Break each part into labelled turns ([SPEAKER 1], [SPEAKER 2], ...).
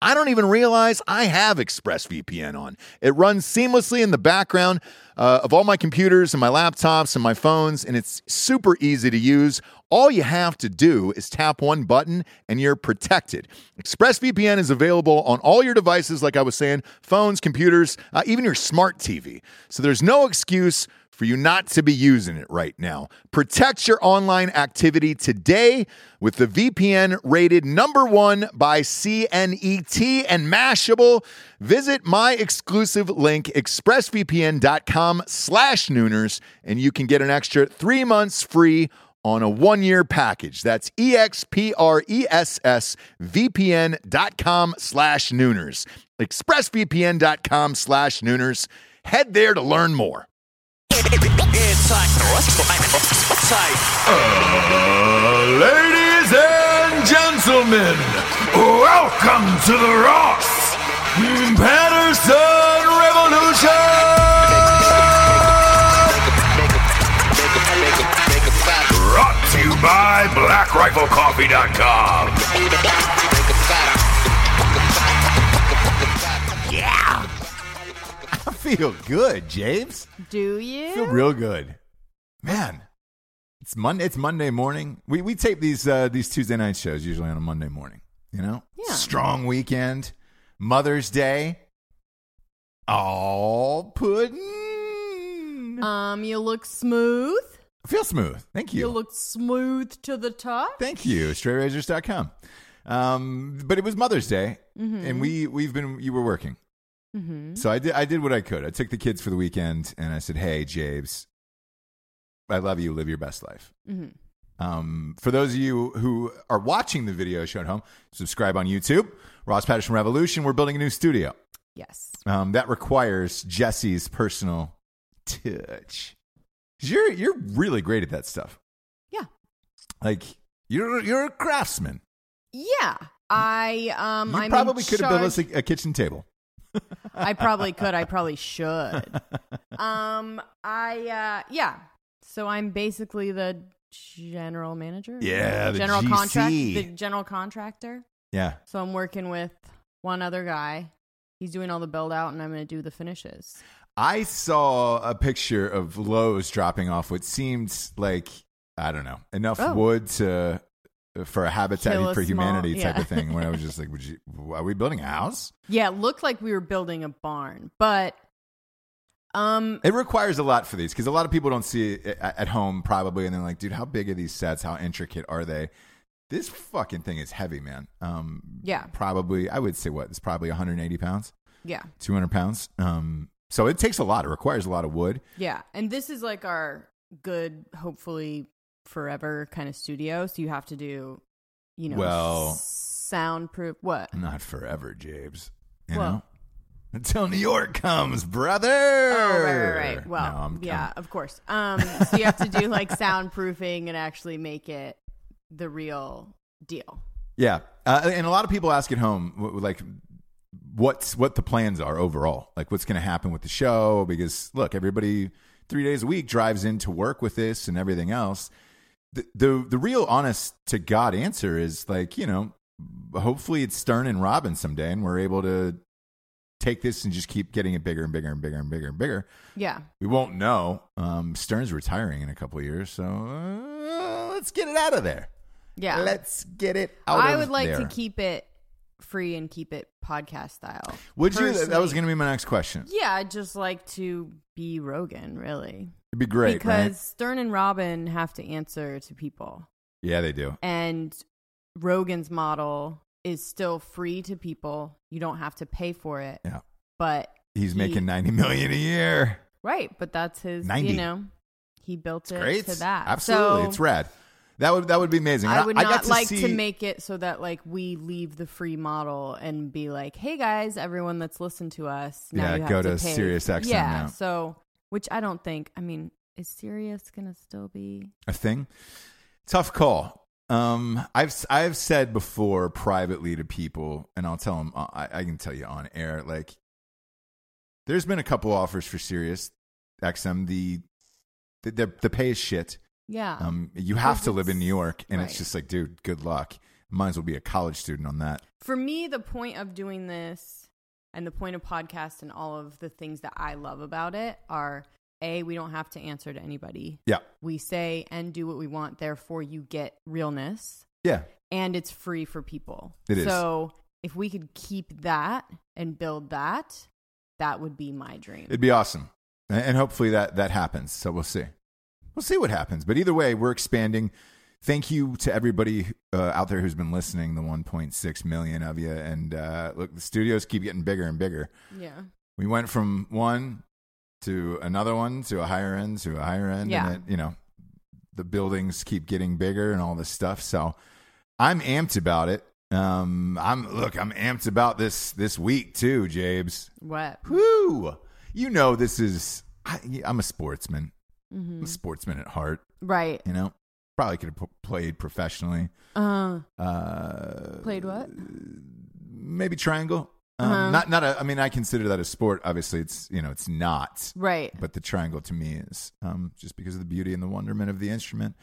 [SPEAKER 1] I don't even realize I have ExpressVPN on. It runs seamlessly in the background uh, of all my computers and my laptops and my phones, and it's super easy to use. All you have to do is tap one button and you're protected. ExpressVPN is available on all your devices, like I was saying phones, computers, uh, even your smart TV. So there's no excuse for you not to be using it right now. Protect your online activity today with the VPN rated number one by CNET and Mashable. Visit my exclusive link, expressvpn.com slash nooners, and you can get an extra three months free on a one-year package. That's E expressvpn.com slash nooners. expressvpn.com slash nooners. Head there to learn more.
[SPEAKER 2] It's like, it's like,
[SPEAKER 1] Ladies and gentlemen, welcome to the Ross Patterson Revolution!
[SPEAKER 3] Brought to you by BlackRifleCoffee.com.
[SPEAKER 1] I feel good, James.
[SPEAKER 4] Do
[SPEAKER 1] I feel
[SPEAKER 4] you?
[SPEAKER 1] real good. Man, it's Monday, it's Monday morning. We, we tape these, uh, these Tuesday night shows usually on a Monday morning, you know?
[SPEAKER 4] Yeah.
[SPEAKER 1] Strong weekend, Mother's Day, all pudding.
[SPEAKER 5] Uh,
[SPEAKER 4] Um, you look smooth.
[SPEAKER 1] I feel smooth. Thank you.
[SPEAKER 4] You look smooth to the touch.
[SPEAKER 1] Thank you, straightrazors.com. Um, but it was Mother's Day, and we we've been you were working, so I did I did what I could. I took the kids for the weekend, and I said, "Hey, Jabes, I love you. Live your best life." Um, for those of you who are watching the video show at home, subscribe on YouTube. Ross Patterson Revolution. We're building a new studio.
[SPEAKER 4] Yes.
[SPEAKER 1] Um, that requires Jesse's personal touch. 'Cause You're you're really great at that stuff.
[SPEAKER 4] Yeah.
[SPEAKER 1] Like you're you're a craftsman.
[SPEAKER 4] Yeah. I um
[SPEAKER 1] you
[SPEAKER 4] I'm in
[SPEAKER 1] probably could have
[SPEAKER 4] charge-
[SPEAKER 1] built us a, a kitchen table.
[SPEAKER 6] I probably could. I probably should. Um, I uh, yeah. So I'm basically the general manager.
[SPEAKER 1] Yeah, the
[SPEAKER 6] general
[SPEAKER 1] GC.
[SPEAKER 6] contract, the general contractor.
[SPEAKER 1] Yeah.
[SPEAKER 6] So I'm working with one other guy. He's doing all the build out, and I'm going to do the finishes.
[SPEAKER 1] I saw a picture of Lowe's dropping off what seemed like I don't know enough
[SPEAKER 6] Oh.
[SPEAKER 1] wood to for a Habitat
[SPEAKER 6] Kill a
[SPEAKER 1] for Humanity
[SPEAKER 6] small-
[SPEAKER 1] type
[SPEAKER 6] yeah.
[SPEAKER 1] of thing. When I was just like, would you, are we building a house?
[SPEAKER 6] Yeah, it looked like we were building a barn, but um,
[SPEAKER 1] It requires a lot for these because a lot of people don't see it a- at home probably, and they're like, dude, how big are these sets? How intricate are they? This fucking thing is heavy, man. Um,
[SPEAKER 6] Yeah.
[SPEAKER 1] probably I would say what it's probably 180 pounds,
[SPEAKER 6] yeah,
[SPEAKER 1] 200 pounds. Um, so it takes a lot. It requires a lot of wood.
[SPEAKER 6] yeah. And this is like our good, hopefully forever kind of studio. So you have to do, you know,
[SPEAKER 1] Well-
[SPEAKER 6] soundproof. What?
[SPEAKER 1] Not forever, James. You
[SPEAKER 6] Well-
[SPEAKER 1] know? Until New York comes, brother.
[SPEAKER 6] Oh, right, right, right. Well,
[SPEAKER 1] No, I'm-
[SPEAKER 6] yeah,
[SPEAKER 1] I'm-
[SPEAKER 6] of course. Um, so you have to do like soundproofing and actually make it the real deal.
[SPEAKER 1] yeah. Uh, and a lot of people ask at home, w- w- like, what's what the plans are overall. Like, what's going to happen with the show? Because look, everybody three days a week drives in to work with this and everything else. The the, the real honest to God answer is like, you know, hopefully it's Stern and Robin someday, and we're able to take this and just keep getting it bigger and bigger and bigger and bigger and bigger.
[SPEAKER 6] Yeah.
[SPEAKER 1] We won't know. Um, Stern's retiring in a couple of years, so uh, let's get it out of there.
[SPEAKER 6] Yeah.
[SPEAKER 1] Let's get it out.
[SPEAKER 6] I
[SPEAKER 1] of
[SPEAKER 6] would like
[SPEAKER 1] there.
[SPEAKER 6] to keep it free and keep it podcast style.
[SPEAKER 1] Would you? That- That was
[SPEAKER 6] personally.
[SPEAKER 1] going to be my next question.
[SPEAKER 6] Yeah, I'd just like to be Rogan, really.
[SPEAKER 1] It'd be great,
[SPEAKER 6] because
[SPEAKER 1] right?
[SPEAKER 6] Stern and Robin have to answer to people.
[SPEAKER 1] Yeah, they do.
[SPEAKER 6] And Rogan's model is still free to people. You don't have to pay for it.
[SPEAKER 1] Yeah,
[SPEAKER 6] But
[SPEAKER 1] he's
[SPEAKER 6] he-
[SPEAKER 1] making ninety million a year.
[SPEAKER 6] Right, but that's his
[SPEAKER 1] 90.
[SPEAKER 6] you know. He built it
[SPEAKER 1] Great,
[SPEAKER 6] to that.
[SPEAKER 1] Absolutely,
[SPEAKER 6] So
[SPEAKER 1] it's rad. That would that would be amazing. And
[SPEAKER 6] I would
[SPEAKER 1] I,
[SPEAKER 6] not
[SPEAKER 1] got to
[SPEAKER 6] like
[SPEAKER 1] see,
[SPEAKER 6] to make it so that like we leave the free model and be like, "Hey guys, everyone that's listened to us, now
[SPEAKER 1] Yeah,
[SPEAKER 6] you have
[SPEAKER 1] go
[SPEAKER 6] to,
[SPEAKER 1] to
[SPEAKER 6] pay."
[SPEAKER 1] SiriusXM
[SPEAKER 6] Yeah,
[SPEAKER 1] now.
[SPEAKER 6] so which I don't think. I mean, is Sirius gonna still be?
[SPEAKER 1] a thing. Tough call. Um, I've I've said before privately to people, and I'll tell them. I, I can tell you on air. Like, there's been a couple offers for Sirius XM. The the the, the pay is shit.
[SPEAKER 6] Yeah,
[SPEAKER 1] Um, you have
[SPEAKER 6] Because
[SPEAKER 1] to live in
[SPEAKER 6] it's-
[SPEAKER 1] New York, and it's
[SPEAKER 6] right.
[SPEAKER 1] just like, dude, good luck. Might as well be a college student on that.
[SPEAKER 6] for me, the point of doing this and the point of podcast and all of the things that I love about it are a we don't have to answer to anybody.
[SPEAKER 1] Yeah,
[SPEAKER 6] We say and do what we want, therefore you get realness
[SPEAKER 1] yeah,
[SPEAKER 6] and it's free for people.
[SPEAKER 1] It is.
[SPEAKER 6] So if we could keep that and build that, that would be my dream.
[SPEAKER 1] it'd be awesome, and, and hopefully that that happens. So we'll see. We'll see what happens. But either way, we're expanding. Thank you to everybody uh, out there who's been listening, the 1.6 million of you. And uh, look, the studios keep getting bigger and bigger.
[SPEAKER 6] yeah.
[SPEAKER 1] We went from one to another one to a higher end to a higher end.
[SPEAKER 6] Yeah.
[SPEAKER 1] And it, you know, the buildings keep getting bigger and all this stuff. So I'm amped about it. Um, I'm look, I'm amped about this this week too, Jabes.
[SPEAKER 6] What?
[SPEAKER 1] Whoo! You know, this is I, I'm a sportsman.
[SPEAKER 6] Mm-hmm.
[SPEAKER 1] I'm a sportsman at heart.
[SPEAKER 6] Right.
[SPEAKER 1] You know, probably could have p- played professionally.
[SPEAKER 6] Uh,
[SPEAKER 1] Uh,
[SPEAKER 6] played what?
[SPEAKER 1] maybe triangle. Um,
[SPEAKER 6] Uh-huh.
[SPEAKER 1] Not not a. I mean, I consider that a sport. Obviously, it's you know, it's not.
[SPEAKER 6] Right.
[SPEAKER 1] But the triangle to me is um, just because of the beauty and the wonderment of the instrument.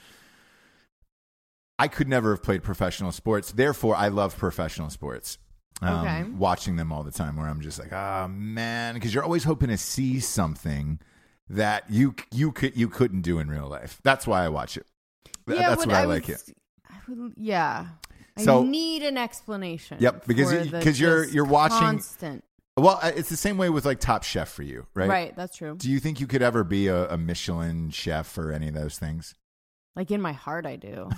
[SPEAKER 1] I could never have played professional sports. Therefore, I love professional sports. Um,
[SPEAKER 6] Okay.
[SPEAKER 1] Watching them all the time, where I'm just like, ah, man, because you're always hoping to see something that you you could you couldn't do in real life. That's why I watch it. Th- That's
[SPEAKER 6] would-
[SPEAKER 1] what I, like it.
[SPEAKER 6] would- I would, yeah.
[SPEAKER 1] So-
[SPEAKER 6] I need an explanation.
[SPEAKER 1] Yep, because
[SPEAKER 6] for
[SPEAKER 1] you-
[SPEAKER 6] the
[SPEAKER 1] 'cause you're-
[SPEAKER 6] just
[SPEAKER 1] you're watching-
[SPEAKER 6] constant.
[SPEAKER 1] Well, I- it's the same way with like Top Chef for you, right?
[SPEAKER 6] Right. that's true.
[SPEAKER 1] Do you think you could ever be a, a Michelin chef or any of those things?
[SPEAKER 6] Like in my heart, I do.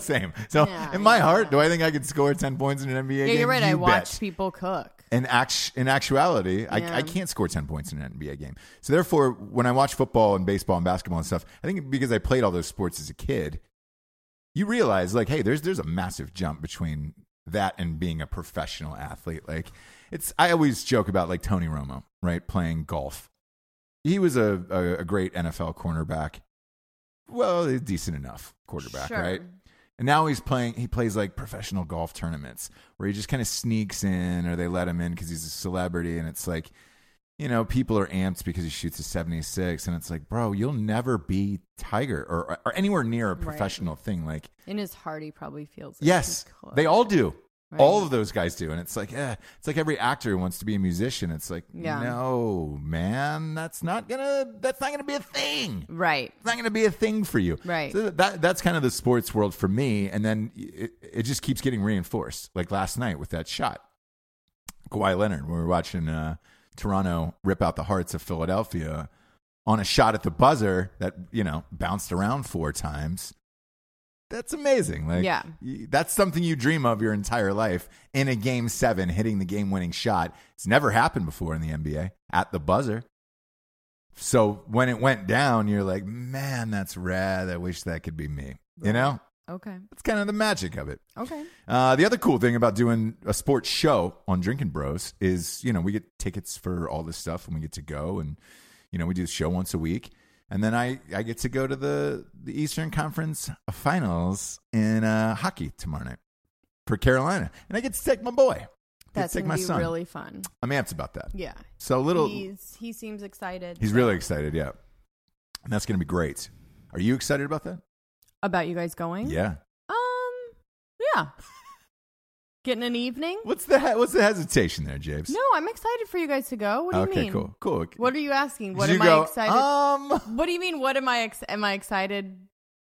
[SPEAKER 1] Same. So
[SPEAKER 6] Yeah,
[SPEAKER 1] in my
[SPEAKER 6] yeah,
[SPEAKER 1] heart,
[SPEAKER 6] yeah.
[SPEAKER 1] do I think I could score ten points in an NBA
[SPEAKER 6] yeah,
[SPEAKER 1] game?
[SPEAKER 6] you're right.
[SPEAKER 1] You
[SPEAKER 6] I
[SPEAKER 1] bet.
[SPEAKER 6] watch people cook.
[SPEAKER 1] In, act- in actuality, I,
[SPEAKER 6] Yeah.
[SPEAKER 1] I can't score 10 points in an NBA game. So, therefore, when I watch football and baseball and basketball and stuff, I think because I played all those sports as a kid, you realize, like, hey, there's, there's a massive jump between that and being a professional athlete. Like, it's, I always joke about, like, Tony Romo, right? Playing golf. He was a, a, a great NFL cornerback. Well, decent enough quarterback,
[SPEAKER 6] Sure.
[SPEAKER 1] right? And now he's playing. He plays like professional golf tournaments where he just kind of sneaks in, or they let him in because he's a celebrity. And it's like, you know, people are amped because he shoots a seventy six, and it's like, bro, you'll never be Tiger or or anywhere near a
[SPEAKER 6] Right.
[SPEAKER 1] professional thing. Like,
[SPEAKER 6] In his heart, he probably feels. Like
[SPEAKER 1] yes,
[SPEAKER 6] he could.
[SPEAKER 1] they all do.
[SPEAKER 6] Right.
[SPEAKER 1] All of those guys do, and it's like, eh, it's like every actor who wants to be a musician. It's like,
[SPEAKER 6] Yeah.
[SPEAKER 1] no, man, that's not gonna, that's not gonna be a thing
[SPEAKER 6] Right.
[SPEAKER 1] it's not going to be a thing for you.
[SPEAKER 6] Right.
[SPEAKER 1] So that that's kind of the sports world for me. And then it, it just keeps getting reinforced. Like last night with that shot, Kawhi Leonard, when we were watching uh, Toronto rip out the hearts of Philadelphia on a shot at the buzzer that, you know, bounced around four times. That's amazing. Like,
[SPEAKER 6] Yeah.
[SPEAKER 1] y- that's something you dream of your entire life in a game seven, hitting the game winning shot. It's never happened before in the NBA at the buzzer. So when it went down, you're like, man, that's rad. I wish that could be me. You know,
[SPEAKER 6] Okay.
[SPEAKER 1] that's kind of the magic of it.
[SPEAKER 6] Okay.
[SPEAKER 1] Uh, the other cool thing about doing a sports show on Drinking Bros is, you know, we get tickets for all this stuff and we get to go and, you know, we do the show once a week. And then I, I get to go to the, the Eastern Conference finals in uh, hockey tomorrow night for Carolina. And I get to take my boy. I get
[SPEAKER 6] That's
[SPEAKER 1] to take
[SPEAKER 6] gonna
[SPEAKER 1] my
[SPEAKER 6] be
[SPEAKER 1] son.
[SPEAKER 6] really fun.
[SPEAKER 1] I'm amped about that.
[SPEAKER 6] Yeah.
[SPEAKER 1] So a little.
[SPEAKER 6] He's he seems excited.
[SPEAKER 1] He's really excited, yeah. And that's going to be great. Are you excited about that?
[SPEAKER 6] about you guys going.
[SPEAKER 1] Yeah.
[SPEAKER 6] Um. Yeah. Getting an evening.
[SPEAKER 1] What's the he- what's the hesitation there, James?
[SPEAKER 6] No, I'm excited for you guys to go. What do you
[SPEAKER 1] okay,
[SPEAKER 6] mean?
[SPEAKER 1] cool, cool.
[SPEAKER 6] What are you asking? What
[SPEAKER 1] Did
[SPEAKER 6] am
[SPEAKER 1] you go,
[SPEAKER 6] I excited?
[SPEAKER 1] Um,
[SPEAKER 6] what do you mean? What am I? Ex- am I excited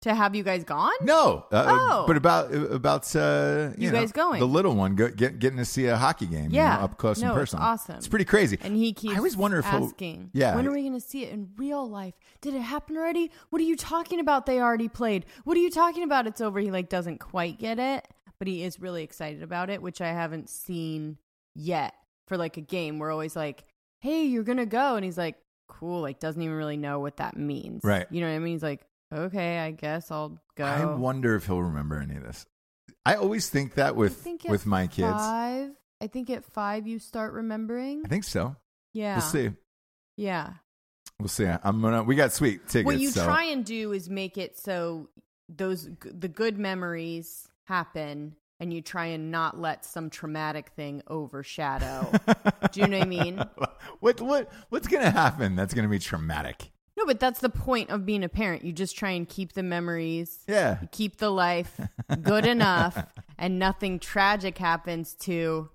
[SPEAKER 6] to have you guys gone?
[SPEAKER 1] no. Uh,
[SPEAKER 6] Oh.
[SPEAKER 1] but about about uh, you,
[SPEAKER 6] You
[SPEAKER 1] know,
[SPEAKER 6] guys going.
[SPEAKER 1] the little one go, get, getting to see a hockey game, you
[SPEAKER 6] Yeah.
[SPEAKER 1] know, up close
[SPEAKER 6] No,
[SPEAKER 1] and
[SPEAKER 6] it's
[SPEAKER 1] personal.
[SPEAKER 6] awesome.
[SPEAKER 1] It's pretty crazy.
[SPEAKER 6] And he keeps
[SPEAKER 1] I always wonder if he'll-
[SPEAKER 6] asking,
[SPEAKER 1] yeah,
[SPEAKER 6] when are we going to see it in real life? Did it happen already? What are you talking about? They already played. What are you talking about? It's over. He like doesn't quite get it, but he is really excited about it, which I haven't seen yet for like a game. We're always like, "Hey, you're going to go." And he's like, "Cool." Like doesn't even really know what that means.
[SPEAKER 1] Right.
[SPEAKER 6] You know what I mean? He's like, "Okay, I guess I'll go."
[SPEAKER 1] I wonder if he'll remember any of this. I always think that
[SPEAKER 6] I
[SPEAKER 1] with
[SPEAKER 6] think at
[SPEAKER 1] with my kids.
[SPEAKER 6] Five, I think at 5 you start remembering.
[SPEAKER 1] I think so.
[SPEAKER 6] yeah.
[SPEAKER 1] We'll see.
[SPEAKER 6] Yeah.
[SPEAKER 1] We'll see. I'm gonna. We got sweet tickets.
[SPEAKER 6] what you
[SPEAKER 1] so.
[SPEAKER 6] try and do is make it so those g- the good memories happen and you try and not let some traumatic thing overshadow do you know what i mean
[SPEAKER 1] what what what's gonna happen? That's gonna be traumatic.
[SPEAKER 6] no but that's the point of being a parent you just try and keep the memories
[SPEAKER 1] Yeah.
[SPEAKER 6] keep the life good enough and nothing tragic happens to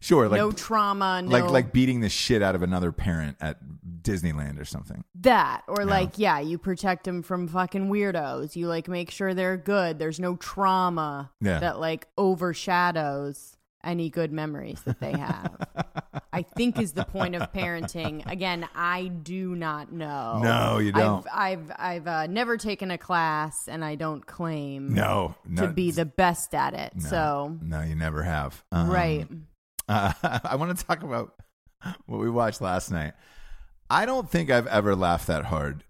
[SPEAKER 1] Sure. Like
[SPEAKER 6] no trauma no
[SPEAKER 1] like like beating the shit out of another parent at Disneyland or something.
[SPEAKER 6] that or like yeah you protect them from fucking weirdos you like make sure they're good there's no trauma
[SPEAKER 1] Yeah.
[SPEAKER 6] that like overshadows any good memories that they have i think is the point of parenting again i do not know
[SPEAKER 1] No, you don't.
[SPEAKER 6] i've i've, I've uh, never taken a class and i don't claim
[SPEAKER 1] No. No.
[SPEAKER 6] to be the best at it so
[SPEAKER 1] no, you never have. Um,
[SPEAKER 6] right
[SPEAKER 1] Uh, I want to talk about what we watched last night. I don't think I've ever laughed that hard.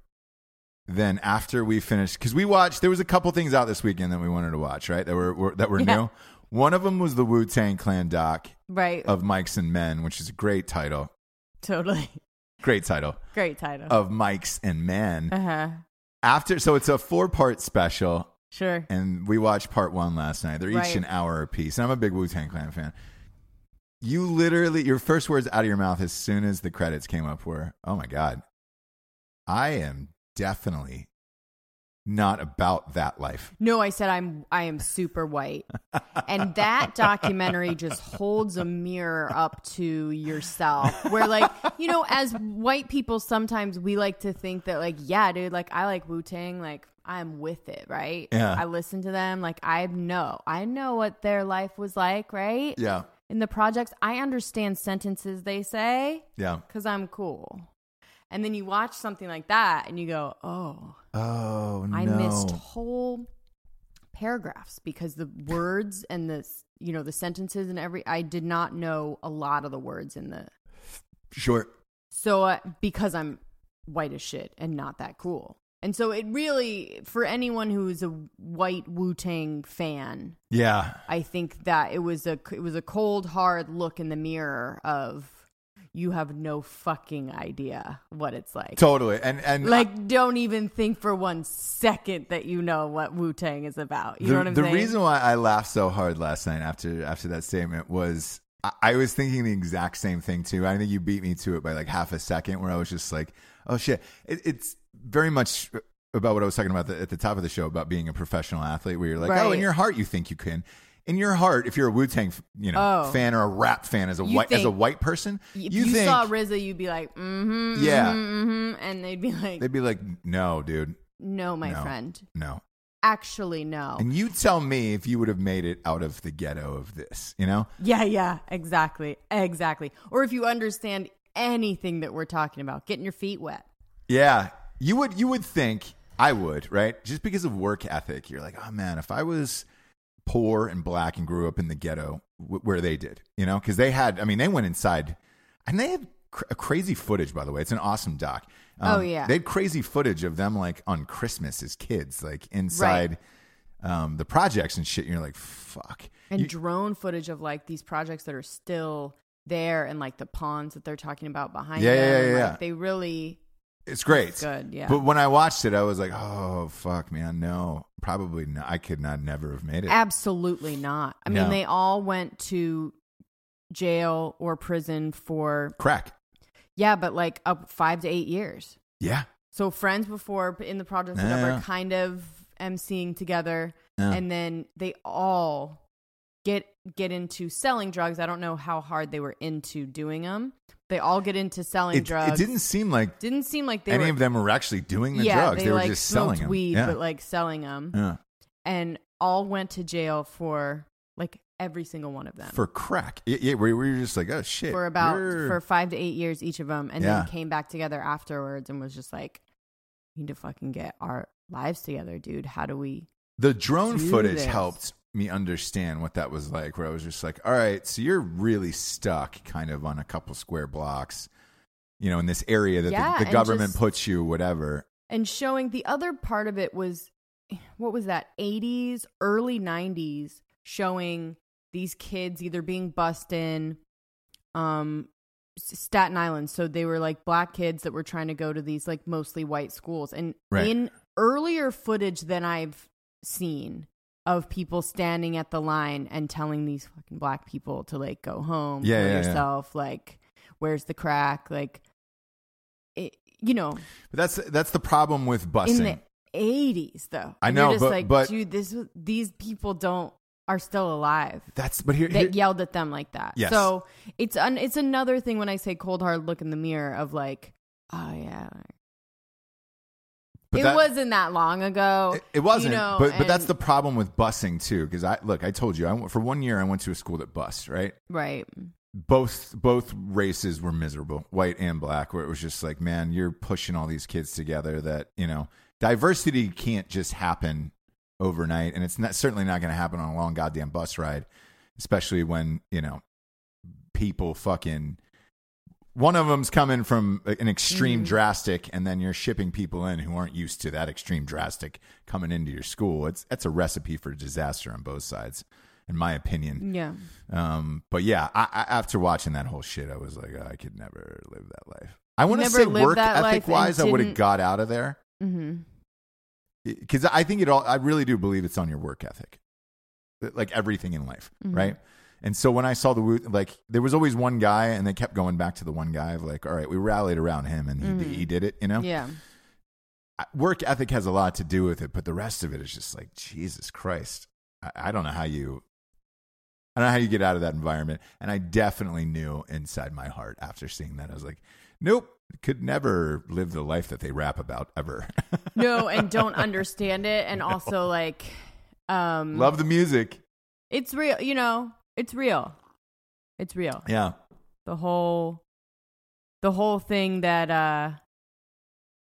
[SPEAKER 1] Then after we finished, because we watched, there was a couple things out this weekend that we wanted to watch, right? That were, were that were
[SPEAKER 6] Yeah.
[SPEAKER 1] new. One of them was the Wu Tang Clan doc
[SPEAKER 6] right
[SPEAKER 1] of Mikes and Men, which is a great title.
[SPEAKER 6] totally
[SPEAKER 1] Great title
[SPEAKER 6] great title
[SPEAKER 1] of Mikes and Men.
[SPEAKER 6] uh-huh
[SPEAKER 1] After, so it's a four part special,
[SPEAKER 6] sure
[SPEAKER 1] and we watched part one last night. They're each
[SPEAKER 6] Right.
[SPEAKER 1] an hour apiece. And I'm a big Wu Tang Clan fan. You literally, your first words out of your mouth as soon as the credits came up were, "Oh my god, I am definitely not about that life."
[SPEAKER 6] No, I said I'm I am super white. And that documentary just holds a mirror up to yourself. Where like, you know, as white people sometimes we like to think that like, yeah, dude, like I like Wu Tang, like I'm with it, right?
[SPEAKER 1] Yeah.
[SPEAKER 6] I listen to them, like I know. I know what their life was like, right?
[SPEAKER 1] Yeah,
[SPEAKER 6] In the projects, I understand sentences they say
[SPEAKER 1] yeah.
[SPEAKER 6] because I'm cool. And then you watch something like that and you go, Oh,
[SPEAKER 1] Oh no,
[SPEAKER 6] I missed whole paragraphs because the words and the s- you know the sentences and every I did not know a lot of the words in the
[SPEAKER 1] short.
[SPEAKER 6] so uh, because I'm white as shit and not that cool. And so it really for anyone who is a white Wu Tang fan,
[SPEAKER 1] Yeah,
[SPEAKER 6] I think that it was a it was a cold hard look in the mirror of you have no fucking idea what it's like.
[SPEAKER 1] Totally. And and
[SPEAKER 6] Like, don't even think for one second that you know what Wu Tang is about. You
[SPEAKER 1] the,
[SPEAKER 6] know what I'm
[SPEAKER 1] the
[SPEAKER 6] saying?
[SPEAKER 1] reason why I laughed so hard last night after after that statement was I, I was thinking the exact same thing too. I think you beat me to it by like half a second, where I was just like, "Oh shit!" It, it's very much about what I was talking about the, at the top of the show about being a professional athlete, where you're like, "Oh, in
[SPEAKER 6] Right.
[SPEAKER 1] your heart, you think you can." In your heart, if you're a Wu Tang, you know,
[SPEAKER 6] Oh.
[SPEAKER 1] fan or a rap fan as a
[SPEAKER 6] You
[SPEAKER 1] white as a
[SPEAKER 6] think-
[SPEAKER 1] white person,
[SPEAKER 6] If
[SPEAKER 1] you,
[SPEAKER 6] you,
[SPEAKER 1] think
[SPEAKER 6] saw RZA, you'd be like, mm-hmm,
[SPEAKER 1] Yeah.
[SPEAKER 6] mm-hmm, mm-hmm, and they'd be like,
[SPEAKER 1] they'd be like, "No, dude,
[SPEAKER 6] no, my
[SPEAKER 1] no,
[SPEAKER 6] friend,
[SPEAKER 1] no."
[SPEAKER 6] actually, no.
[SPEAKER 1] And you tell me if you would have made it out of the ghetto of this, you know?
[SPEAKER 6] Yeah, yeah, exactly, exactly. Or if you understand anything that we're talking about, getting your feet wet.
[SPEAKER 1] Yeah, you would. You would think I would, right? Just because of work ethic, you're like, oh man, if I was poor and black and grew up in the ghetto w- where they did, you know, because they had. I mean, they went inside, and they had cr- crazy footage. By the way, it's an awesome doc. Um,
[SPEAKER 6] Oh, yeah.
[SPEAKER 1] they had crazy footage of them like on Christmas as kids, like inside um, the projects and shit. And you're like, fuck.
[SPEAKER 6] and
[SPEAKER 1] You-
[SPEAKER 6] drone footage of like these projects that are still there and like the ponds that they're talking about behind
[SPEAKER 1] Yeah,
[SPEAKER 6] them.
[SPEAKER 1] yeah, yeah,
[SPEAKER 6] Like,
[SPEAKER 1] yeah.
[SPEAKER 6] They really
[SPEAKER 1] It's great.
[SPEAKER 6] It's good, yeah.
[SPEAKER 1] But when I watched it, I was like, "Oh fuck, man, no, probably not. I could not, never have made it."
[SPEAKER 6] absolutely not. I mean,
[SPEAKER 1] No.
[SPEAKER 6] they all went to jail or prison for
[SPEAKER 1] Crack.
[SPEAKER 6] yeah, but like up five to eight years.
[SPEAKER 1] Yeah.
[SPEAKER 6] So friends before in the projects
[SPEAKER 1] Yeah,
[SPEAKER 6] that
[SPEAKER 1] yeah.
[SPEAKER 6] were kind of emceeing together,
[SPEAKER 1] Yeah.
[SPEAKER 6] and then they all get get into selling drugs. I don't know how hard they were into doing them. They all get into selling
[SPEAKER 1] it,
[SPEAKER 6] drugs.
[SPEAKER 1] it didn't seem like
[SPEAKER 6] Didn't seem like they
[SPEAKER 1] any
[SPEAKER 6] were
[SPEAKER 1] of them were actually doing the
[SPEAKER 6] yeah,
[SPEAKER 1] drugs.
[SPEAKER 6] They,
[SPEAKER 1] They, were
[SPEAKER 6] like,
[SPEAKER 1] just
[SPEAKER 6] smoked
[SPEAKER 1] selling them.
[SPEAKER 6] weed,
[SPEAKER 1] yeah.
[SPEAKER 6] but like selling them,
[SPEAKER 1] Yeah.
[SPEAKER 6] and all went to jail for like every single one of them
[SPEAKER 1] for crack. Yeah, yeah, we were just like, oh shit.
[SPEAKER 6] for about
[SPEAKER 1] You're-
[SPEAKER 6] for five to eight years each of them, and
[SPEAKER 1] Yeah.
[SPEAKER 6] then came back together afterwards and was just like, "We need to fucking get our lives together, dude. How do we?"
[SPEAKER 1] the drone
[SPEAKER 6] do
[SPEAKER 1] footage
[SPEAKER 6] this.
[SPEAKER 1] helped me understand what that was like. Where I was just like, all right, so you're really stuck, kind of on a couple square blocks, you know, in this area that
[SPEAKER 6] Yeah,
[SPEAKER 1] the, the
[SPEAKER 6] and
[SPEAKER 1] government
[SPEAKER 6] just-
[SPEAKER 1] puts you, whatever.
[SPEAKER 6] And showing the other part of it was, what was that? Eighties, early nineties, showing these kids either being bussed in, um S- Staten Island. So they were like black kids that were trying to go to these like mostly white schools. And
[SPEAKER 1] Right.
[SPEAKER 6] in earlier footage than I've seen of people standing at the line and telling these fucking black people to like go home,
[SPEAKER 1] Yeah,
[SPEAKER 6] kill
[SPEAKER 1] yeah, yeah.
[SPEAKER 6] yourself, like where's the crack, like it, you know,
[SPEAKER 1] But that's that's the problem with busing.
[SPEAKER 6] in the 80s though.
[SPEAKER 1] I
[SPEAKER 6] And
[SPEAKER 1] know,
[SPEAKER 6] you're just
[SPEAKER 1] but-
[SPEAKER 6] like
[SPEAKER 1] but-
[SPEAKER 6] dude, this was- these people don't are still alive
[SPEAKER 1] that's but here, here
[SPEAKER 6] that yelled at them like that.
[SPEAKER 1] Yes.
[SPEAKER 6] So it's an, it's another thing when I say cold hard look in the mirror of like, oh yeah,
[SPEAKER 1] but
[SPEAKER 6] it
[SPEAKER 1] that-
[SPEAKER 6] wasn't that long ago.
[SPEAKER 1] It- It wasn't,
[SPEAKER 6] you know,
[SPEAKER 1] but but that's
[SPEAKER 6] and-
[SPEAKER 1] the problem with busing too. Because I look, I told you, I went, for one year I went to a school that bused, right?
[SPEAKER 6] right.
[SPEAKER 1] both both races were miserable, white and black, where it was just like, man, you're pushing all these kids together that, you know, diversity can't just happen overnight and it's not certainly not going to happen on a long goddamn bus ride, especially when, you know, people fucking one of them's coming from an extreme drastic and then you're shipping people in who aren't used to that extreme drastic coming into your school. It's that's a recipe for disaster on both sides in my opinion.
[SPEAKER 6] Yeah.
[SPEAKER 1] Um, but yeah, I, I, after watching that whole shit, I was like, oh, I could never live that life. I want to
[SPEAKER 6] never
[SPEAKER 1] say
[SPEAKER 6] lived
[SPEAKER 1] work
[SPEAKER 6] that life
[SPEAKER 1] ethic
[SPEAKER 6] and
[SPEAKER 1] wise, I would have
[SPEAKER 6] didn't-
[SPEAKER 1] got out of there
[SPEAKER 6] Mm-hmm.
[SPEAKER 1] because I think it all. I really do believe it's on your work ethic, like everything in life,
[SPEAKER 6] Mm-hmm.
[SPEAKER 1] right? And so when I saw the Wu- like, there was always one guy, and they kept going back to the one guy of like, all right, we rallied around him, and he,
[SPEAKER 6] Mm-hmm.
[SPEAKER 1] he did it, you know.
[SPEAKER 6] Yeah.
[SPEAKER 1] I- Work ethic has a lot to do with it, but the rest of it is just like Jesus Christ. I, I don't know how you. I don't know how you get out of that environment. And I definitely knew inside my heart after seeing that, I was like, nope, could never live the life that they rap about ever.
[SPEAKER 6] No, and don't understand it, and also like, um,
[SPEAKER 1] Love the music.
[SPEAKER 6] it's real. You know, it's real. It's real.
[SPEAKER 1] Yeah.
[SPEAKER 6] the whole the whole thing that uh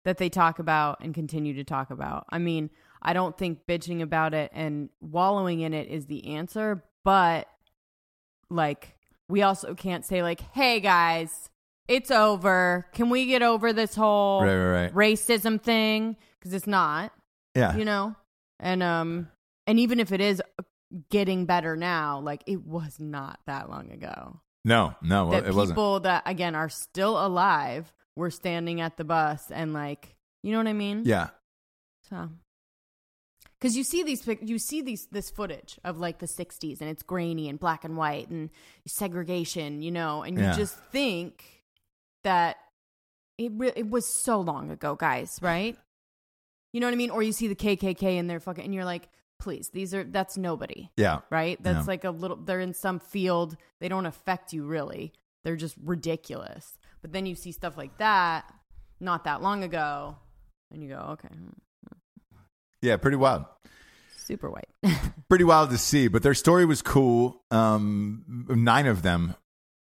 [SPEAKER 6] that they talk about and continue to talk about. I mean, I don't think bitching about it and wallowing in it is the answer, but like we also can't say like, "Hey guys, it's over. Can we get over this whole
[SPEAKER 1] Right, right, Ah. right.
[SPEAKER 6] racism thing?" Cuz it's not
[SPEAKER 1] Yeah.
[SPEAKER 6] you know and um and even if it is getting better now like it was not that long ago
[SPEAKER 1] No, no,
[SPEAKER 6] that
[SPEAKER 1] it
[SPEAKER 6] people
[SPEAKER 1] wasn't.
[SPEAKER 6] that again are still alive were standing at the bus and like you know what I mean?
[SPEAKER 1] Yeah.
[SPEAKER 6] So, because you see these, pic- you see these this footage of like the '60s, and it's grainy and black and white and segregation, you know, and you
[SPEAKER 1] Yeah.
[SPEAKER 6] just think that it re- it was so long ago, guys, right? You know what I mean? Or you see the KKK and they're fucking, and you're like, please, these are that's nobody,
[SPEAKER 1] Yeah.
[SPEAKER 6] right? That's
[SPEAKER 1] Yeah.
[SPEAKER 6] like a little. They're in some field. They don't affect you really. They're just ridiculous. But then you see stuff like that not that long ago, and you go, okay, hmm,
[SPEAKER 1] Yeah. Pretty wild.
[SPEAKER 6] super white.
[SPEAKER 1] pretty wild to see, but their story was cool. Um, nine of them,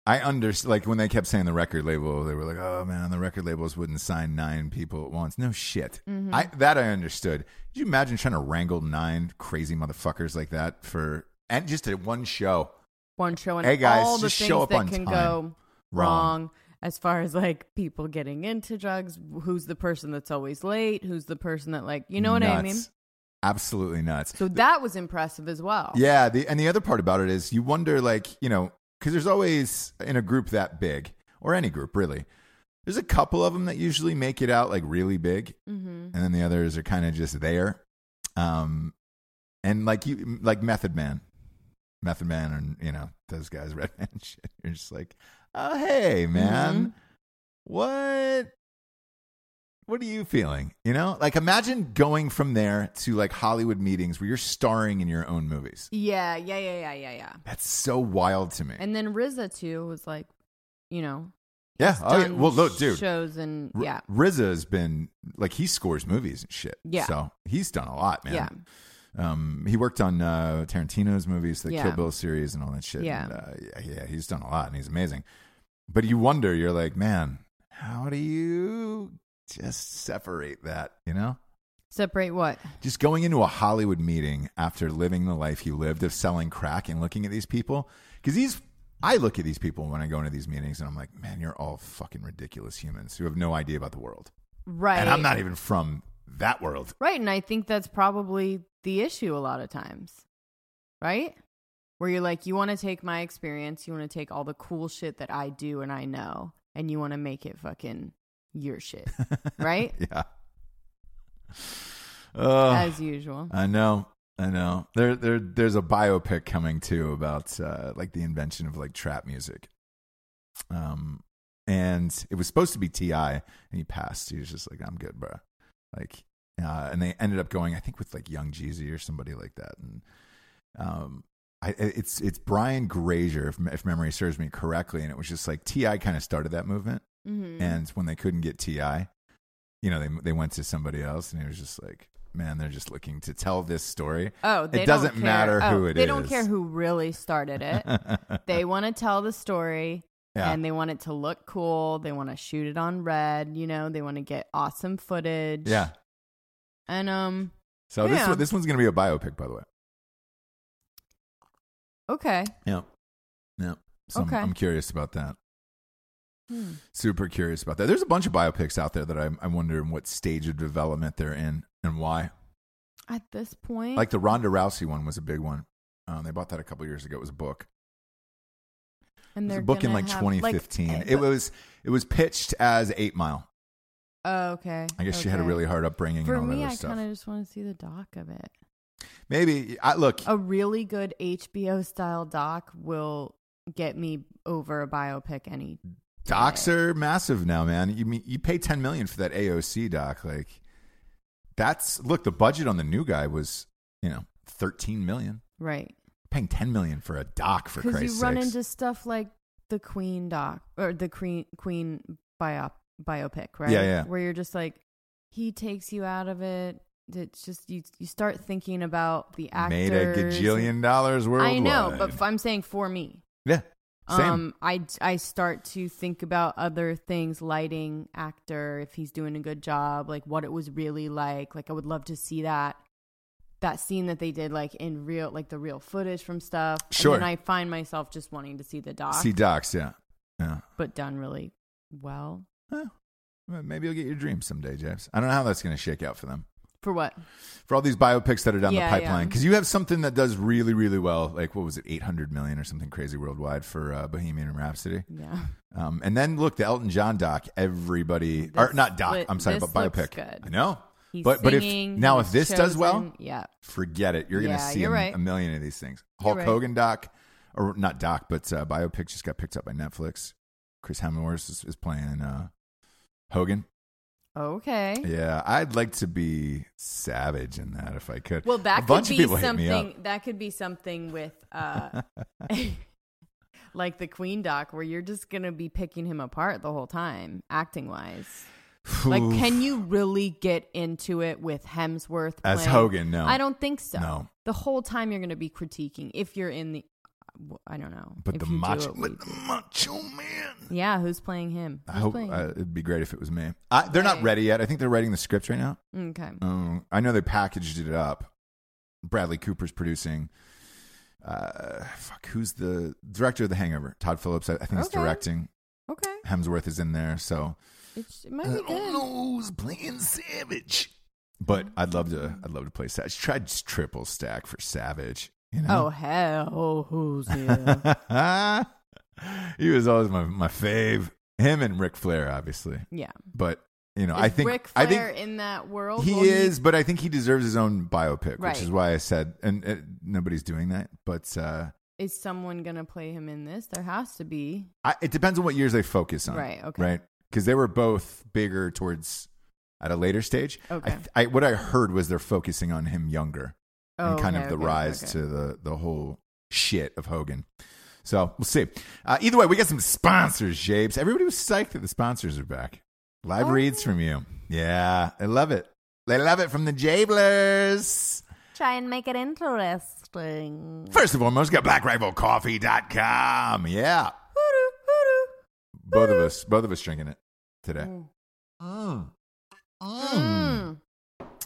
[SPEAKER 1] I under like when they kept saying the record label, they were like, "Oh man, the record labels wouldn't sign nine people at once." No shit,
[SPEAKER 6] Mm-hmm.
[SPEAKER 1] I that I understood. Could you imagine trying to wrangle nine crazy motherfuckers like that for and just at one show?
[SPEAKER 6] One show and
[SPEAKER 1] Hey, guys,
[SPEAKER 6] all the
[SPEAKER 1] just
[SPEAKER 6] things
[SPEAKER 1] show up
[SPEAKER 6] that
[SPEAKER 1] on
[SPEAKER 6] can
[SPEAKER 1] time.
[SPEAKER 6] go
[SPEAKER 1] Wrong.
[SPEAKER 6] wrong. as far as like people getting into drugs. Who's the person that's always late? Who's the person that like you know what I mean?
[SPEAKER 1] Nuts. Absolutely nuts.
[SPEAKER 6] So that was impressive as well.
[SPEAKER 1] Yeah, the and the other part about it is you wonder like, you know, cuz there's always in a group that big or any group really. There's a couple of them that usually make it out like really big
[SPEAKER 6] Mm-hmm.
[SPEAKER 1] and then the others are kind of just there. Um and like you like Method Man. Method Man and you know, those guys Red Man shit. You're just like, "Oh, hey, man. What what are you feeling? You know? Like imagine going from there to like Hollywood meetings where you're starring in your own movies.
[SPEAKER 6] Yeah, yeah, yeah, yeah, yeah, yeah.
[SPEAKER 1] That's so wild to me.
[SPEAKER 6] And then RZA too was like, you know,
[SPEAKER 1] yeah. Oh, yeah.
[SPEAKER 6] done
[SPEAKER 1] Well, look, dude.
[SPEAKER 6] shows and
[SPEAKER 1] R-
[SPEAKER 6] yeah,
[SPEAKER 1] RZA's been like he scores movies and shit.
[SPEAKER 6] Yeah.
[SPEAKER 1] So he's done a lot, man.
[SPEAKER 6] yeah,
[SPEAKER 1] Um, he worked on uh, Tarantino's movies, the
[SPEAKER 6] Yeah.
[SPEAKER 1] Kill Bill series, and all that shit.
[SPEAKER 6] Yeah.
[SPEAKER 1] And, uh, yeah. Yeah. He's done a lot, and he's amazing. But you wonder, you're like, man, how do you just separate that? You know,
[SPEAKER 6] separate what?
[SPEAKER 1] just going into a Hollywood meeting after living the life he lived of selling crack and looking at these people. Because these, I look at these people when I go into these meetings and I'm like, man, you're all fucking ridiculous humans who have no idea about the world.
[SPEAKER 6] Right,
[SPEAKER 1] And I'm not even from that world.
[SPEAKER 6] Right. And I think that's probably the issue a lot of times, right? Where you're like, you want to take my experience, you want to take all the cool shit that I do and I know, and you want to make it fucking your shit, right?
[SPEAKER 1] Yeah. Oh,
[SPEAKER 6] As usual.
[SPEAKER 1] I know. I know. There, there, there's a biopic coming too about uh, like the invention of like trap music. Um, and it was supposed to be Ti, and he passed. He was just like, "I'm good, bro." Like, uh, and they ended up going, I think, with like Young Jeezy or somebody like that. And um, I, it's it's Brian Grazer, if if memory serves me correctly, and it was just like Ti kind of started that movement.
[SPEAKER 6] Mm-hmm.
[SPEAKER 1] And when they couldn't get Ti, you know, they they went to somebody else, and it was just like, man, they're just looking to tell this story.
[SPEAKER 6] Oh, they
[SPEAKER 1] it doesn't
[SPEAKER 6] don't care.
[SPEAKER 1] matter
[SPEAKER 6] oh,
[SPEAKER 1] who it is.
[SPEAKER 6] They don't care who really started it. Eh, they want to tell the story
[SPEAKER 1] Yeah.
[SPEAKER 6] and they want it to look cool. They want to shoot it on red, you know, they want to get awesome footage.
[SPEAKER 1] yeah.
[SPEAKER 6] And um
[SPEAKER 1] So this
[SPEAKER 6] Yeah.
[SPEAKER 1] one, this one's gonna be a biopic, by the way.
[SPEAKER 6] okay.
[SPEAKER 1] Yeah. Yeah. So
[SPEAKER 6] Okay.
[SPEAKER 1] I'm, I'm curious about that.
[SPEAKER 6] Hmm.
[SPEAKER 1] Super curious about that. There's a bunch of biopics out there that I'm, I'm wondering what stage of development they're in and why.
[SPEAKER 6] At this point,
[SPEAKER 1] Like the Ronda Rousey one was a big one. Um, they bought that a couple years ago. It was a book. It
[SPEAKER 6] and
[SPEAKER 1] was
[SPEAKER 6] they're
[SPEAKER 1] a book in
[SPEAKER 6] gonna
[SPEAKER 1] like
[SPEAKER 6] have-
[SPEAKER 1] 2015.
[SPEAKER 6] eh,
[SPEAKER 1] it
[SPEAKER 6] but-
[SPEAKER 1] was it was pitched as Eight Mile.
[SPEAKER 6] Oh, okay.
[SPEAKER 1] I guess she had a
[SPEAKER 6] okay.
[SPEAKER 1] really hard upbringing
[SPEAKER 6] For
[SPEAKER 1] and all
[SPEAKER 6] me,
[SPEAKER 1] that
[SPEAKER 6] I
[SPEAKER 1] other stuff.
[SPEAKER 6] kind of just want to see the doc of it.
[SPEAKER 1] Maybe I look.
[SPEAKER 6] A really good HBO style doc will get me over a biopic any.
[SPEAKER 1] docs are massive now, man. You mean you pay 10 million for that AOC doc? Like that's look. The budget on the new guy was you know 13 million.
[SPEAKER 6] Right.
[SPEAKER 1] Paying 10 million for a doc for
[SPEAKER 6] Because
[SPEAKER 1] Christ's
[SPEAKER 6] you run
[SPEAKER 1] sakes.
[SPEAKER 6] into stuff like the Queen doc or the Queen Queen biop, biopic, right?
[SPEAKER 1] Yeah, yeah.
[SPEAKER 6] Where you're just like, he takes you out of it. It's just you. You start thinking about the actors.
[SPEAKER 1] made a gajillion dollars worldwide.
[SPEAKER 6] I know, but f- I'm saying for me,
[SPEAKER 1] yeah, same.
[SPEAKER 6] Um, I I start to think about other things, lighting, actor, if he's doing a good job, like what it was really like. Like I would love to see that that scene that they did, like in real, like the real footage from stuff.
[SPEAKER 1] Sure.
[SPEAKER 6] And then I find myself just wanting to see the doc,
[SPEAKER 1] See docs, yeah, yeah.
[SPEAKER 6] but done really well.
[SPEAKER 1] Huh. Well, Maybe you'll get your dream someday, James. I don't know how that's going to shake out for them.
[SPEAKER 6] For what?
[SPEAKER 1] for all these biopics that are down
[SPEAKER 6] Yeah,
[SPEAKER 1] the pipeline
[SPEAKER 6] yeah.
[SPEAKER 1] because you have something that does really really well like what was it 800 million or something crazy worldwide for uh, bohemian rhapsody
[SPEAKER 6] Yeah.
[SPEAKER 1] um, and then look the elton john doc everybody or
[SPEAKER 6] This
[SPEAKER 1] not doc
[SPEAKER 6] look-
[SPEAKER 1] i'm sorry
[SPEAKER 6] this
[SPEAKER 1] but biopic
[SPEAKER 6] looks good.
[SPEAKER 1] i know
[SPEAKER 6] He's
[SPEAKER 1] but but
[SPEAKER 6] singing,
[SPEAKER 1] if now
[SPEAKER 6] he's
[SPEAKER 1] if this does well
[SPEAKER 6] chosen. yeah.
[SPEAKER 1] forget it you're gonna
[SPEAKER 6] Yeah,
[SPEAKER 1] see
[SPEAKER 6] you're
[SPEAKER 1] a,
[SPEAKER 6] right.
[SPEAKER 1] a million of these things hulk
[SPEAKER 6] right.
[SPEAKER 1] hogan doc or not doc but uh, biopic just got picked up by netflix chris hemsworth is, is playing uh, hogan
[SPEAKER 6] Okay.
[SPEAKER 1] yeah i'd like to be savage in that if i could
[SPEAKER 6] Well,
[SPEAKER 1] a
[SPEAKER 6] that could
[SPEAKER 1] bunch
[SPEAKER 6] be
[SPEAKER 1] of people hit me up.
[SPEAKER 6] something. That could be something with, uh, like the Queen doc, where you're just gonna be picking him apart the whole time, acting wise. Like,
[SPEAKER 1] Oof.
[SPEAKER 6] can you really get into it with Hemsworth
[SPEAKER 1] As
[SPEAKER 6] playing-
[SPEAKER 1] Hogan, no.
[SPEAKER 6] I don't think so.
[SPEAKER 1] No.
[SPEAKER 6] the whole time you're gonna be critiquing if you're in the. uh, I don't know.
[SPEAKER 1] But
[SPEAKER 6] If
[SPEAKER 1] the
[SPEAKER 6] you do
[SPEAKER 1] macho,
[SPEAKER 6] it, we
[SPEAKER 1] but the
[SPEAKER 6] do.
[SPEAKER 1] macho man.
[SPEAKER 6] Yeah, who's playing him?
[SPEAKER 1] I
[SPEAKER 6] Who's
[SPEAKER 1] hope
[SPEAKER 6] playing
[SPEAKER 1] uh,
[SPEAKER 6] him?
[SPEAKER 1] it'd be great if it was me. I, they're not
[SPEAKER 6] Right.
[SPEAKER 1] ready yet. I think they're writing the script right now.
[SPEAKER 6] Okay.
[SPEAKER 1] Um, I know they packaged it up. Bradley Cooper's producing. Uh, fuck, who's the director of The Hangover? Todd Phillips, I, I think, is
[SPEAKER 6] Okay.
[SPEAKER 1] directing.
[SPEAKER 6] Okay.
[SPEAKER 1] Hemsworth is in there, so
[SPEAKER 6] It's, it
[SPEAKER 1] Uh,
[SPEAKER 6] might be good.
[SPEAKER 1] know who's Oh, playing Savage, but I'd love to. I'd love to play Savage. Try just triple stack for Savage. You know?
[SPEAKER 6] Oh hell, oh, who's here?
[SPEAKER 1] he was always my, my fave. Him and Ric Flair, obviously.
[SPEAKER 6] yeah.
[SPEAKER 1] But you know,
[SPEAKER 6] Is
[SPEAKER 1] I think
[SPEAKER 6] Ric
[SPEAKER 1] I
[SPEAKER 6] Flair
[SPEAKER 1] think
[SPEAKER 6] in that world.
[SPEAKER 1] he
[SPEAKER 6] Will
[SPEAKER 1] is, but I think he deserves his own biopic,
[SPEAKER 6] Right.
[SPEAKER 1] which is why I said, and uh, nobody's doing that. But uh,
[SPEAKER 6] Is someone gonna play him in this? There has to be.
[SPEAKER 1] I, it depends on what years they focus on,
[SPEAKER 6] Right, okay.
[SPEAKER 1] Right, because they were both bigger towards at a later stage. I,
[SPEAKER 6] Okay.
[SPEAKER 1] th- I, what I heard was they're focusing on him younger
[SPEAKER 6] Oh,
[SPEAKER 1] and kind
[SPEAKER 6] okay,
[SPEAKER 1] of the
[SPEAKER 6] okay,
[SPEAKER 1] rise
[SPEAKER 6] okay.
[SPEAKER 1] to the the whole shit of Hogan. So we'll see. Uh, either way, we got some sponsors, Japes. Everybody was psyched that the sponsors are back. Live
[SPEAKER 6] Oh,
[SPEAKER 1] reads from you. Yeah, I love it. They love it from the Jablers.
[SPEAKER 6] Try and make it interesting.
[SPEAKER 1] First and foremost, got blackriflecoffee.com. Yeah. Both of us, both of us drinking it today. Mm.
[SPEAKER 6] Mm.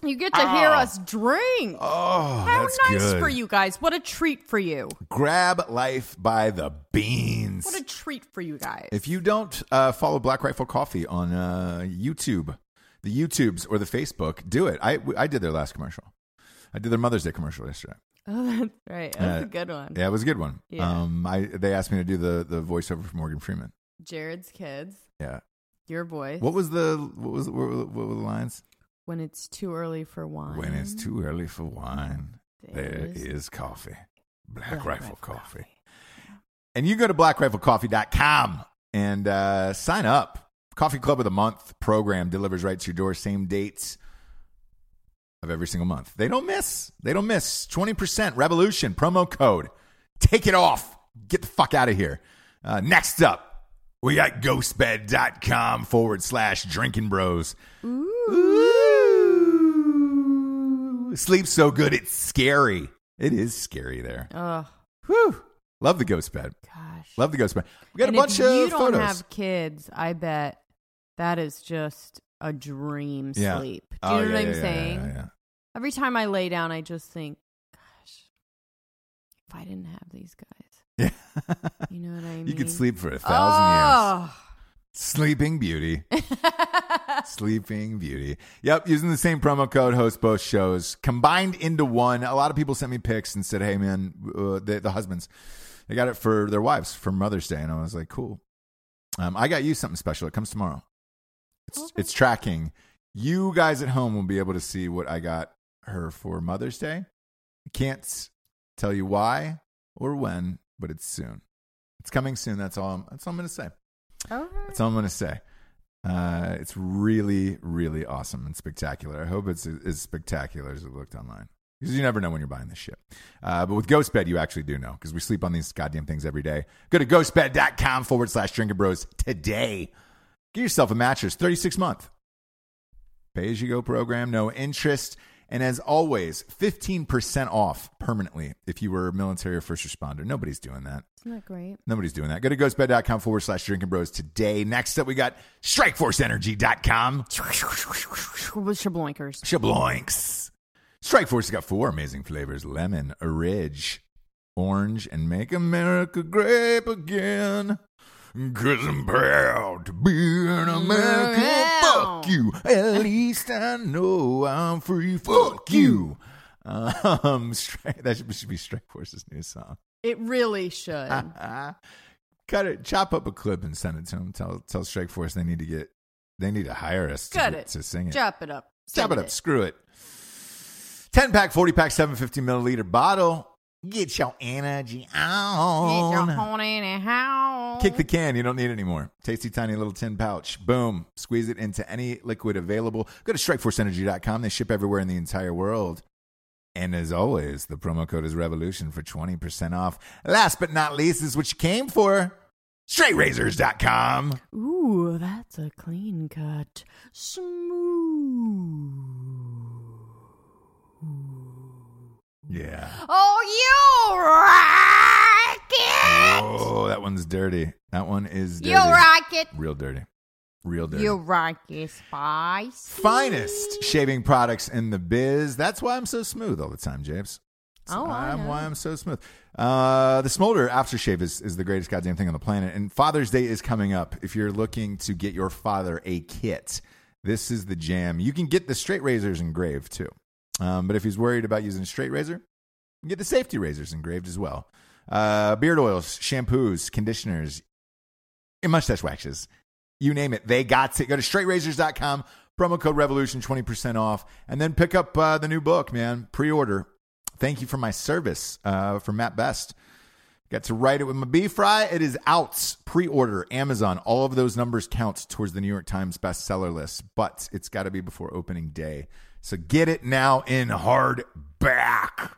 [SPEAKER 6] You get to hear us drink.
[SPEAKER 1] Ah. Oh,
[SPEAKER 6] How
[SPEAKER 1] that's
[SPEAKER 6] nice
[SPEAKER 1] good.
[SPEAKER 6] for you guys. What a treat for you.
[SPEAKER 1] Grab life by the beans.
[SPEAKER 6] What a treat for you guys.
[SPEAKER 1] If you don't uh, follow Black Rifle Coffee on uh, YouTube, the YouTubes or the Facebook, do it. I, I did their last commercial. I did their Mother's Day commercial yesterday.
[SPEAKER 6] oh, that's right. That's
[SPEAKER 1] Uh,
[SPEAKER 6] a good one.
[SPEAKER 1] Yeah, it was a good one.
[SPEAKER 6] Mm. Yeah.
[SPEAKER 1] Um, I they asked me to do the the voiceover for Morgan Freeman.
[SPEAKER 6] Jared's kids.
[SPEAKER 1] Yeah.
[SPEAKER 6] Your voice.
[SPEAKER 1] What was the what was what were, what were the lines?
[SPEAKER 6] When it's too early for wine.
[SPEAKER 1] When it's too early for wine, there
[SPEAKER 6] There's
[SPEAKER 1] is coffee. Black,
[SPEAKER 6] Black
[SPEAKER 1] Rifle, coffee. And you go to blackriflecoffee.com and uh, sign up. Coffee Club of the Month program delivers right to your door, same dates of every single month. They don't miss. They don't miss. 20% revolution promo code. Take it off. Get the fuck out of here. Uh, next up, we got ghostbed.com forward slash drinking bros. Ooh. Sleep so good, it's scary. It is scary there.
[SPEAKER 6] Oh
[SPEAKER 1] Whew. Love the ghost bed.
[SPEAKER 6] gosh.
[SPEAKER 1] Love the ghost bed. We got
[SPEAKER 6] and
[SPEAKER 1] a bunch
[SPEAKER 6] if
[SPEAKER 1] of
[SPEAKER 6] you
[SPEAKER 1] photos.
[SPEAKER 6] don't have kids, I bet that is just a dream
[SPEAKER 1] Yeah.
[SPEAKER 6] sleep. Do you
[SPEAKER 1] Oh,
[SPEAKER 6] know
[SPEAKER 1] yeah,
[SPEAKER 6] what I'm
[SPEAKER 1] yeah, yeah,
[SPEAKER 6] saying?
[SPEAKER 1] yeah, yeah.
[SPEAKER 6] Every time I lay down, I just think, gosh, if I didn't have these guys, you know what I mean?
[SPEAKER 1] you could sleep for a thousand years.
[SPEAKER 6] Mm-hmm. Oh,
[SPEAKER 1] Sleeping Beauty.
[SPEAKER 6] Ah!
[SPEAKER 1] Sleeping Beauty. Yep, using the same promo code host both shows combined into one. A lot of people sent me pics and said, "Hey man, uh, the, the husbands, they got it for their wives for Mother's Day," and I was like, "Cool." Um, I got you something special. It comes tomorrow. It's
[SPEAKER 6] Okay.
[SPEAKER 1] it's tracking. You guys at home will be able to see what I got her for Mother's Day. I can't tell you why or when, but it's soon. It's coming soon. That's all. I'm, that's all I'm going to say. That's all I'm going to say. Uh, it's really, really awesome and spectacular. I hope it's as spectacular as it looked online. Because you never know when you're buying this shit. Uh, but with Ghostbed, you actually do know because we sleep on these goddamn things every day. Go to ghostbed.com forward slash drinking bros today. Get yourself a mattress, 36 month pay as you go program, no interest. And as always, 15% off permanently if you were military or first responder. Nobody's doing that.
[SPEAKER 6] isn't that great?
[SPEAKER 1] Nobody's doing that. Go to ghostbed.com forward slash drinking bros today. Next up, we got strikeforceenergy.com.
[SPEAKER 6] Shabloinkers.
[SPEAKER 1] Shabloinks. Strikeforce has got four amazing flavors lemon, ridge, orange, and make America grape again. Cause I'm proud to be an American.
[SPEAKER 6] Wow.
[SPEAKER 1] Fuck you, you. At least I know I'm free. Fuck you. Um, strike, that should, should be Strike Force's new song.
[SPEAKER 6] It really should.
[SPEAKER 1] Ah, Cut it, chop up a clip and send it to them. Tell tell Strike Force they need to get, they need to hire us
[SPEAKER 6] Cut
[SPEAKER 1] to,
[SPEAKER 6] it.
[SPEAKER 1] to sing it.
[SPEAKER 6] Chop it up.
[SPEAKER 1] Chop
[SPEAKER 6] Send
[SPEAKER 1] it up. Screw it. 10 pack, 40 pack, 750 milliliter bottle. Get your energy on.
[SPEAKER 6] Get your horn in and howl.
[SPEAKER 1] Kick the can. You don't need it anymore. Tasty, tiny little tin pouch. Boom. Squeeze it into any liquid available. Go to strikeforceenergy.com. They ship everywhere in the entire world. And as always, the promo code is revolution for 20% off. Last but not least is what you came for. StraightRazors.com.
[SPEAKER 6] Ooh, that's a clean cut. Smooth.
[SPEAKER 1] Yeah.
[SPEAKER 6] Oh, you rock it!
[SPEAKER 1] Oh, that one's dirty. That one is dirty.
[SPEAKER 6] You rock it!
[SPEAKER 1] Real dirty. Real dirty.
[SPEAKER 6] You rock it, spice.
[SPEAKER 1] finest shaving products in the biz. That's why I'm so smooth all the time, Japes. That's
[SPEAKER 6] Oh, I
[SPEAKER 1] I'm-
[SPEAKER 6] know.
[SPEAKER 1] why I'm so smooth. Uh, the Smolder aftershave is, is the greatest goddamn thing on the planet. And Father's Day is coming up. If you're looking to get your father a kit, this is the jam. You can get the straight razors engraved too. Um, but if he's worried about using a straight razor, you can get the safety razors engraved as well. Uh, beard oils, shampoos, conditioners, and mustache waxes. You name it, they got it. Go to straightrazors.com, promo code revolution, 20% off, and then pick up uh, the new book, man. Pre order. Thank you for my service uh, for Matt Best. Got to write it with my beef fry. It is out. Pre order, Amazon. All of those numbers count towards the New York Times bestseller list, but it's got to be before opening day. So get it now in hardback.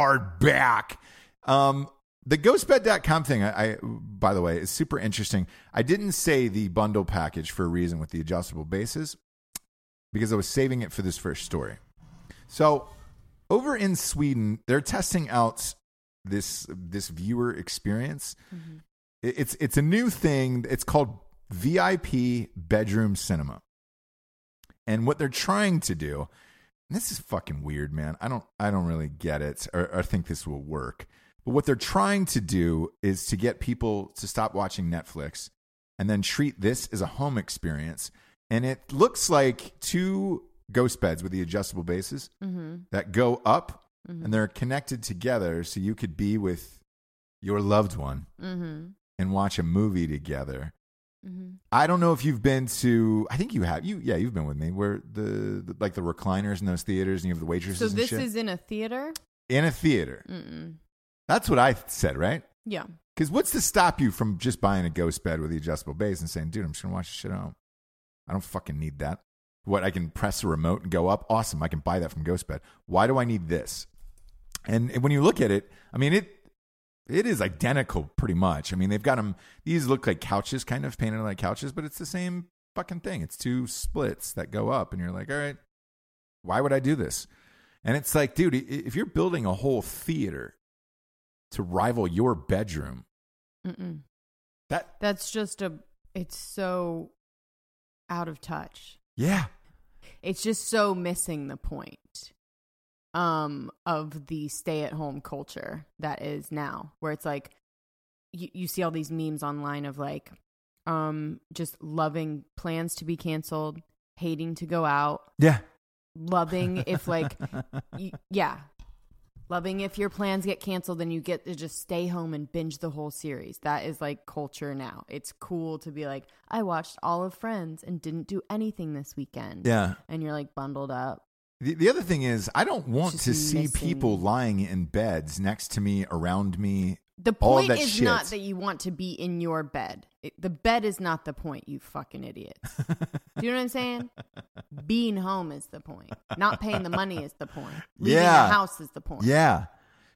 [SPEAKER 1] Hardback. Um, the ghostbed.com thing, I, I by the way, is super interesting. I didn't say the bundle package for a reason with the adjustable bases because I was saving it for this first story. So over in Sweden, they're testing out this this viewer experience. It- It's it's a new thing. It's called VIP bedroom cinema. And what they're trying to do, and this is fucking weird, man. I don't I don't really get it or, or think this will work. But what they're trying to do is to get people to stop watching Netflix and then treat this as a home experience. And it looks like two ghost beds with the adjustable bases
[SPEAKER 6] Mm-hmm.
[SPEAKER 1] that go up and they're connected together so you could be with your loved one
[SPEAKER 6] Mm-hmm.
[SPEAKER 1] and watch a movie together. I don't know if you've been to. I think you have. You yeah, you've been with me. Where the, the like the recliners in those theaters, and you have the waitresses.
[SPEAKER 6] So
[SPEAKER 1] and
[SPEAKER 6] this
[SPEAKER 1] shit.
[SPEAKER 6] is in a theater?
[SPEAKER 1] in a theater.
[SPEAKER 6] Mm-mm.
[SPEAKER 1] That's what I said, right?
[SPEAKER 6] Yeah.
[SPEAKER 1] Because what's to stop you from just buying a ghost bed with the adjustable base and saying, dude, I'm just going to watch this shit at home? I don't fucking need that. What, I can press a remote and go up? Awesome. I can buy that from Ghost Bed. Why do I need this? And when you look at it, I mean, it it is identical pretty much. I mean, they've got them, these look like couches, kind of painted like couches, but it's the same fucking thing. It's two splits that go up, and you're like, all right, why would I do this? And it's like, dude, i- if you're building a whole theater to rival your bedroom,
[SPEAKER 6] Mm-mm.
[SPEAKER 1] that
[SPEAKER 6] That's just a. It's so out of touch.
[SPEAKER 1] yeah,
[SPEAKER 6] It's just so missing the point um of the stay at home culture that is now where it's like you, you see all these memes online of like um just loving plans to be canceled hating to go out
[SPEAKER 1] yeah,
[SPEAKER 6] loving if like y- yeah loving if your plans get canceled and you get to just stay home and binge the whole series that is like culture now it's cool to be like i watched all of friends and didn't do anything this weekend
[SPEAKER 1] yeah.
[SPEAKER 6] and you're like bundled up
[SPEAKER 1] The, the other thing is, I don't want
[SPEAKER 6] Just
[SPEAKER 1] to see
[SPEAKER 6] missing-
[SPEAKER 1] people lying in beds next to me, around me.
[SPEAKER 6] the
[SPEAKER 1] All
[SPEAKER 6] point
[SPEAKER 1] that
[SPEAKER 6] is
[SPEAKER 1] shit.
[SPEAKER 6] not that you want to be in your bed It- the bed is not the point you fucking idiots do you know what i'm saying being home is the point not paying the money is the point leaving
[SPEAKER 1] Yeah.
[SPEAKER 6] the house is the point
[SPEAKER 1] Yeah.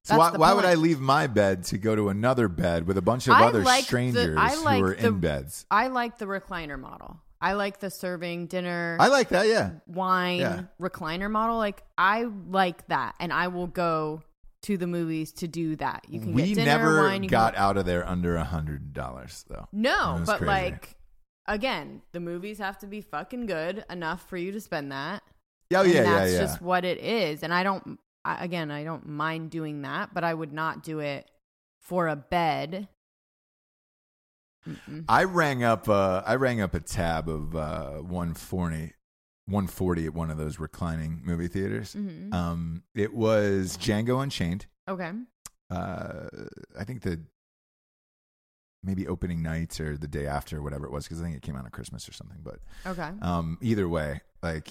[SPEAKER 1] So
[SPEAKER 6] That's
[SPEAKER 1] why,
[SPEAKER 6] the
[SPEAKER 1] why would
[SPEAKER 6] point.
[SPEAKER 1] I leave my bed to go to another bed with a bunch of other
[SPEAKER 6] like the-
[SPEAKER 1] strangers
[SPEAKER 6] I like
[SPEAKER 1] who are
[SPEAKER 6] the-
[SPEAKER 1] in beds?
[SPEAKER 6] I like the recliner model. I like the serving dinner,
[SPEAKER 1] I like that. Yeah.
[SPEAKER 6] wine
[SPEAKER 1] yeah.
[SPEAKER 6] recliner model. Like I like that, and I will go to the movies to do that. You can
[SPEAKER 1] We
[SPEAKER 6] get dinner,
[SPEAKER 1] never
[SPEAKER 6] wine. You
[SPEAKER 1] got
[SPEAKER 6] can...
[SPEAKER 1] out of there under a hundred dollars though. That
[SPEAKER 6] No,
[SPEAKER 1] was
[SPEAKER 6] but
[SPEAKER 1] crazy.
[SPEAKER 6] like again, the movies have to be fucking good enough for you to spend that.
[SPEAKER 1] Oh
[SPEAKER 6] and
[SPEAKER 1] yeah, yeah,
[SPEAKER 6] that's
[SPEAKER 1] yeah.
[SPEAKER 6] just what it is. And I don't, I, again, I don't mind doing that, but I would not do it for a bed.
[SPEAKER 1] I rang up. Uh, I rang up a tab of uh, one forty 140 at one of those reclining movie theaters. Um, it was Django Unchained.
[SPEAKER 6] Mm-hmm. Okay.
[SPEAKER 1] Uh, I think the maybe opening night or the day after, whatever it was, because I think it came out on Christmas or something. But
[SPEAKER 6] Okay.
[SPEAKER 1] um, either way, like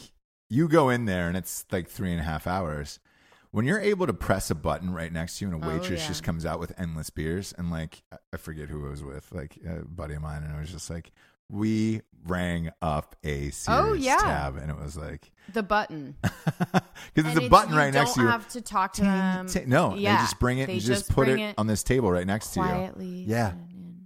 [SPEAKER 1] you go in there and it's like three and a half hours. When you're able to press a button right next to you and a
[SPEAKER 6] Oh,
[SPEAKER 1] waitress
[SPEAKER 6] yeah.
[SPEAKER 1] just comes out with endless beers and like I- I forget who I was with, like a buddy of mine, and I was just like, we rang up a serious
[SPEAKER 6] Oh, yeah.
[SPEAKER 1] tab, and it was like
[SPEAKER 6] The button.
[SPEAKER 1] because
[SPEAKER 6] And
[SPEAKER 1] there's a button
[SPEAKER 6] you
[SPEAKER 1] right next to you.
[SPEAKER 6] Don't have to talk to
[SPEAKER 1] Ting,
[SPEAKER 6] them.
[SPEAKER 1] ting. no,
[SPEAKER 6] Um, yeah.
[SPEAKER 1] they just bring it
[SPEAKER 6] They
[SPEAKER 1] and just, put
[SPEAKER 6] bring
[SPEAKER 1] it, on this table right next
[SPEAKER 6] quietly.
[SPEAKER 1] to you. Yeah.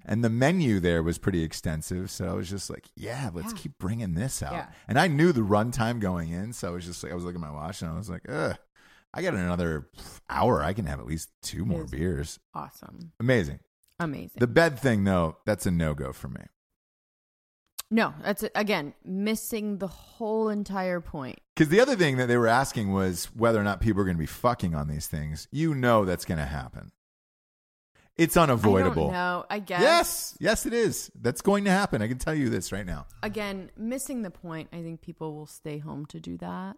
[SPEAKER 1] And the menu there was pretty extensive. So I was just like, yeah, let's
[SPEAKER 6] Yeah.
[SPEAKER 1] keep bringing this out.
[SPEAKER 6] Yeah.
[SPEAKER 1] And I knew the runtime going in. So I was just like, I was looking at my watch and I was like, ugh, I got another hour. I can have at least two more
[SPEAKER 6] Yes.
[SPEAKER 1] beers.
[SPEAKER 6] Awesome.
[SPEAKER 1] Amazing.
[SPEAKER 6] Amazing.
[SPEAKER 1] The bed thing, though, that's a no go for me.
[SPEAKER 6] no, that's again missing the whole entire point.
[SPEAKER 1] Because the other thing that they were asking was whether or not people are going to be fucking on these things. You know that's going to happen. It's unavoidable.
[SPEAKER 6] I don't know. I guess.
[SPEAKER 1] Yes, yes, it is. That's going to happen. I can tell you this right now.
[SPEAKER 6] Again, missing the point. I think people will stay home to do that.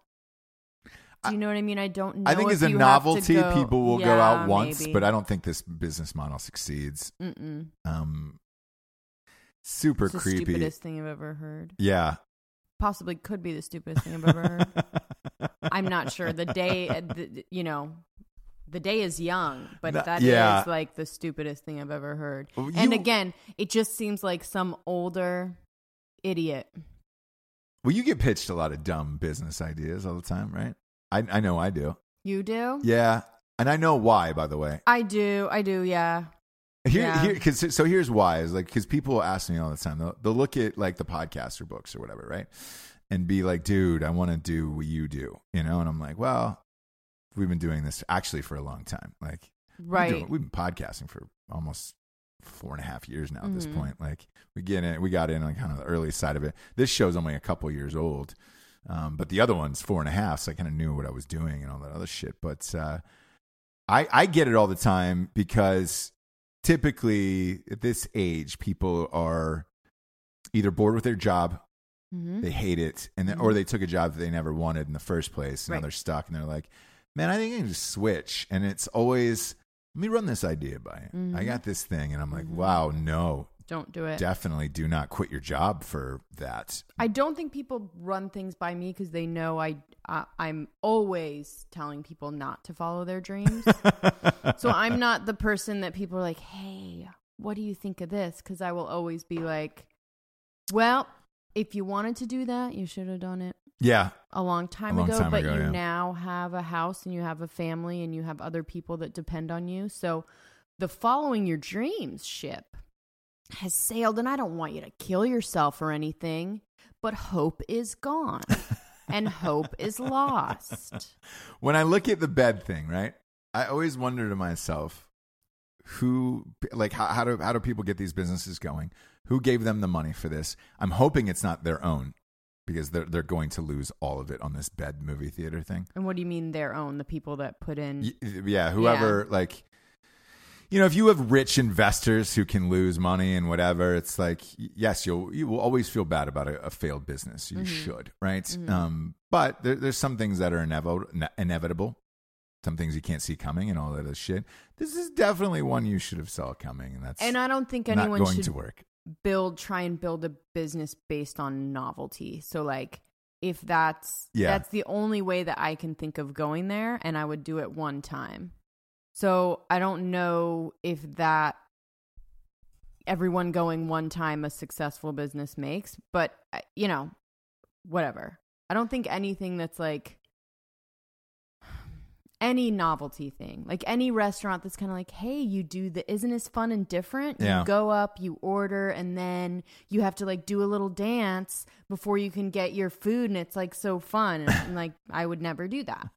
[SPEAKER 6] Do you know what I mean? I don't know.
[SPEAKER 1] I think
[SPEAKER 6] if
[SPEAKER 1] as a
[SPEAKER 6] you have to
[SPEAKER 1] novelty,
[SPEAKER 6] go-
[SPEAKER 1] people will go
[SPEAKER 6] Yeah,
[SPEAKER 1] out once,
[SPEAKER 6] maybe.
[SPEAKER 1] but I don't think this business model succeeds.
[SPEAKER 6] Mm-mm.
[SPEAKER 1] Um, super
[SPEAKER 6] it's the
[SPEAKER 1] creepy.
[SPEAKER 6] stupidest thing I've ever heard.
[SPEAKER 1] Yeah.
[SPEAKER 6] Possibly could be the stupidest thing I've ever heard. I'm not sure. The day, uh, the, you know, the day is young, but
[SPEAKER 1] That-
[SPEAKER 6] that is
[SPEAKER 1] yeah.
[SPEAKER 6] like the stupidest thing I've ever heard.
[SPEAKER 1] Well,
[SPEAKER 6] and
[SPEAKER 1] you-
[SPEAKER 6] again, it just seems like some older idiot.
[SPEAKER 1] Well, you get pitched a lot of dumb business ideas all the time, right? I, I know I do.
[SPEAKER 6] You do?
[SPEAKER 1] Yeah. And I know why, by the way.
[SPEAKER 6] I do. I do. Yeah.
[SPEAKER 1] Here,
[SPEAKER 6] Yeah.
[SPEAKER 1] here, cause, so here's why is like because people ask me all the time. They'll, they'll look at like the podcast or books or whatever, right? And be like, dude, I want to do what you do, you know? And I'm like, well, we've been doing this actually for a long time. Like, we've been
[SPEAKER 6] Right.
[SPEAKER 1] doing- we've been podcasting for almost four and a half years now at
[SPEAKER 6] Mm-hmm.
[SPEAKER 1] this point. Like, we get in, we got in on kind of the early side of it. This show's only a couple years old, um, but the other one's four and a half, so I kind of knew what I was doing and all that other shit. But uh, I, I get it all the time because typically at this age, people are either bored with their job,
[SPEAKER 6] Mhm.
[SPEAKER 1] they hate it, and then, or they took a job that they never wanted in the first place, and now
[SPEAKER 6] Mm-hmm. Right.
[SPEAKER 1] they're stuck, and they're like, "Man, I think I can just switch." And it's always, "Let me run this idea by you.
[SPEAKER 6] Mm-hmm.
[SPEAKER 1] I got this thing," and I'm like, "Wow, no,
[SPEAKER 6] Don't do it.
[SPEAKER 1] definitely do not quit your job for that."
[SPEAKER 6] I don't think people run things by me because they know I, I I'm always telling people not to follow their dreams. so I'm not the person that people are like, "Hey, what do you think of this?" Because I will always be like, "Well, if you wanted to do that, you should have done it
[SPEAKER 1] Yeah,
[SPEAKER 6] a long time
[SPEAKER 1] A long
[SPEAKER 6] ago.
[SPEAKER 1] time
[SPEAKER 6] but
[SPEAKER 1] ago,
[SPEAKER 6] you
[SPEAKER 1] yeah.
[SPEAKER 6] now have a house and you have a family and you have other people that depend on you. So the following your dreams ship has sailed, and I don't want you to kill yourself or anything, but hope is gone. And hope is lost.
[SPEAKER 1] when I look at the bed thing, right? I always wonder to myself, who like how, how do how do people get these businesses going? Who gave them the money for this? I'm hoping it's not their own because they're they're going to lose all of it on this bed movie theater thing.
[SPEAKER 6] And what do you mean their own? The people that put in.
[SPEAKER 1] Y- yeah whoever like you know if you have rich investors who can lose money and whatever it's like y- yes you'll you will always feel bad about a, a failed business you
[SPEAKER 6] Mm-hmm.
[SPEAKER 1] should right um but there, there's some things that are inev- ne- inevitable some things you can't see coming and all that other shit this is definitely one you should have saw coming and that's
[SPEAKER 6] And I don't think
[SPEAKER 1] not
[SPEAKER 6] anyone
[SPEAKER 1] going
[SPEAKER 6] should
[SPEAKER 1] to work
[SPEAKER 6] build try and build a business based on novelty so like if that's
[SPEAKER 1] Yeah.
[SPEAKER 6] that's the only way that i can think of going there and i would do it one time so i don't know if that everyone going one time a successful business makes but I- you know whatever i don't think anything that's like any novelty thing like any restaurant that's kind of like hey you do the isn't this fun and different
[SPEAKER 1] Yeah.
[SPEAKER 6] you go up you order and then you have to like do a little dance before you can get your food and it's like so fun and, I'm like i would never do that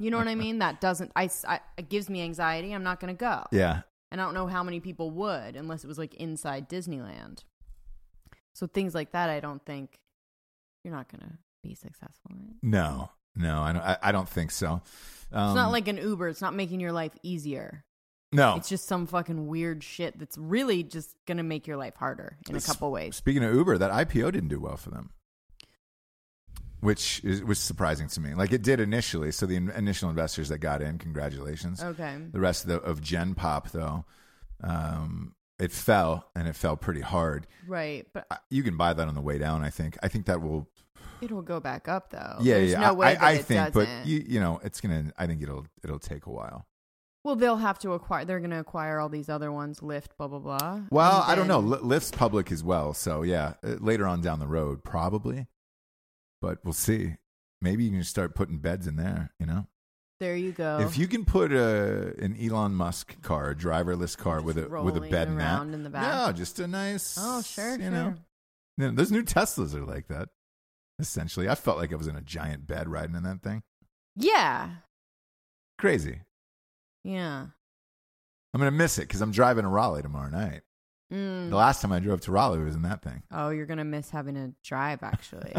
[SPEAKER 6] you know what i mean that doesn't i, s- I- it gives me anxiety i'm not gonna go
[SPEAKER 1] yeah
[SPEAKER 6] and i don't know how many people would unless it was like inside disneyland so things like that i don't think you're not gonna be successful in
[SPEAKER 1] no no i don't i, I don't think so um,
[SPEAKER 6] it's not like an uber it's not making your life easier
[SPEAKER 1] no
[SPEAKER 6] It's just some fucking weird shit that's really just gonna make your life harder in a couple ways.
[SPEAKER 1] Speaking of Uber, that IPO didn't do well for them. which is, was surprising to me. Like it did initially. So the in- initial investors that got in, congratulations.
[SPEAKER 6] Okay.
[SPEAKER 1] The rest of the of Gen Pop though, um, it fell and it fell pretty hard.
[SPEAKER 6] Right. But
[SPEAKER 1] I- You can buy that on the way down. I think. I think that will.
[SPEAKER 6] it'll go back up though.
[SPEAKER 1] yeah,
[SPEAKER 6] Oh, There's
[SPEAKER 1] yeah.
[SPEAKER 6] no way
[SPEAKER 1] I,
[SPEAKER 6] that
[SPEAKER 1] I
[SPEAKER 6] it
[SPEAKER 1] think,
[SPEAKER 6] doesn't.
[SPEAKER 1] but you, you know, it's gonna. I think it'll it'll take a while.
[SPEAKER 6] well, they'll have to acquire. They're going to acquire all these other ones. Lyft, blah blah blah.
[SPEAKER 1] Well,
[SPEAKER 6] and
[SPEAKER 1] I don't know.
[SPEAKER 6] then-
[SPEAKER 1] Li- Lyft's public as well, so yeah, uh, later on down the road probably, but we'll see. Maybe you can just start putting beds in there. You know,
[SPEAKER 6] There you go.
[SPEAKER 1] if you can put a an Elon Musk car, a driverless car with a
[SPEAKER 6] Just
[SPEAKER 1] with a
[SPEAKER 6] rolling
[SPEAKER 1] bed in that,
[SPEAKER 6] around in the back.
[SPEAKER 1] no, just a nice.
[SPEAKER 6] oh sure,
[SPEAKER 1] you
[SPEAKER 6] sure.
[SPEAKER 1] know, Yeah, those new Teslas are like that. Essentially, I felt like I was in a giant bed riding in that thing.
[SPEAKER 6] Yeah.
[SPEAKER 1] Crazy.
[SPEAKER 6] Yeah.
[SPEAKER 1] I'm gonna miss it because I'm driving to Raleigh tomorrow night.
[SPEAKER 6] Mm.
[SPEAKER 1] The last time I drove to Raleigh was in that thing.
[SPEAKER 6] Oh, you're gonna miss having to drive actually.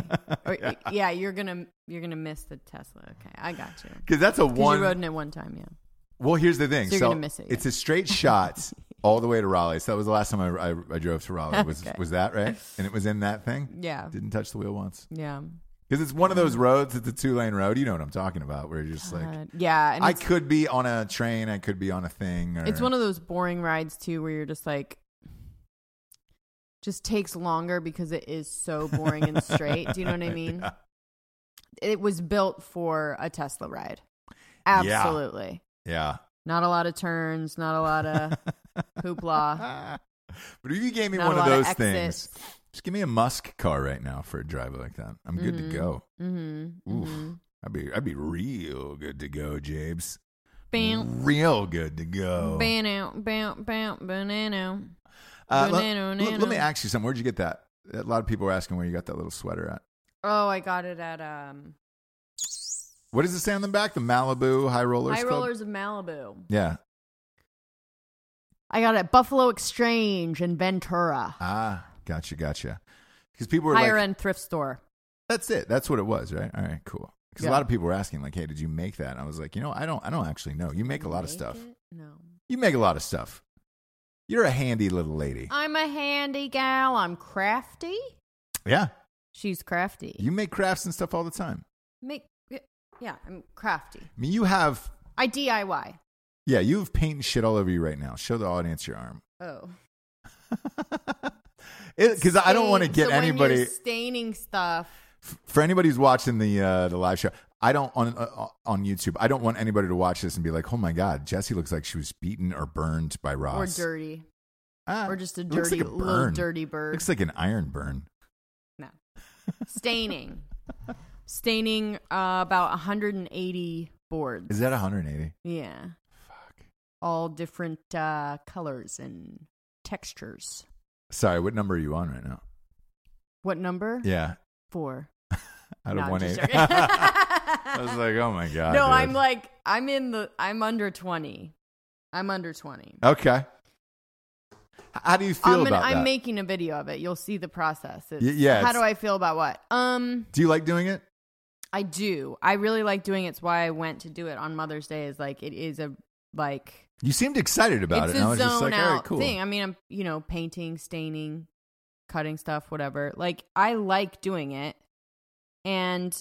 [SPEAKER 6] or, yeah. you're gonna you're gonna miss the Tesla. Okay, I got you.
[SPEAKER 1] Because that's a
[SPEAKER 6] 'Cause
[SPEAKER 1] one.
[SPEAKER 6] you rode in it one time, yeah.
[SPEAKER 1] Well, here's the thing.
[SPEAKER 6] So you're gonna miss it, yeah.
[SPEAKER 1] It's a straight shot all the way to Raleigh. So that was the last time I, I, I drove to Raleigh. Was
[SPEAKER 6] Okay.
[SPEAKER 1] was that right? And it was in that thing.
[SPEAKER 6] Yeah.
[SPEAKER 1] Didn't touch the wheel once.
[SPEAKER 6] Yeah.
[SPEAKER 1] Because it's one of those roads. It's a two lane road. You know what I'm talking about? Where you're just like,
[SPEAKER 6] Uh, yeah, and
[SPEAKER 1] I
[SPEAKER 6] it's,
[SPEAKER 1] could be on a train. I could be on a thing. Or,
[SPEAKER 6] it's one of those boring rides too where you're just like just takes longer because it is so boring and straight. Do you know what I mean?
[SPEAKER 1] Yeah.
[SPEAKER 6] It was built for a Tesla ride.
[SPEAKER 1] Yeah.
[SPEAKER 6] Absolutely.
[SPEAKER 1] yeah.
[SPEAKER 6] Not a lot of turns, not a lot of hoopla.
[SPEAKER 1] But if you gave me
[SPEAKER 6] uh, Not a
[SPEAKER 1] one of
[SPEAKER 6] lot of
[SPEAKER 1] those things,
[SPEAKER 6] exits.
[SPEAKER 1] just give me a Musk car right now for a drive like that. I'm good to go.
[SPEAKER 6] Mm-hmm.
[SPEAKER 1] Oof.
[SPEAKER 6] mm-hmm.
[SPEAKER 1] I'd be I'd be real good to go, Jabes.
[SPEAKER 6] Bam.
[SPEAKER 1] Real good to go.
[SPEAKER 6] Banana, bam, bam, banana.
[SPEAKER 1] Uh, let,
[SPEAKER 6] Banana,
[SPEAKER 1] let- let
[SPEAKER 6] banana.
[SPEAKER 1] me ask you something. Where'd you get that? A lot of people were asking where you got that little sweater at.
[SPEAKER 6] Oh, I got it at um
[SPEAKER 1] What does it say on the back? The Malibu High Rollers.
[SPEAKER 6] High
[SPEAKER 1] Club?
[SPEAKER 6] Rollers of Malibu.
[SPEAKER 1] Yeah.
[SPEAKER 6] I got it at Buffalo Exchange in Ventura.
[SPEAKER 1] Ah, gotcha, gotcha. Because people were
[SPEAKER 6] Higher
[SPEAKER 1] like,
[SPEAKER 6] end thrift store.
[SPEAKER 1] "That's it. That's what it was, right? All right, cool." Because a
[SPEAKER 6] Yeah.
[SPEAKER 1] lot of people were asking, like, "Hey, did you make that?" And I was like, "You know, I don't. I don't actually know. You make a lot of
[SPEAKER 6] Make
[SPEAKER 1] stuff.
[SPEAKER 6] it? No.
[SPEAKER 1] You make a lot of stuff. You're a handy little lady.
[SPEAKER 6] I'm a handy gal. I'm crafty.
[SPEAKER 1] yeah,
[SPEAKER 6] She's crafty.
[SPEAKER 1] you make crafts and stuff all the time.
[SPEAKER 6] make yeah, I'm crafty.
[SPEAKER 1] I mean, you have."
[SPEAKER 6] I DIY.
[SPEAKER 1] Yeah, you have paint and shit all over you right now. Show the audience your arm.
[SPEAKER 6] Oh.
[SPEAKER 1] Because I don't want to
[SPEAKER 6] Stain-
[SPEAKER 1] get
[SPEAKER 6] so when you're
[SPEAKER 1] anybody.
[SPEAKER 6] staining stuff.
[SPEAKER 1] f- for anybody who's watching the uh, the live show, I don't on uh, on YouTube. I don't want anybody to watch this and be like, "Oh my god, Jesse looks like she was beaten or burned by Ross,
[SPEAKER 6] Or dirty.
[SPEAKER 1] Ah,
[SPEAKER 6] Or just a
[SPEAKER 1] it looks
[SPEAKER 6] dirty
[SPEAKER 1] like a
[SPEAKER 6] little
[SPEAKER 1] burn.
[SPEAKER 6] dirty bird.
[SPEAKER 1] Looks like an iron burn.
[SPEAKER 6] No. Staining. Staining uh, about 180 boards.
[SPEAKER 1] Is that 180?
[SPEAKER 6] yeah.
[SPEAKER 1] Fuck.
[SPEAKER 6] All different uh, colors and textures.
[SPEAKER 1] Sorry, what number are you on right now?
[SPEAKER 6] What number?
[SPEAKER 1] Yeah,
[SPEAKER 6] Four.
[SPEAKER 1] out
[SPEAKER 6] No,
[SPEAKER 1] of
[SPEAKER 6] I'm just
[SPEAKER 1] 180.
[SPEAKER 6] joking.
[SPEAKER 1] I was like, oh my god.
[SPEAKER 6] no,
[SPEAKER 1] dude.
[SPEAKER 6] I'm like, I'm in the, I'm under 20. I'm under 20.
[SPEAKER 1] okay. H- How do you feel
[SPEAKER 6] I'm, gonna-
[SPEAKER 1] about
[SPEAKER 6] I'm
[SPEAKER 1] that?
[SPEAKER 6] making a video of it. You'll see the process. It's,
[SPEAKER 1] Y- yeah,
[SPEAKER 6] How
[SPEAKER 1] it's-
[SPEAKER 6] do I feel about what? Um,
[SPEAKER 1] do you like doing it?
[SPEAKER 6] I do. I really like doing it. It's why I went to do it on Mother's Day. Is like it is a like
[SPEAKER 1] You seemed excited about
[SPEAKER 6] it's
[SPEAKER 1] it.
[SPEAKER 6] a
[SPEAKER 1] and I was
[SPEAKER 6] zone
[SPEAKER 1] just like,
[SPEAKER 6] out
[SPEAKER 1] all right, cool.
[SPEAKER 6] thing. I mean, I'm you know painting, staining, cutting stuff, whatever. Like I like doing it, and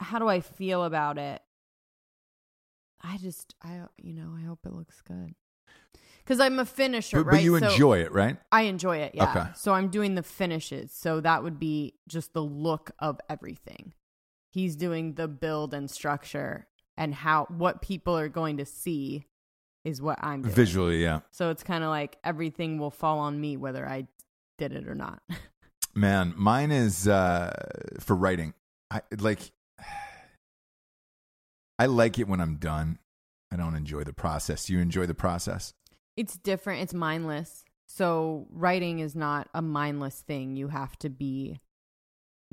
[SPEAKER 6] how do I feel about it? I just I you know I hope it looks good because I'm a finisher,
[SPEAKER 1] but,
[SPEAKER 6] right?
[SPEAKER 1] but you
[SPEAKER 6] So-
[SPEAKER 1] enjoy it, right?
[SPEAKER 6] I enjoy it, yeah.
[SPEAKER 1] Okay.
[SPEAKER 6] So I'm doing the finishes. So that would be just the look of everything. He's doing the build and structure and how what people are going to see is what I'm doing.
[SPEAKER 1] Visually, yeah.
[SPEAKER 6] So it's kind of like everything will fall on me whether I did it or not.
[SPEAKER 1] Man, mine is uh, for writing. I like. I like it when I'm done. I don't enjoy the process. Do you enjoy the process?
[SPEAKER 6] it's different, it's mindless. So writing is not a mindless thing. You have to be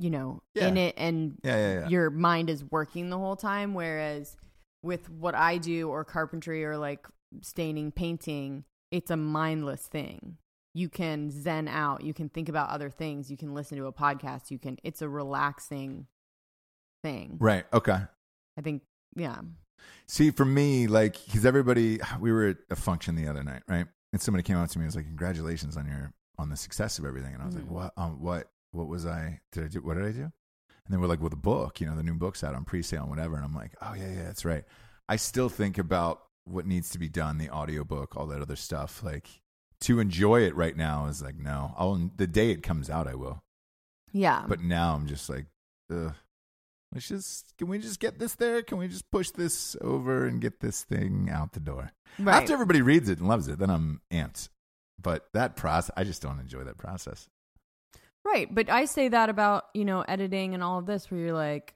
[SPEAKER 6] you know,
[SPEAKER 1] Yeah.
[SPEAKER 6] in it and
[SPEAKER 1] Yeah, yeah, yeah.
[SPEAKER 6] your mind is working the whole time whereas with what i do or carpentry or like staining painting it's a mindless thing you can zen out you can think about other things you can listen to a podcast you can it's a relaxing thing
[SPEAKER 1] right. Okay.
[SPEAKER 6] i think yeah
[SPEAKER 1] See, for me, like, because everybody, we were at a function the other night, right? And somebody came up to me and was like, "Congratulations on your on the success of everything." And I was like, "What? Um, what? What was I? Did I do? What did I do?" And then we're like, well, the book, you know, the new book's out on pre-sale and whatever. And I'm like, oh yeah, yeah, that's right. I still think about what needs to be done, the audiobook, all that other stuff. Like to enjoy it right now is like, no, I'll the day it comes out, I will.
[SPEAKER 6] Yeah.
[SPEAKER 1] But now I'm just like, ugh. Let's just can we just get this there? Can we just push this over and get this thing out the door?
[SPEAKER 6] Right.
[SPEAKER 1] After everybody reads it and loves it, then I'm amped. But that process, I just don't enjoy that process.
[SPEAKER 6] Right, but I say that about, you know, editing and all of this where you're like,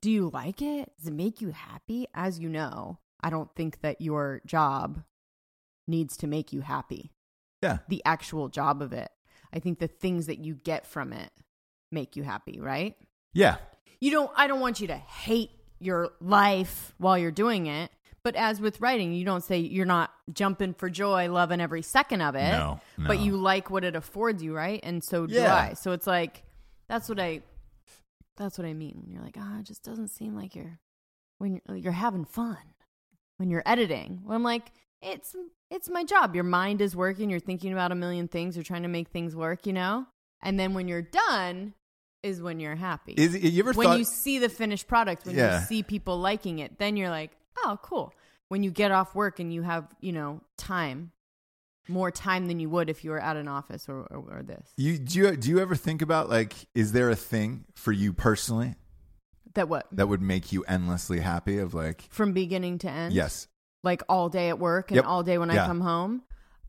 [SPEAKER 6] do you like it? Does it make you happy? As you know, I don't think that your job needs to make you happy.
[SPEAKER 1] Yeah.
[SPEAKER 6] The actual job of it. I think the things that you get from it make you happy, right?
[SPEAKER 1] Yeah.
[SPEAKER 6] You don't I don't want you to hate your life while you're doing it, but as with writing, you don't say you're not jumping for joy, loving every second of it
[SPEAKER 1] No,
[SPEAKER 6] but
[SPEAKER 1] no.
[SPEAKER 6] you like what it affords you, right? And so do
[SPEAKER 1] Yeah.
[SPEAKER 6] I. So it's like that's what I that's what I mean when you're like, ah, it just doesn't seem like you're when you're, you're having fun when you're editing. When I'm like, it's it's my job. Your mind is working. You're thinking about a million things. You're trying to make things work, you know. And then when you're done, is when you're happy.
[SPEAKER 1] Is you ever
[SPEAKER 6] when
[SPEAKER 1] thought
[SPEAKER 6] you see the finished product, when
[SPEAKER 1] Yeah.
[SPEAKER 6] you see people liking it, then you're like, oh, cool. When you get off work and you have, you know, time, more time than you would if you were at an office or, or, or this.
[SPEAKER 1] you do you do you ever think about like is there a thing for you personally
[SPEAKER 6] That what?
[SPEAKER 1] that would make you endlessly happy of like
[SPEAKER 6] From beginning to end?
[SPEAKER 1] yes
[SPEAKER 6] Like all day at work and
[SPEAKER 1] Yep.
[SPEAKER 6] all day when
[SPEAKER 1] Yeah.
[SPEAKER 6] I come home?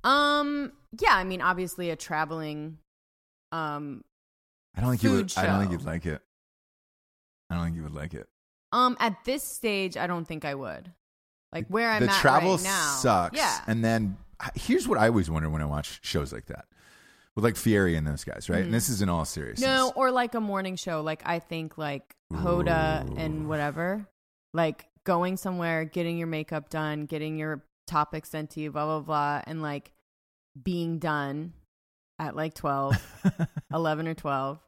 [SPEAKER 6] Um, yeah, I mean, obviously a traveling, um,
[SPEAKER 1] I don't think you would
[SPEAKER 6] Food
[SPEAKER 1] I don't think
[SPEAKER 6] show.
[SPEAKER 1] you'd like it. I don't think you would like it.
[SPEAKER 6] um, at this stage, I don't think I would. Like where I'm
[SPEAKER 1] the
[SPEAKER 6] at
[SPEAKER 1] travel
[SPEAKER 6] right now.
[SPEAKER 1] sucks.
[SPEAKER 6] Yeah.
[SPEAKER 1] And then h- here's what I always wonder when I watch shows like that with like Fieri and those guys, right? And this is in all seriousness.
[SPEAKER 6] Mm-hmm. No, or like a morning show. Like I think like Hoda and whatever. Like going somewhere, getting your makeup done, getting your topic sent to you, blah blah blah, and like being done at like 12, 11 or 12.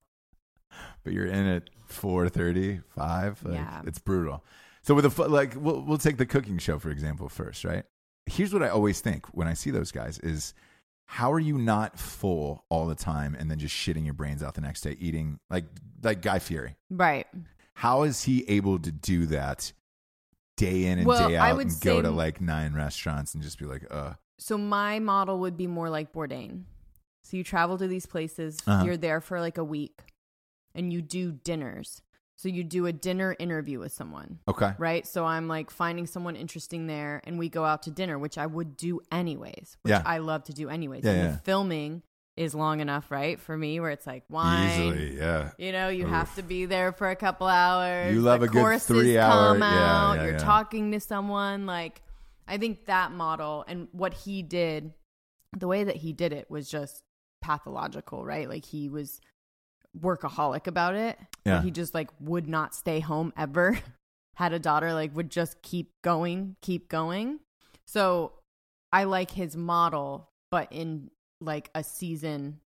[SPEAKER 1] but you're in at 4:30, 5. Like,
[SPEAKER 6] Yeah.
[SPEAKER 1] It's brutal. So with a fu- like we'll we'll take the cooking show for example first, right? Here's what I always think when I see those guys is how are you not full all the time and then just shitting your brains out the next day eating like like Guy Fieri?
[SPEAKER 6] Right.
[SPEAKER 1] how is he able to do that day in and
[SPEAKER 6] Well,
[SPEAKER 1] day
[SPEAKER 6] I
[SPEAKER 1] out
[SPEAKER 6] would
[SPEAKER 1] and go
[SPEAKER 6] say-
[SPEAKER 1] to like nine restaurants and just be like, uh,
[SPEAKER 6] So my model would be more like Bourdain. So you travel to these places,
[SPEAKER 1] Uh-huh.
[SPEAKER 6] you're there for like a week, and you do dinners. So you do a dinner interview with someone.
[SPEAKER 1] okay,
[SPEAKER 6] right? So I'm like finding someone interesting there, and we go out to dinner, which I would do anyways, which
[SPEAKER 1] Yeah.
[SPEAKER 6] I love to do anyways.
[SPEAKER 1] Yeah,
[SPEAKER 6] and
[SPEAKER 1] yeah.
[SPEAKER 6] the filming is long enough, right, for me, where it's like wine.
[SPEAKER 1] easily, yeah.
[SPEAKER 6] You know, you
[SPEAKER 1] Oof.
[SPEAKER 6] have to be there for a couple hours.
[SPEAKER 1] You love
[SPEAKER 6] the
[SPEAKER 1] a good
[SPEAKER 6] courses
[SPEAKER 1] three-hour-
[SPEAKER 6] Come
[SPEAKER 1] yeah,
[SPEAKER 6] out.
[SPEAKER 1] yeah,
[SPEAKER 6] You're
[SPEAKER 1] yeah.
[SPEAKER 6] talking to someone. Like, I think that model and what he did, the way that he did it was just pathological, right? Like he was workaholic about it.
[SPEAKER 1] Yeah.
[SPEAKER 6] He just like would not stay home ever. Had a daughter, like would just keep going, keep going. So I like his model, but in like a season,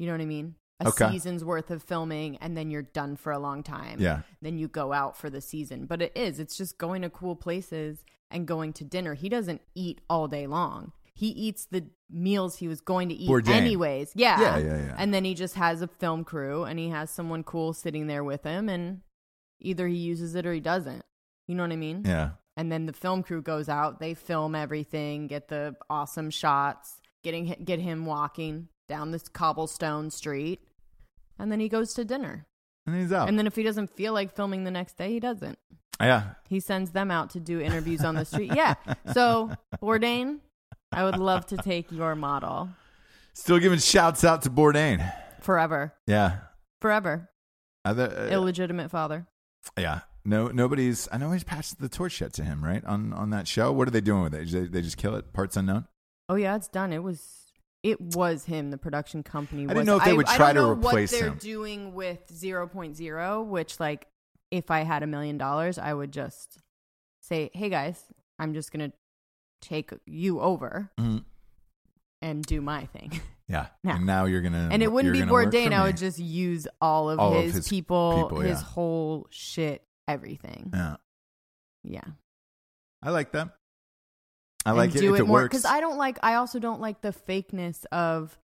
[SPEAKER 6] you know what I mean? A
[SPEAKER 1] Okay.
[SPEAKER 6] season's worth of filming, and then you're done for a long time.
[SPEAKER 1] Yeah.
[SPEAKER 6] Then you go out for the season. But it is, it's just going to cool places and going to dinner. He doesn't eat all day long. He eats the meals he was going to eat
[SPEAKER 1] Bourdain.
[SPEAKER 6] anyways. Yeah.
[SPEAKER 1] Yeah, yeah, yeah.
[SPEAKER 6] And then he just has a film crew and he has someone cool sitting there with him, and either he uses it or he doesn't. You know what I mean?
[SPEAKER 1] Yeah.
[SPEAKER 6] and then the film crew goes out they film everything get the awesome shots getting get him walking down this cobblestone street and then he goes to dinner
[SPEAKER 1] And he's out.
[SPEAKER 6] and then if he doesn't feel like filming the next day he doesn't
[SPEAKER 1] yeah.
[SPEAKER 6] he sends them out to do interviews on the street yeah so bourdain i would love to take your model
[SPEAKER 1] Still giving shouts out to Bourdain.
[SPEAKER 6] forever
[SPEAKER 1] Yeah.
[SPEAKER 6] forever
[SPEAKER 1] Other, uh,
[SPEAKER 6] illegitimate father
[SPEAKER 1] yeah. No, nobody's. I know he's passed the torch yet to him, right? On on that show. What are they doing with it? They, they just kill it. Parts unknown.
[SPEAKER 6] Oh yeah, it's done. It was it was him. The production company.
[SPEAKER 1] didn't
[SPEAKER 6] was-
[SPEAKER 1] know if they would
[SPEAKER 6] I
[SPEAKER 1] try
[SPEAKER 6] don't
[SPEAKER 1] to
[SPEAKER 6] know
[SPEAKER 1] replace
[SPEAKER 6] what they're
[SPEAKER 1] him.
[SPEAKER 6] doing with 0.0, which like if I had a million dollars, I would just say, "Hey guys, I'm just gonna take you over
[SPEAKER 1] Mhm.
[SPEAKER 6] and do my thing."
[SPEAKER 1] Yeah.
[SPEAKER 6] No.
[SPEAKER 1] And now you're gonna.
[SPEAKER 6] and it wouldn't
[SPEAKER 1] you're
[SPEAKER 6] be
[SPEAKER 1] gonna work for
[SPEAKER 6] Bourdain. I
[SPEAKER 1] me.
[SPEAKER 6] would just use all of,
[SPEAKER 1] All of
[SPEAKER 6] his,
[SPEAKER 1] his
[SPEAKER 6] people,
[SPEAKER 1] people,
[SPEAKER 6] his
[SPEAKER 1] yeah.
[SPEAKER 6] whole shit, everything.
[SPEAKER 1] Yeah.
[SPEAKER 6] Yeah,
[SPEAKER 1] I like that. I like
[SPEAKER 6] and
[SPEAKER 1] it
[SPEAKER 6] Do
[SPEAKER 1] if
[SPEAKER 6] it,
[SPEAKER 1] it
[SPEAKER 6] more
[SPEAKER 1] works.
[SPEAKER 6] because I don't like. I also don't like the fakeness of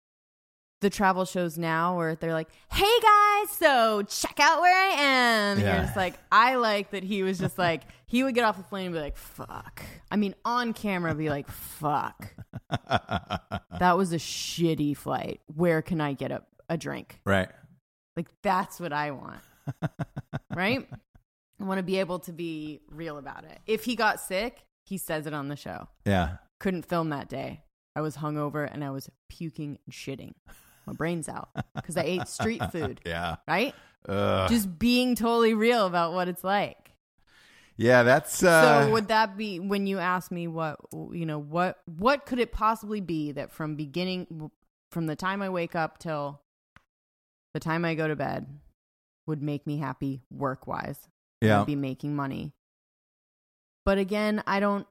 [SPEAKER 6] the travel shows now where they're like, hey guys, so check out where I am. And
[SPEAKER 1] Yeah.
[SPEAKER 6] you're just like, I like that he was just like, he would get off the plane and be like, fuck. I mean, on camera, be like, fuck. that was a shitty flight. Where can I get a, a drink?
[SPEAKER 1] Right.
[SPEAKER 6] Like, that's what I want. right? I want to be able to be real about it. If he got sick, he says it on the show
[SPEAKER 1] Yeah.
[SPEAKER 6] couldn't film that day. I was hungover and I was puking and shitting. My brain's out because I ate street food,
[SPEAKER 1] Yeah.
[SPEAKER 6] right?
[SPEAKER 1] Ugh.
[SPEAKER 6] Just being totally real about what it's like.
[SPEAKER 1] yeah, that's uh
[SPEAKER 6] so would that be when you ask me what you know what what could it possibly be that from beginning from the time I wake up till the time I go to bed would make me happy work wise?
[SPEAKER 1] yeah.
[SPEAKER 6] I'd be making money. But again, I don't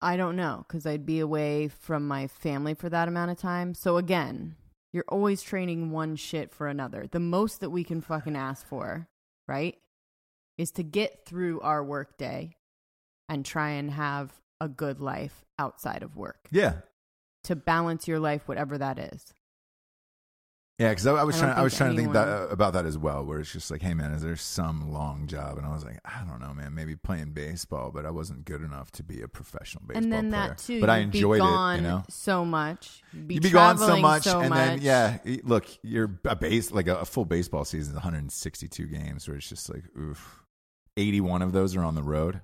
[SPEAKER 6] I don't know cuz I'd be away from my family for that amount of time. So again, you're always trading one shit for another. The most that we can fucking ask for, right? Is to get through our work day and try and have a good life outside of work.
[SPEAKER 1] Yeah.
[SPEAKER 6] To balance your life whatever that is.
[SPEAKER 1] Yeah, because I, I was
[SPEAKER 6] I don't
[SPEAKER 1] trying. I
[SPEAKER 6] think
[SPEAKER 1] was trying to think
[SPEAKER 6] anyone-
[SPEAKER 1] that, about that as well. Where it's just like, hey man, is there some long job? And I was like, I don't know, man. Maybe playing baseball, but I wasn't good enough to be a professional baseball
[SPEAKER 6] and then
[SPEAKER 1] player.
[SPEAKER 6] that too,
[SPEAKER 1] but I
[SPEAKER 6] you'd be
[SPEAKER 1] enjoyed
[SPEAKER 6] gone
[SPEAKER 1] it. You know,
[SPEAKER 6] so much. You'd be,
[SPEAKER 1] you'd be gone so
[SPEAKER 6] traveling
[SPEAKER 1] much,
[SPEAKER 6] so
[SPEAKER 1] and then
[SPEAKER 6] much.
[SPEAKER 1] yeah, y- look, you're a base like a, a full baseball season, is 162 games, where it's just like, oof, 81 of those are on the road.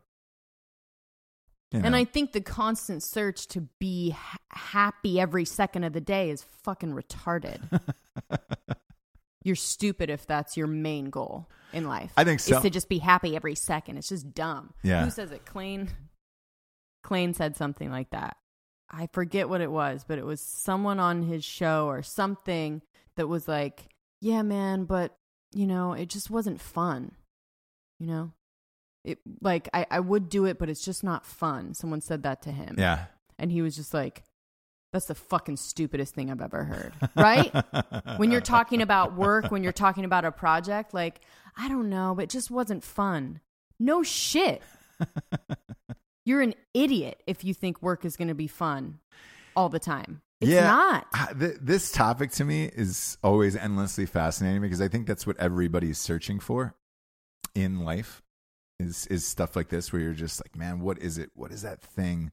[SPEAKER 1] You
[SPEAKER 6] And
[SPEAKER 1] know?
[SPEAKER 6] I think the constant search to be ha- happy every second of the day is fucking retarded. You're stupid if that's your main goal in life.
[SPEAKER 1] I think so.
[SPEAKER 6] Is to just be happy every second. It's just dumb.
[SPEAKER 1] Yeah.
[SPEAKER 6] Who says it? Klain. Klain said something like that. I forget what it was, but it was someone on his show or something that was like, "Yeah, man, but you know, it just wasn't fun." You know, it like I, I would do it, but it's just not fun. Someone said that to him.
[SPEAKER 1] yeah,
[SPEAKER 6] And he was just like, That's the fucking stupidest thing I've ever heard. Right? when you're talking about work, when you're talking about a project, like, I don't know, but it just wasn't fun. No shit. You're an idiot if you think work is gonna be fun all the time. It's not.
[SPEAKER 1] I- th- this topic to me is always endlessly fascinating because I think that's what everybody's searching for in life is is stuff like this where you're just like, man, what is it? What is that thing?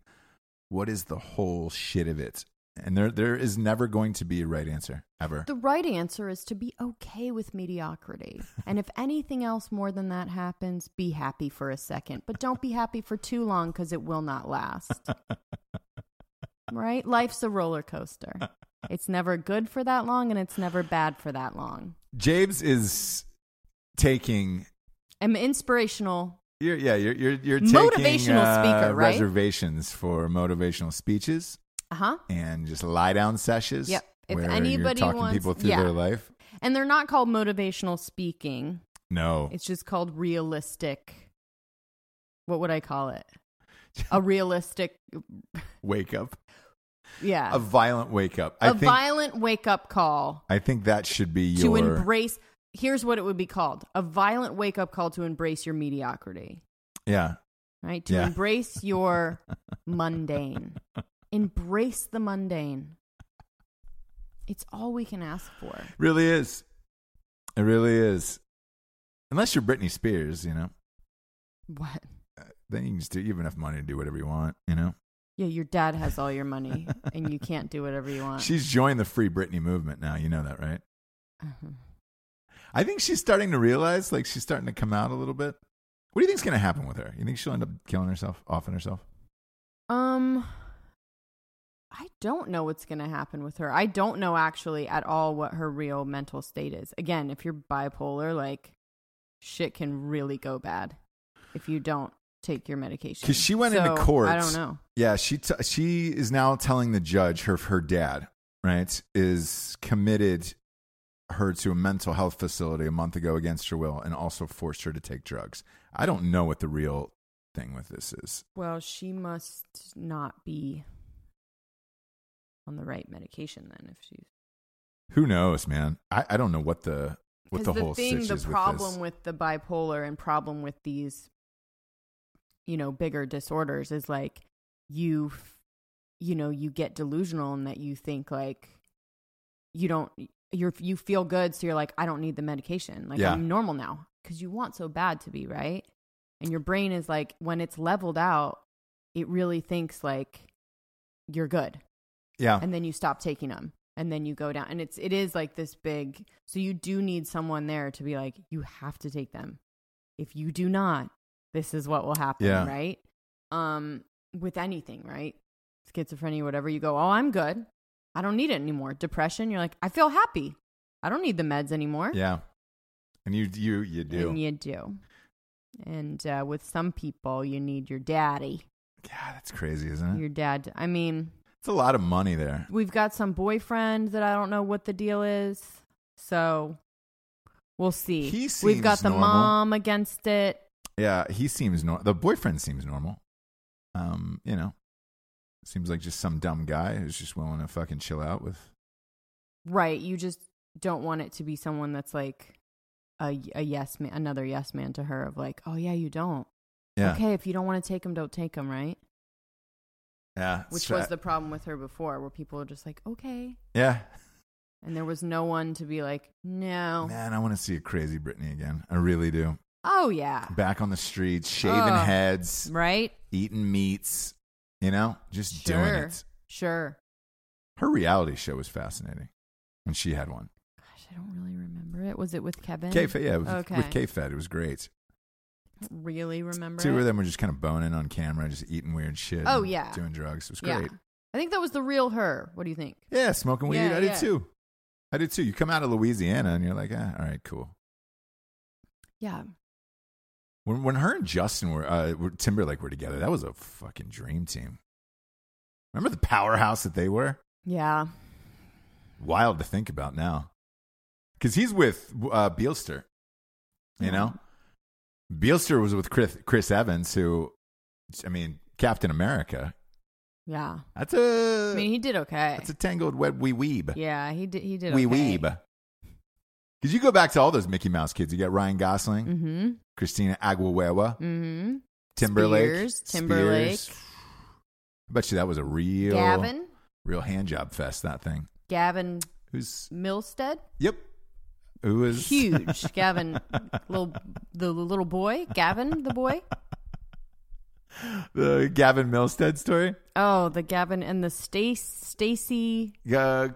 [SPEAKER 1] What is the whole shit of it? And there there is never going to be a right answer ever.
[SPEAKER 6] The right answer is to be okay with mediocrity. And if anything else more than that happens, be happy for a second. But don't be happy for too long because it will not last. right? Life's a roller coaster. It's never good for that long and it's never bad for that long.
[SPEAKER 1] James is taking
[SPEAKER 6] I'm inspirational.
[SPEAKER 1] you're, yeah, you're you're you're taking,
[SPEAKER 6] Motivational
[SPEAKER 1] uh,
[SPEAKER 6] speaker, right?
[SPEAKER 1] reservations for motivational speeches
[SPEAKER 6] Uh huh.
[SPEAKER 1] and just lie down sessions.
[SPEAKER 6] Yep. If
[SPEAKER 1] where you're
[SPEAKER 6] anybody
[SPEAKER 1] talking
[SPEAKER 6] wants-
[SPEAKER 1] people through
[SPEAKER 6] yeah.
[SPEAKER 1] their life.
[SPEAKER 6] And they're not called motivational speaking,
[SPEAKER 1] No,
[SPEAKER 6] it's just called realistic. What would I call it? A realistic,
[SPEAKER 1] wake up.
[SPEAKER 6] yeah.
[SPEAKER 1] A violent wake up. I
[SPEAKER 6] a
[SPEAKER 1] think
[SPEAKER 6] violent wake up call
[SPEAKER 1] I think that should be your
[SPEAKER 6] to embrace. Here's what it would be called: a violent wake up call to embrace your mediocrity,
[SPEAKER 1] Yeah.
[SPEAKER 6] right? To
[SPEAKER 1] Yeah.
[SPEAKER 6] embrace your mundane, embrace the mundane. It's all we can ask for.
[SPEAKER 1] Really is. It really is. Unless you're Britney Spears, you know.
[SPEAKER 6] What?
[SPEAKER 1] Then you can just do you have enough money to do whatever you want, you know?
[SPEAKER 6] Yeah, your dad has all your money, and you can't do whatever you want.
[SPEAKER 1] She's joined the free Britney movement now, you know that, right?
[SPEAKER 6] Mm-hmm.
[SPEAKER 1] I think she's starting to realize like she's starting to come out a little bit. What do you think's gonna happen with her? You think she'll end up killing herself, offing herself?
[SPEAKER 6] Um, I don't know what's going to happen with her. I don't know actually at all what her real mental state is. Again, if you're bipolar, like shit can really go bad if you don't take your medication.
[SPEAKER 1] Because she went into
[SPEAKER 6] So,
[SPEAKER 1] court.
[SPEAKER 6] I don't know.
[SPEAKER 1] Yeah, she t- she is now telling the judge her her dad right is committed her to a mental health facility a month ago against her will and also forced her to take drugs. I don't know what the real thing with this is.
[SPEAKER 6] Well, she must not be on the right medication then if she's
[SPEAKER 1] Who knows, man? I, I don't know what the what
[SPEAKER 6] Because
[SPEAKER 1] the, whole
[SPEAKER 6] thing,
[SPEAKER 1] sitch
[SPEAKER 6] the
[SPEAKER 1] is
[SPEAKER 6] problem
[SPEAKER 1] with
[SPEAKER 6] with, the bipolar and problem with these, you know, bigger disorders is like you, f- you know, you get delusional and that you think like you don't you're you feel good, so you're like, I don't need the medication. Like
[SPEAKER 1] Yeah.
[SPEAKER 6] I'm normal now because you want so bad to be right, and your brain is like when it's leveled out, it really thinks like you're good,
[SPEAKER 1] Yeah.
[SPEAKER 6] and then you stop taking them, and then you go down, and it's it is like this big. So you do need someone there to be like, you have to take them. If you do not, this is what will happen,
[SPEAKER 1] Yeah.
[SPEAKER 6] right? Um, with anything, right? Schizophrenia, whatever, you go, oh, I'm good. I don't need it anymore. Depression, you're like, I feel happy. I don't need the meds anymore.
[SPEAKER 1] Yeah. And you you you do.
[SPEAKER 6] And you do. And uh, with some people, you need your daddy.
[SPEAKER 1] yeah, that's crazy, isn't it?
[SPEAKER 6] Your dad. I mean,
[SPEAKER 1] It's a lot of money there.
[SPEAKER 6] we've got some boyfriend that I don't know what the deal is. So we'll see.
[SPEAKER 1] He
[SPEAKER 6] we've got
[SPEAKER 1] seems
[SPEAKER 6] the
[SPEAKER 1] normal.
[SPEAKER 6] mom against it.
[SPEAKER 1] Yeah, he seems normal. The boyfriend seems normal. Um, you know, seems like just some dumb guy who's just willing to fucking chill out with.
[SPEAKER 6] Right. You just don't want it to be someone that's like a, a yes man, another yes man to her of like, oh, yeah, you don't.
[SPEAKER 1] Yeah,
[SPEAKER 6] Okay. If you don't want to take him, don't take him, right?
[SPEAKER 1] yeah.
[SPEAKER 6] Which
[SPEAKER 1] stra-
[SPEAKER 6] was the problem with her before, where people were just like, okay.
[SPEAKER 1] yeah.
[SPEAKER 6] And there was no one to be like, no.
[SPEAKER 1] Man, I want to see a crazy Britney again. I really do.
[SPEAKER 6] Oh, yeah.
[SPEAKER 1] Back on the streets, shaving
[SPEAKER 6] Ugh.
[SPEAKER 1] heads,
[SPEAKER 6] Right?
[SPEAKER 1] eating meats. You know, just doing
[SPEAKER 6] Sure.
[SPEAKER 1] it.
[SPEAKER 6] Sure.
[SPEAKER 1] Her reality show was fascinating when she had one.
[SPEAKER 6] Gosh, I don't really remember it. Was it with Kevin?
[SPEAKER 1] K Fed, yeah, it was
[SPEAKER 6] Eh, okay.
[SPEAKER 1] with K Fed, it was great.
[SPEAKER 6] Don't Really remember
[SPEAKER 1] Two
[SPEAKER 6] it.
[SPEAKER 1] of them were just kind of boning on camera, just eating weird shit.
[SPEAKER 6] Oh,
[SPEAKER 1] and
[SPEAKER 6] yeah.
[SPEAKER 1] doing drugs. It was
[SPEAKER 6] Yeah.
[SPEAKER 1] great.
[SPEAKER 6] I think that was the real her. What do you think?
[SPEAKER 1] Yeah, smoking weed.
[SPEAKER 6] Yeah,
[SPEAKER 1] I did
[SPEAKER 6] yeah.
[SPEAKER 1] too. I did too. You come out of Louisiana and you're like, ah, all right, cool.
[SPEAKER 6] Yeah.
[SPEAKER 1] When when her and Justin were uh, were Timberlake were together, that was a fucking dream team. Remember the powerhouse that they were?
[SPEAKER 6] Yeah.
[SPEAKER 1] Wild to think about now, because he's with uh, Beelster. You know, Beelster was with Chris, Chris Evans, who, I mean, Captain America.
[SPEAKER 6] Yeah.
[SPEAKER 1] That's a
[SPEAKER 6] I mean, he did okay.
[SPEAKER 1] that's a tangled web wee weeb.
[SPEAKER 6] yeah, he did. He did.
[SPEAKER 1] wee
[SPEAKER 6] okay.
[SPEAKER 1] weeb. Because you go back to all those Mickey Mouse kids. You got Ryan Gosling,
[SPEAKER 6] Mm-hmm.
[SPEAKER 1] Christina Aguilera,
[SPEAKER 6] Mm-hmm.
[SPEAKER 1] Timberlake,
[SPEAKER 6] Spears, Timberlake.
[SPEAKER 1] Spears. I bet you that was a real
[SPEAKER 6] Gavin.
[SPEAKER 1] real hand job fest. That thing.
[SPEAKER 6] Gavin
[SPEAKER 1] Who's
[SPEAKER 6] Milstead.
[SPEAKER 1] yep? Who was
[SPEAKER 6] Huge. Gavin, little the little boy. Gavin, the boy.
[SPEAKER 1] the Gavin Milstead story?
[SPEAKER 6] Oh, the Gavin and the Stace Stacy
[SPEAKER 1] Uh,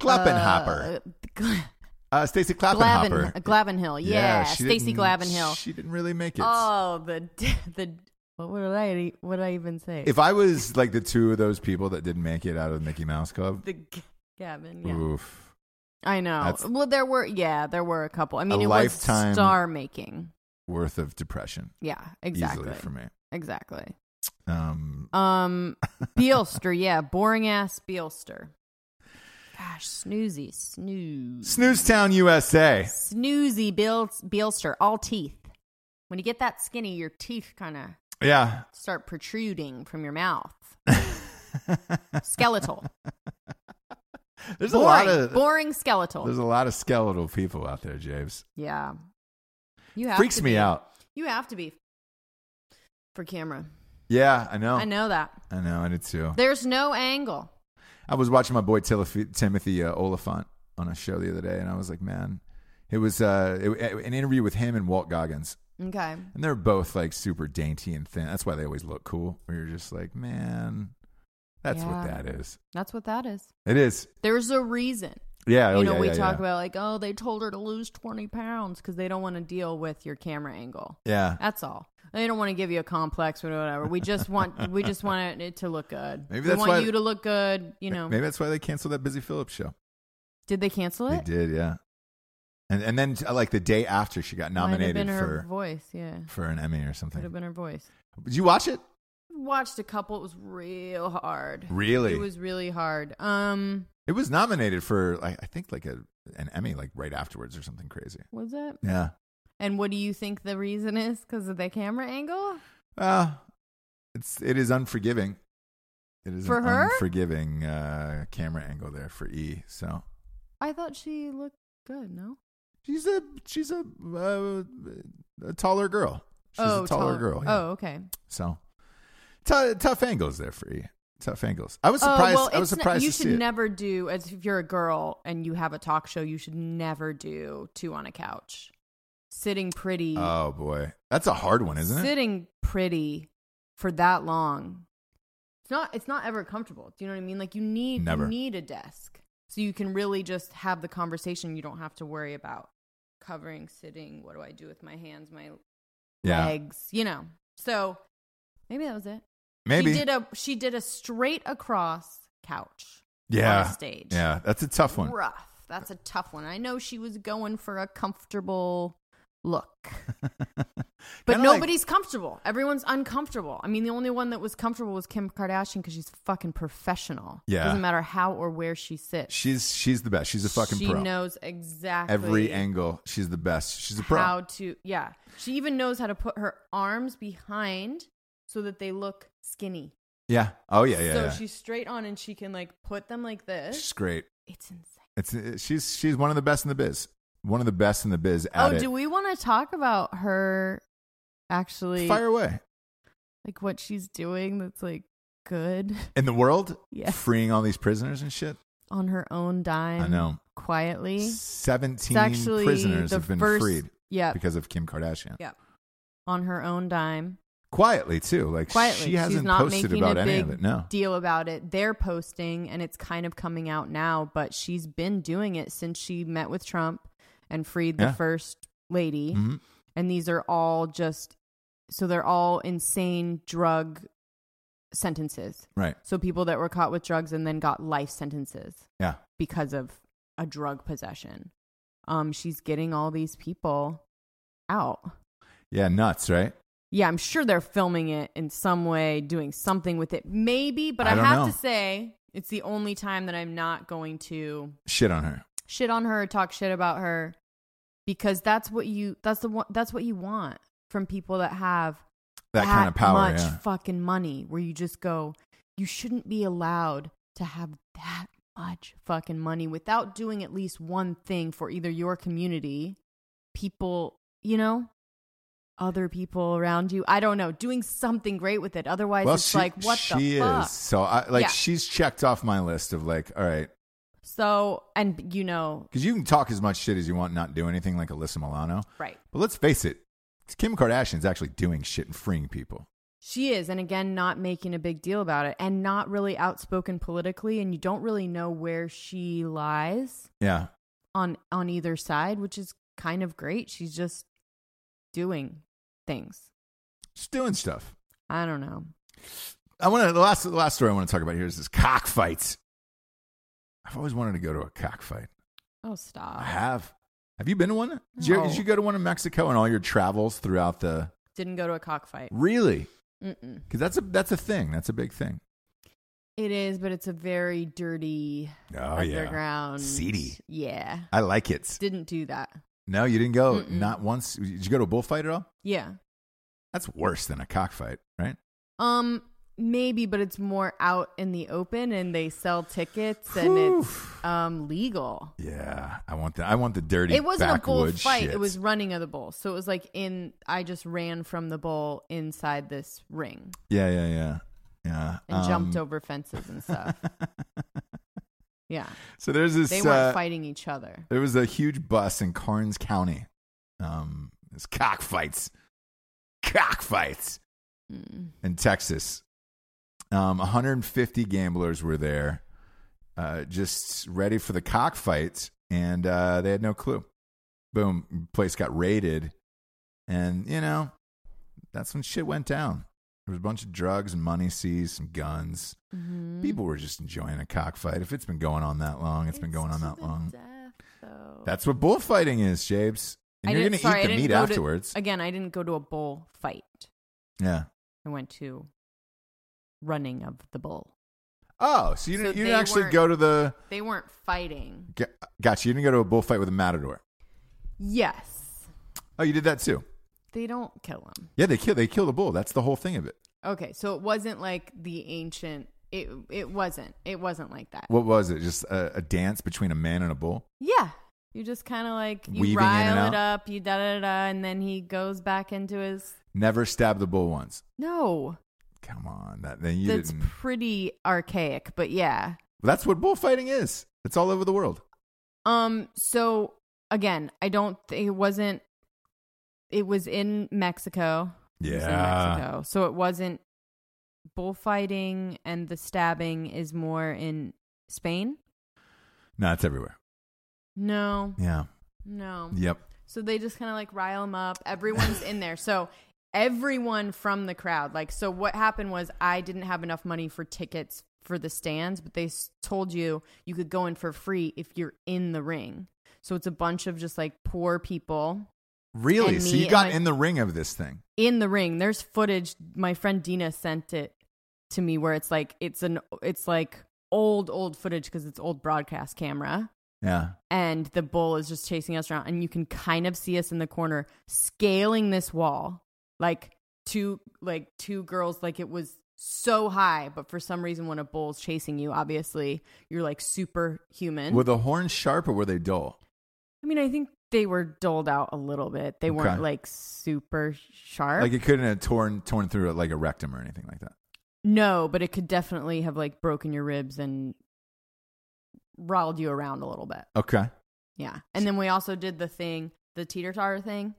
[SPEAKER 1] Klappenhopper,
[SPEAKER 6] Gl-
[SPEAKER 1] uh, Stacy
[SPEAKER 6] Glavin
[SPEAKER 1] Klappenhopper.
[SPEAKER 6] Glavenhill. Yeah,
[SPEAKER 1] she
[SPEAKER 6] Stacy
[SPEAKER 1] didn't-
[SPEAKER 6] Glavenhill.
[SPEAKER 1] She didn't really make it.
[SPEAKER 6] Oh, the the what would I what did I even say?
[SPEAKER 1] if I was like the two of those people that didn't make it out of the Mickey Mouse Club,
[SPEAKER 6] the G- Gavin. Yeah.
[SPEAKER 1] oof.
[SPEAKER 6] I know.
[SPEAKER 1] That's-
[SPEAKER 6] well, there were yeah, there were a couple. I mean,
[SPEAKER 1] A
[SPEAKER 6] it
[SPEAKER 1] lifetime-
[SPEAKER 6] was star making.
[SPEAKER 1] worth of depression
[SPEAKER 6] Yeah, exactly.
[SPEAKER 1] easily for me.
[SPEAKER 6] Exactly.
[SPEAKER 1] Um,
[SPEAKER 6] Um, Beelster, yeah, boring ass Beelster. Gosh, snoozy, snooze,
[SPEAKER 1] Snoozetown, USA.
[SPEAKER 6] snoozy Beel- Beelster, all teeth. When you get that skinny, your teeth kind of
[SPEAKER 1] Yeah.
[SPEAKER 6] start protruding from your mouth. skeletal,
[SPEAKER 1] There's
[SPEAKER 6] boring,
[SPEAKER 1] a lot of
[SPEAKER 6] boring skeletal.
[SPEAKER 1] there's a lot of skeletal people out there, James.
[SPEAKER 6] yeah, you have
[SPEAKER 1] Freaks
[SPEAKER 6] to
[SPEAKER 1] me
[SPEAKER 6] be-
[SPEAKER 1] out.
[SPEAKER 6] You have to be for camera.
[SPEAKER 1] Yeah, I know.
[SPEAKER 6] I know that.
[SPEAKER 1] I know. I did too.
[SPEAKER 6] There's no angle.
[SPEAKER 1] I was watching my boy Tilif- Timothy uh, Oliphant on a show the other day, and I was like, man, it was uh, it- it- an interview with him and Walt Goggins,
[SPEAKER 6] Okay.
[SPEAKER 1] and they're both like super dainty and thin. That's why they always look cool. Where you're just like, man, that's what
[SPEAKER 6] Yeah.
[SPEAKER 1] that is.
[SPEAKER 6] That's what that is.
[SPEAKER 1] It is.
[SPEAKER 6] There's a reason.
[SPEAKER 1] Yeah. Oh,
[SPEAKER 6] you know,
[SPEAKER 1] yeah,
[SPEAKER 6] we
[SPEAKER 1] yeah,
[SPEAKER 6] talk
[SPEAKER 1] yeah.
[SPEAKER 6] about like, oh, they told her to lose 20 pounds because they don't want to deal with your camera angle.
[SPEAKER 1] Yeah.
[SPEAKER 6] That's all. They don't want to give you a complex or whatever. We just want we just want it to look good.
[SPEAKER 1] Maybe
[SPEAKER 6] we
[SPEAKER 1] that's
[SPEAKER 6] want
[SPEAKER 1] why-
[SPEAKER 6] you to look good, you know.
[SPEAKER 1] Maybe that's why they canceled that Busy Phillips show.
[SPEAKER 6] Did they cancel
[SPEAKER 1] They
[SPEAKER 6] it?
[SPEAKER 1] did, yeah. And and then uh, like the day after she got
[SPEAKER 6] Might have
[SPEAKER 1] nominated
[SPEAKER 6] been her
[SPEAKER 1] for
[SPEAKER 6] voice, yeah.
[SPEAKER 1] for an Emmy or
[SPEAKER 6] Could have
[SPEAKER 1] something.
[SPEAKER 6] been her voice.
[SPEAKER 1] Did you watch it?
[SPEAKER 6] Watched a couple, it was real hard.
[SPEAKER 1] Really?
[SPEAKER 6] It was really hard. Um
[SPEAKER 1] It was nominated for like I think like a an Emmy like right afterwards or something crazy.
[SPEAKER 6] was it?
[SPEAKER 1] Yeah.
[SPEAKER 6] And what do you think the reason is? Because of the camera angle?
[SPEAKER 1] Uh it's it is unforgiving. It is
[SPEAKER 6] For
[SPEAKER 1] an
[SPEAKER 6] her?
[SPEAKER 1] unforgiving uh, camera angle there for E. So
[SPEAKER 6] I thought she looked good, no?
[SPEAKER 1] she's a she's a uh, a taller girl. She's a taller, girl. yeah.
[SPEAKER 6] Oh, okay.
[SPEAKER 1] So tou- tough angles there for E. That's how fan goes. I was
[SPEAKER 6] Oh,
[SPEAKER 1] surprised.
[SPEAKER 6] well,
[SPEAKER 1] I was
[SPEAKER 6] it's n-
[SPEAKER 1] surprised
[SPEAKER 6] you
[SPEAKER 1] to
[SPEAKER 6] should
[SPEAKER 1] see it.
[SPEAKER 6] never do as if you're a girl and you have a talk show. You should never do two on a couch, sitting pretty,
[SPEAKER 1] Oh boy, that's a hard one, isn't it?
[SPEAKER 6] sitting pretty for that long. It's not. It's not ever comfortable. Do you know what I mean? Like you need
[SPEAKER 1] Never.
[SPEAKER 6] you need a desk so you can really just have the conversation. You don't have to worry about covering, sitting. What do I do with my hands, my
[SPEAKER 1] Yeah,
[SPEAKER 6] legs? You know. So maybe that was it.
[SPEAKER 1] maybe.
[SPEAKER 6] she did a she did a straight across couch.
[SPEAKER 1] yeah,
[SPEAKER 6] on a stage.
[SPEAKER 1] Yeah, that's a tough one.
[SPEAKER 6] Rough. That's a tough one. I know she was going for a comfortable look. But
[SPEAKER 1] Kinda like-
[SPEAKER 6] nobody's comfortable. Everyone's uncomfortable. I mean, the only one that was comfortable was Kim Kardashian because she's fucking professional.
[SPEAKER 1] Yeah.
[SPEAKER 6] Doesn't matter how or where she sits.
[SPEAKER 1] She's she's the best. She's a fucking
[SPEAKER 6] she
[SPEAKER 1] pro.
[SPEAKER 6] knows exactly
[SPEAKER 1] Every angle, she's the best. She's a pro.
[SPEAKER 6] how to yeah. She even knows how to put her arms behind so that they look skinny.
[SPEAKER 1] yeah. Oh yeah, yeah.
[SPEAKER 6] so
[SPEAKER 1] yeah.
[SPEAKER 6] she's straight on and she can like put them like this.
[SPEAKER 1] She's great.
[SPEAKER 6] It's insane.
[SPEAKER 1] It's it- she's she's one of the best in the biz. One of the best in the biz at
[SPEAKER 6] oh,
[SPEAKER 1] it.
[SPEAKER 6] do we want to talk about her actually
[SPEAKER 1] Fire away
[SPEAKER 6] like what she's doing that's like good
[SPEAKER 1] in the world,
[SPEAKER 6] Yeah.
[SPEAKER 1] freeing all these prisoners and shit.
[SPEAKER 6] on her own dime?
[SPEAKER 1] I know.
[SPEAKER 6] Quietly.
[SPEAKER 1] Seventeen
[SPEAKER 6] It's actually
[SPEAKER 1] prisoners
[SPEAKER 6] the
[SPEAKER 1] have been
[SPEAKER 6] first,
[SPEAKER 1] freed
[SPEAKER 6] Yeah.
[SPEAKER 1] because of Kim Kardashian.
[SPEAKER 6] yeah. On her own dime.
[SPEAKER 1] Quietly too, like
[SPEAKER 6] Quietly.
[SPEAKER 1] she hasn't
[SPEAKER 6] She's not
[SPEAKER 1] posted
[SPEAKER 6] making
[SPEAKER 1] about
[SPEAKER 6] a
[SPEAKER 1] any
[SPEAKER 6] big
[SPEAKER 1] of it. No,
[SPEAKER 6] deal about it. They're posting and it's kind of coming out now, but she's been doing it since she met with Trump and freed the
[SPEAKER 1] Yeah.
[SPEAKER 6] first lady.
[SPEAKER 1] Mhm.
[SPEAKER 6] and these are all just so they're all insane drug sentences.
[SPEAKER 1] right?
[SPEAKER 6] So people that were caught with drugs and then got life sentences
[SPEAKER 1] Yeah,
[SPEAKER 6] because of a drug possession. Um she's getting all these people out.
[SPEAKER 1] yeah, nuts, right?
[SPEAKER 6] Yeah, I'm sure they're filming it in some way, doing something with it. Maybe, but
[SPEAKER 1] I
[SPEAKER 6] I,
[SPEAKER 1] don't
[SPEAKER 6] have
[SPEAKER 1] know.
[SPEAKER 6] to say it's the only time that I'm not going to
[SPEAKER 1] Shit on her.
[SPEAKER 6] shit on her, talk shit about her, because that's what you that's the one that's what you want from people that have
[SPEAKER 1] That, kind of power.
[SPEAKER 6] much
[SPEAKER 1] Yeah.
[SPEAKER 6] fucking money, where you just go, you shouldn't be allowed to have that much fucking money without doing at least one thing for either your community, people, you know. Other people around you, I don't know, doing something great with it. Otherwise, it's like what
[SPEAKER 1] she
[SPEAKER 6] the fuck.
[SPEAKER 1] is. So I like
[SPEAKER 6] Yeah.
[SPEAKER 1] she's checked off my list of like, all right,
[SPEAKER 6] So, and you know,
[SPEAKER 1] because you can talk as much shit as you want, not do anything like Alyssa Milano.
[SPEAKER 6] right?
[SPEAKER 1] But let's face it, Kim Kardashian's actually doing shit and freeing people.
[SPEAKER 6] She is, and again, not making a big deal about it and not really outspoken politically, and you don't really know where she lies
[SPEAKER 1] Yeah,
[SPEAKER 6] on on either side, which is kind of great. She's just doing things.
[SPEAKER 1] she's doing stuff.
[SPEAKER 6] I don't know.
[SPEAKER 1] I want to. The last the last story I want to talk about here is this cockfight. I've always wanted to go to a cockfight.
[SPEAKER 6] Oh,
[SPEAKER 1] I
[SPEAKER 6] stop.
[SPEAKER 1] have. Have you been to one? Did you,
[SPEAKER 6] No.
[SPEAKER 1] did you go to one in Mexico and all your travels throughout the?
[SPEAKER 6] Didn't go to a cockfight.
[SPEAKER 1] Really?
[SPEAKER 6] Mm-mm.
[SPEAKER 1] Because that's a that's a thing. That's a big thing.
[SPEAKER 6] It is, but it's a very dirty
[SPEAKER 1] Oh
[SPEAKER 6] underground.
[SPEAKER 1] Seedy.
[SPEAKER 6] Yeah.
[SPEAKER 1] I like it.
[SPEAKER 6] Didn't do that.
[SPEAKER 1] No, you didn't go.
[SPEAKER 6] Mm-mm.
[SPEAKER 1] Not once. Did you go to a bullfight at all?
[SPEAKER 6] Yeah.
[SPEAKER 1] That's worse than a cockfight, right?
[SPEAKER 6] Um, maybe, but it's more out in the open, and they sell tickets, and it's um legal.
[SPEAKER 1] Yeah, I want the I want the dirty.
[SPEAKER 6] It wasn't a bull
[SPEAKER 1] backwoods
[SPEAKER 6] fight;
[SPEAKER 1] shit.
[SPEAKER 6] it was running of the bull. So it was like in. I just ran from the bull inside this ring
[SPEAKER 1] Yeah, yeah, yeah, yeah.
[SPEAKER 6] and jumped
[SPEAKER 1] Um,
[SPEAKER 6] over fences and stuff. yeah,
[SPEAKER 1] So there's this.
[SPEAKER 6] they
[SPEAKER 1] uh,
[SPEAKER 6] weren't fighting each other.
[SPEAKER 1] There was a huge bus in Carnes County. Um, it's cockfights, cockfights
[SPEAKER 6] Mm.
[SPEAKER 1] in Texas. Um, 150 gamblers were there, uh, just ready for the cockfight, and uh, they had no clue. Boom, place got raided, and you know that's when shit went down. There was a bunch of drugs and money seized, some guns. People were just enjoying a cockfight. If it's been going on that long, it's been going on that long. That's what bullfighting is, James. And
[SPEAKER 6] I
[SPEAKER 1] you're
[SPEAKER 6] didn't-
[SPEAKER 1] going
[SPEAKER 6] sorry, I
[SPEAKER 1] to eat the
[SPEAKER 6] didn't
[SPEAKER 1] meat
[SPEAKER 6] go to-
[SPEAKER 1] afterwards.
[SPEAKER 6] Again, I didn't go to a bull fight.
[SPEAKER 1] yeah.
[SPEAKER 6] I went to running of the bull.
[SPEAKER 1] Oh, so you
[SPEAKER 6] So
[SPEAKER 1] didn't, you
[SPEAKER 6] they
[SPEAKER 1] didn't actually
[SPEAKER 6] weren't-
[SPEAKER 1] go to the.
[SPEAKER 6] They weren't fighting.
[SPEAKER 1] g- Gotcha. You didn't go to a bullfight with a matador.
[SPEAKER 6] Yes.
[SPEAKER 1] Oh, you did that too.
[SPEAKER 6] They don't kill him.
[SPEAKER 1] Yeah, they kill. They kill the bull. That's the whole thing of it.
[SPEAKER 6] Okay, so it wasn't like the ancient it it wasn't. It wasn't like that.
[SPEAKER 1] What was it? Just a, a dance between a man and a bull.
[SPEAKER 6] yeah. You just kind of like you
[SPEAKER 1] Weaving in and
[SPEAKER 6] rile
[SPEAKER 1] out?
[SPEAKER 6] it up, you da da da, and then he goes back into his
[SPEAKER 1] Never stab the bull once.
[SPEAKER 6] no.
[SPEAKER 1] Come on, that then you
[SPEAKER 6] That's
[SPEAKER 1] didn't.
[SPEAKER 6] pretty archaic, but yeah.
[SPEAKER 1] That's what bullfighting is. It's all over the world.
[SPEAKER 6] Um. So again, I don't. Think, it wasn't. It was in Mexico. It was in Mexico. So it wasn't bullfighting, and the stabbing is more in Spain.
[SPEAKER 1] no, it's everywhere.
[SPEAKER 6] No,
[SPEAKER 1] Yeah.
[SPEAKER 6] no.
[SPEAKER 1] Yep.
[SPEAKER 6] So they just kind of like rile them up. Everyone's in there. So everyone from the crowd. Like, so what happened was I didn't have enough money for tickets for the stands, but they s- told you you could go in for free if you're in the ring. So it's a bunch of just like poor people
[SPEAKER 1] Really?
[SPEAKER 6] And
[SPEAKER 1] So
[SPEAKER 6] me
[SPEAKER 1] you
[SPEAKER 6] and
[SPEAKER 1] got
[SPEAKER 6] my-
[SPEAKER 1] in the ring of this thing.
[SPEAKER 6] in the ring. There's footage. My friend Dina sent it to me where it's like, it's an, it's like old, old footage because it's old broadcast camera.
[SPEAKER 1] Yeah.
[SPEAKER 6] and the bull is just chasing us around and you can kind of see us in the corner scaling this wall like two like two girls like it was so high but for some reason when a bull's chasing you obviously you're like superhuman
[SPEAKER 1] Were the horns sharp or were they dull?
[SPEAKER 6] i mean i think they were doled out a little bit they
[SPEAKER 1] Okay.
[SPEAKER 6] weren't like super sharp
[SPEAKER 1] Like it couldn't have torn torn through like a rectum or anything like that.
[SPEAKER 6] no but it could definitely have like broken your ribs and riled you around a little bit
[SPEAKER 1] Okay.
[SPEAKER 6] Yeah. And then we also did the thing, the teeter totter thing.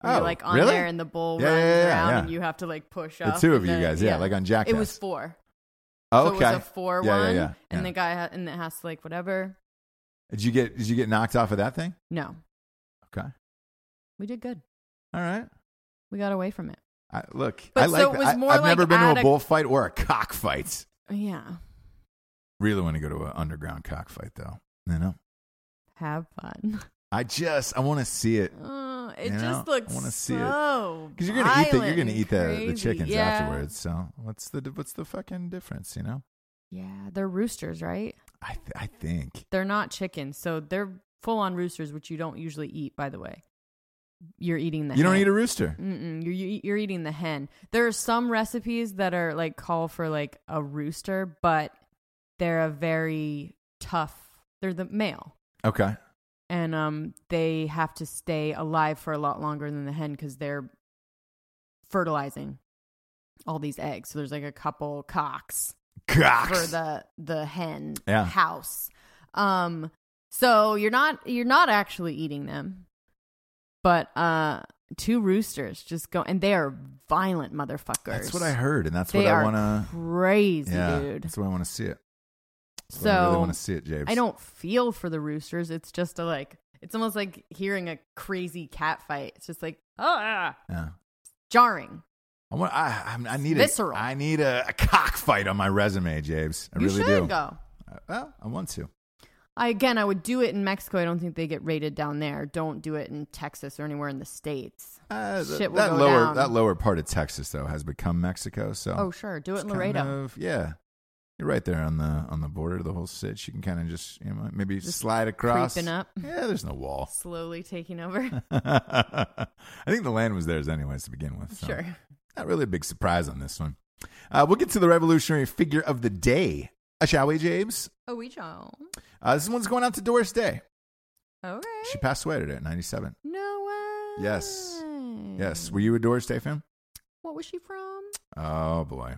[SPEAKER 6] where you're
[SPEAKER 1] Oh,
[SPEAKER 6] like on
[SPEAKER 1] really?
[SPEAKER 6] there and the bull
[SPEAKER 1] Yeah,
[SPEAKER 6] runs
[SPEAKER 1] yeah, yeah,
[SPEAKER 6] around
[SPEAKER 1] yeah.
[SPEAKER 6] and you have to like push
[SPEAKER 1] The
[SPEAKER 6] up.
[SPEAKER 1] two of
[SPEAKER 6] and
[SPEAKER 1] you
[SPEAKER 6] then-
[SPEAKER 1] guys, yeah, like on Jackass.
[SPEAKER 6] It was four.
[SPEAKER 1] Oh,
[SPEAKER 6] So
[SPEAKER 1] okay.
[SPEAKER 6] it was a four
[SPEAKER 1] Yeah, yeah, yeah,
[SPEAKER 6] one.
[SPEAKER 1] yeah.
[SPEAKER 6] And the guy ha- and it has to like whatever.
[SPEAKER 1] Did you get did you get knocked off of that thing?
[SPEAKER 6] No.
[SPEAKER 1] Okay.
[SPEAKER 6] We did good.
[SPEAKER 1] All right.
[SPEAKER 6] We got away from it.
[SPEAKER 1] I, look,
[SPEAKER 6] But
[SPEAKER 1] I
[SPEAKER 6] so
[SPEAKER 1] like.
[SPEAKER 6] it was
[SPEAKER 1] that. I-
[SPEAKER 6] more
[SPEAKER 1] I've
[SPEAKER 6] like
[SPEAKER 1] never been
[SPEAKER 6] at
[SPEAKER 1] to a
[SPEAKER 6] a-
[SPEAKER 1] bullfight or a cockfight.
[SPEAKER 6] Yeah.
[SPEAKER 1] Really want to go to an underground cockfight though. I know.
[SPEAKER 6] Have fun.
[SPEAKER 1] I just I want to see it
[SPEAKER 6] Uh, it
[SPEAKER 1] You
[SPEAKER 6] just
[SPEAKER 1] know, I
[SPEAKER 6] looks
[SPEAKER 1] wanna see it.
[SPEAKER 6] so
[SPEAKER 1] because you're gonna eat the, you're
[SPEAKER 6] violent
[SPEAKER 1] gonna
[SPEAKER 6] and
[SPEAKER 1] eat the, the
[SPEAKER 6] crazy.
[SPEAKER 1] chickens
[SPEAKER 6] Yeah.
[SPEAKER 1] afterwards. So what's the what's the fucking difference? You know.
[SPEAKER 6] Yeah, they're roosters, right?
[SPEAKER 1] I th- I think.
[SPEAKER 6] They're not chickens, so they're full on roosters, which you don't usually eat, by the way. You're eating the
[SPEAKER 1] You don't
[SPEAKER 6] hen.
[SPEAKER 1] eat a rooster.
[SPEAKER 6] Mm-mm, you're you- you're eating the hen. There are some recipes that are like call for like a rooster, but they're a very tough. They're the male,
[SPEAKER 1] Okay.
[SPEAKER 6] and um, they have to stay alive for a lot longer than the hen because they're fertilizing all these eggs. So there's like a couple cocks for
[SPEAKER 1] Cocks.
[SPEAKER 6] the the hen
[SPEAKER 1] Yeah.
[SPEAKER 6] house. Um so you're not you're not actually eating them. But uh two roosters just go and they are violent motherfuckers.
[SPEAKER 1] that's what I heard, and that's
[SPEAKER 6] They
[SPEAKER 1] what I
[SPEAKER 6] are
[SPEAKER 1] want to.
[SPEAKER 6] crazy
[SPEAKER 1] Yeah,
[SPEAKER 6] dude.
[SPEAKER 1] that's what I want to see it. That's what I really
[SPEAKER 6] So
[SPEAKER 1] want to see it, James.
[SPEAKER 6] I don't feel for the roosters. It's just a like it's almost like hearing a crazy cat fight. It's just like ah
[SPEAKER 1] Yeah.
[SPEAKER 6] jarring.
[SPEAKER 1] I want. I, I'm- I need
[SPEAKER 6] Visceral.
[SPEAKER 1] a. I need a, a cockfight on my resume, James. I
[SPEAKER 6] you
[SPEAKER 1] really
[SPEAKER 6] should
[SPEAKER 1] do.
[SPEAKER 6] go.
[SPEAKER 1] Uh, well, I want to.
[SPEAKER 6] I, again, I would do it in Mexico. I don't think they get rated down there. Don't do it in Texas or anywhere in the states.
[SPEAKER 1] Uh, th-
[SPEAKER 6] Shit will
[SPEAKER 1] that
[SPEAKER 6] go
[SPEAKER 1] lower
[SPEAKER 6] down.
[SPEAKER 1] that lower part of Texas though has become Mexico. So
[SPEAKER 6] Oh, sure, do it in
[SPEAKER 1] it's kind
[SPEAKER 6] Laredo.
[SPEAKER 1] of- yeah, you're right there on the on the border of the whole sitch. You can kind of just you know maybe
[SPEAKER 6] Just
[SPEAKER 1] slide across.
[SPEAKER 6] creeping up.
[SPEAKER 1] Yeah, there's no wall.
[SPEAKER 6] Slowly taking over.
[SPEAKER 1] I think the land was theirs anyways to begin with. so
[SPEAKER 6] Sure.
[SPEAKER 1] Not really a big surprise on this one. Uh, we'll get to the revolutionary figure of the day, uh, shall we, James?
[SPEAKER 6] Oh, we don't.
[SPEAKER 1] Uh, this one's going out to Doris Day.
[SPEAKER 6] Okay.
[SPEAKER 1] She passed away today at 97.
[SPEAKER 6] no way.
[SPEAKER 1] Yes. Yes. Were you a Doris Day fan?
[SPEAKER 6] What was she from?
[SPEAKER 1] Oh, boy.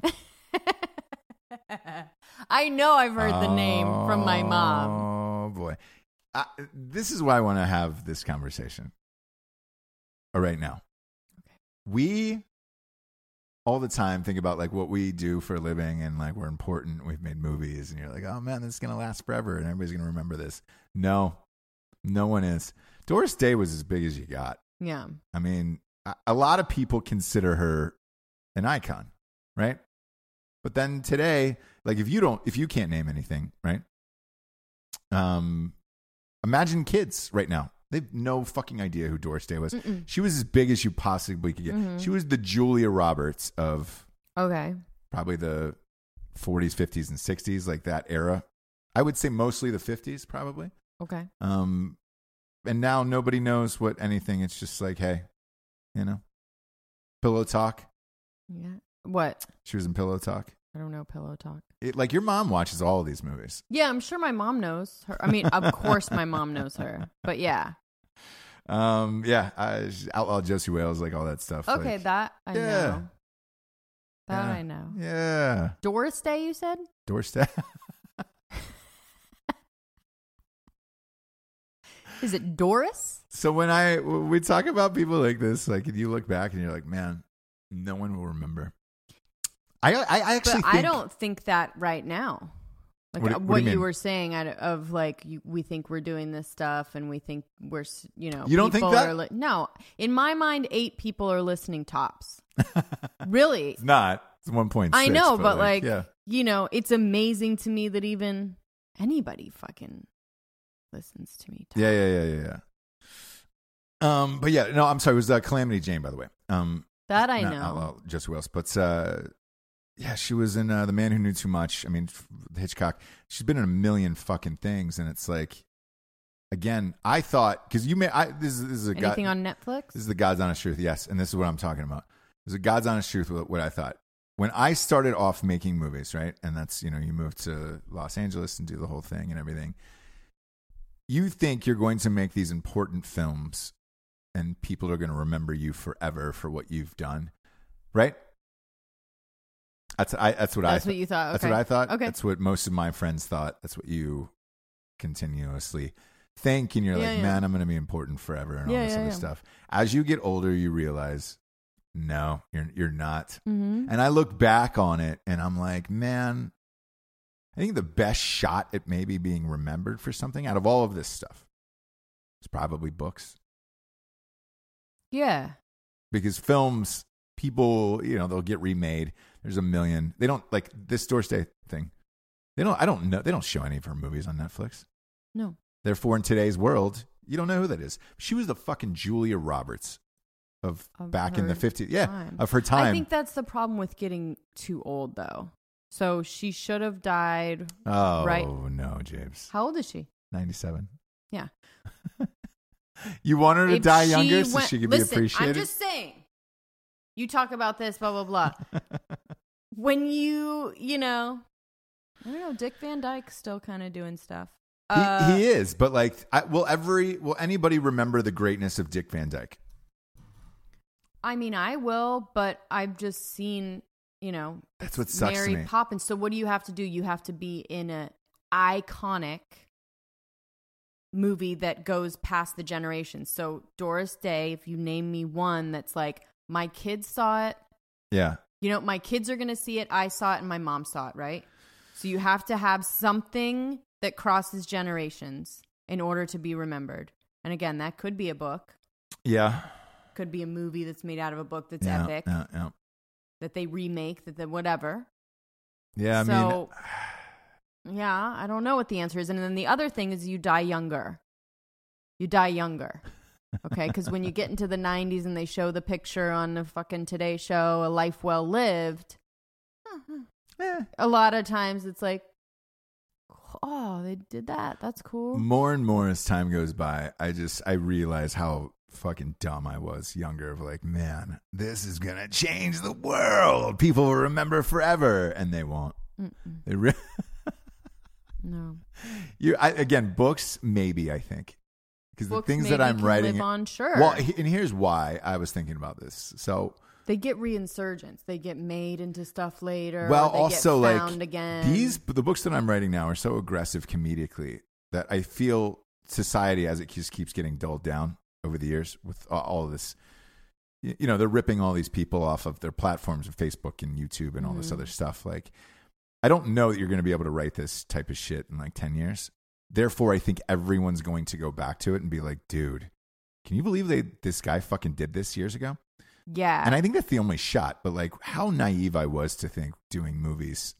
[SPEAKER 6] I know I've heard the name from my mom.
[SPEAKER 1] Oh boy, I, this is why I want to have this conversation. All right now, we all the time think about like what we do for a living and like we're important. We've made movies, and you're like, oh man, this is gonna last forever, and everybody's gonna remember this. No, no one is. Doris Day was as big as you got.
[SPEAKER 6] Yeah.
[SPEAKER 1] I mean, a, a lot of people consider her an icon, right? But then today, like if you don't, if you can't name anything, right? Um, imagine kids right now. They've no fucking idea who Doris Day was. She was as big as you possibly could get. She was the Julia Roberts of
[SPEAKER 6] Okay.
[SPEAKER 1] probably the 40s, 50s, and 60s, like that era. I would say mostly the 50s, probably.
[SPEAKER 6] Okay.
[SPEAKER 1] Um, and now nobody knows what anything. It's just like, hey, you know, Pillow Talk.
[SPEAKER 6] Yeah. What?
[SPEAKER 1] She was in Pillow Talk.
[SPEAKER 6] I don't know pillow talk.
[SPEAKER 1] It, like your mom watches all of these movies.
[SPEAKER 6] Yeah, I'm sure my mom knows her. I mean, of course my mom knows her. But yeah.
[SPEAKER 1] Um, yeah, I, Outlaw Josie Wales, like all that stuff.
[SPEAKER 6] Okay,
[SPEAKER 1] like-
[SPEAKER 6] that I
[SPEAKER 1] Yeah.
[SPEAKER 6] know. That
[SPEAKER 1] Yeah.
[SPEAKER 6] I know.
[SPEAKER 1] Yeah.
[SPEAKER 6] Doris Day, you said?
[SPEAKER 1] Doorstep.
[SPEAKER 6] Is it Doris?
[SPEAKER 1] so when I when we talk about people like this, like if you look back and you're like, man, no one will remember. I I, I actually
[SPEAKER 6] But
[SPEAKER 1] think,
[SPEAKER 6] I don't think that right now. Like
[SPEAKER 1] What do-
[SPEAKER 6] uh,
[SPEAKER 1] what do
[SPEAKER 6] what
[SPEAKER 1] you
[SPEAKER 6] you
[SPEAKER 1] mean?
[SPEAKER 6] were saying out of of, like you, we think we're doing this stuff and we think we're s- you know
[SPEAKER 1] You don't think
[SPEAKER 6] people
[SPEAKER 1] that?
[SPEAKER 6] are li- no in my mind eight people are listening tops really
[SPEAKER 1] It's not. It's one point.
[SPEAKER 6] I know but, like,
[SPEAKER 1] yeah.
[SPEAKER 6] you know it's amazing to me that even anybody fucking listens to me tops.
[SPEAKER 1] Yeah, yeah, yeah, yeah, yeah. Um, but yeah, no, I'm sorry. It was uh, Calamity Jane, by the way. Um,
[SPEAKER 6] that I
[SPEAKER 1] not
[SPEAKER 6] know
[SPEAKER 1] outlaw Jesse Wales, but uh, yeah, she was in uh, The Man Who Knew Too Much. I mean, f- Hitchcock. She's been in a million fucking things, and it's like, again, I thought because you may. I, this is this is a guy.
[SPEAKER 6] anything on Netflix
[SPEAKER 1] This is the God's honest truth. Yes, and this is what I'm talking about. This is a God's honest truth. What what I thought when I started off making movies, right? And that's you know you move to Los Angeles and do the whole thing and everything. You think you're going to make these important films, and people are going to remember you forever for what you've done, right? That's I, that's what I.
[SPEAKER 6] that's
[SPEAKER 1] thought.
[SPEAKER 6] what you thought
[SPEAKER 1] That's
[SPEAKER 6] okay.
[SPEAKER 1] what I thought.
[SPEAKER 6] okay
[SPEAKER 1] That's what most of my friends thought. That's what you continuously think. And you're
[SPEAKER 6] Yeah,
[SPEAKER 1] like,
[SPEAKER 6] yeah.
[SPEAKER 1] man, I'm going to be important forever and all
[SPEAKER 6] Yeah,
[SPEAKER 1] this
[SPEAKER 6] yeah,
[SPEAKER 1] other
[SPEAKER 6] yeah.
[SPEAKER 1] stuff. As you get older, you realize, no, you're, you're not.
[SPEAKER 6] mm-hmm.
[SPEAKER 1] And I look back on it and I'm like, man, I think the best shot at maybe being remembered for something out of all of this stuff is probably books
[SPEAKER 6] yeah
[SPEAKER 1] because films people you know they'll get remade there's a million they don't like this doorstay thing they don't i don't know they don't show any of her movies on netflix
[SPEAKER 6] no
[SPEAKER 1] therefore in today's world you don't know who that is she was the fucking julia roberts of,
[SPEAKER 6] Of
[SPEAKER 1] back in the
[SPEAKER 6] her
[SPEAKER 1] 50s yeah
[SPEAKER 6] time.
[SPEAKER 1] of her time
[SPEAKER 6] I think that's the problem with getting too old, though. So she should have died.
[SPEAKER 1] oh
[SPEAKER 6] right.
[SPEAKER 1] no james
[SPEAKER 6] How old is she?
[SPEAKER 1] 97
[SPEAKER 6] Yeah.
[SPEAKER 1] you want her to
[SPEAKER 6] If
[SPEAKER 1] die
[SPEAKER 6] she
[SPEAKER 1] younger so
[SPEAKER 6] went-
[SPEAKER 1] she could
[SPEAKER 6] listen,
[SPEAKER 1] be appreciated
[SPEAKER 6] I'm just saying. You talk about this, blah blah blah. when you, you know, I don't know. Dick Van Dyke's still kind of doing stuff.
[SPEAKER 1] He,
[SPEAKER 6] Uh,
[SPEAKER 1] he is, but like, I, will every will anybody remember the greatness of Dick Van Dyke?
[SPEAKER 6] I mean, I will, but I've just seen, you know,
[SPEAKER 1] That's what sucks to
[SPEAKER 6] Mary
[SPEAKER 1] me.
[SPEAKER 6] Poppins. So what do you have to do? You have to be in a iconic movie that goes past the generations. So Doris Day, if you name me one that's like my kids saw it,
[SPEAKER 1] Yeah,
[SPEAKER 6] you know, my kids are going to see it, I saw it and my mom saw it, right? So you have to have something that crosses generations in order to be remembered. And again, that could be a book,
[SPEAKER 1] yeah.
[SPEAKER 6] could be a movie that's made out of a book that's
[SPEAKER 1] yeah,
[SPEAKER 6] epic
[SPEAKER 1] Yeah, yeah.
[SPEAKER 6] that they remake that the whatever.
[SPEAKER 1] Yeah, I mean,
[SPEAKER 6] so, yeah, I don't know what the answer is. And then the other thing is you die younger. You die younger. Okay. Because when you get into the 90s and they show the picture on the fucking Today Show, A Life Well Lived,
[SPEAKER 1] eh,
[SPEAKER 6] a lot of times it's like, oh, they did that. That's cool.
[SPEAKER 1] more and more as time goes by, I just I realize how fucking dumb I was younger. Of like, man, this is gonna change the world. People will remember forever, and they won't. They re-
[SPEAKER 6] No.
[SPEAKER 1] you I, again, books maybe I think because the
[SPEAKER 6] Books
[SPEAKER 1] things that
[SPEAKER 6] maybe
[SPEAKER 1] I'm
[SPEAKER 6] can
[SPEAKER 1] writing
[SPEAKER 6] live on, sure.
[SPEAKER 1] Well, he- and here's why I was thinking about this. So
[SPEAKER 6] they get reinsurgence. They get made into stuff later. or
[SPEAKER 1] well
[SPEAKER 6] they
[SPEAKER 1] also
[SPEAKER 6] get
[SPEAKER 1] like
[SPEAKER 6] found again.
[SPEAKER 1] these the books that i'm writing now are so aggressive comedically that i feel society as it just keeps getting dulled down over the years with a- all of this y- you know they're ripping all these people off of their platforms of facebook and youtube and all this
[SPEAKER 6] Mm-hmm.
[SPEAKER 1] other stuff like i don't know that you're going to be able to write this type of shit in like 10 years therefore i think everyone's going to go back to it and be like dude can you believe they this guy fucking did this years ago
[SPEAKER 6] Yeah.
[SPEAKER 1] and I think that's the only shot. But like, how naive I was to think doing movies,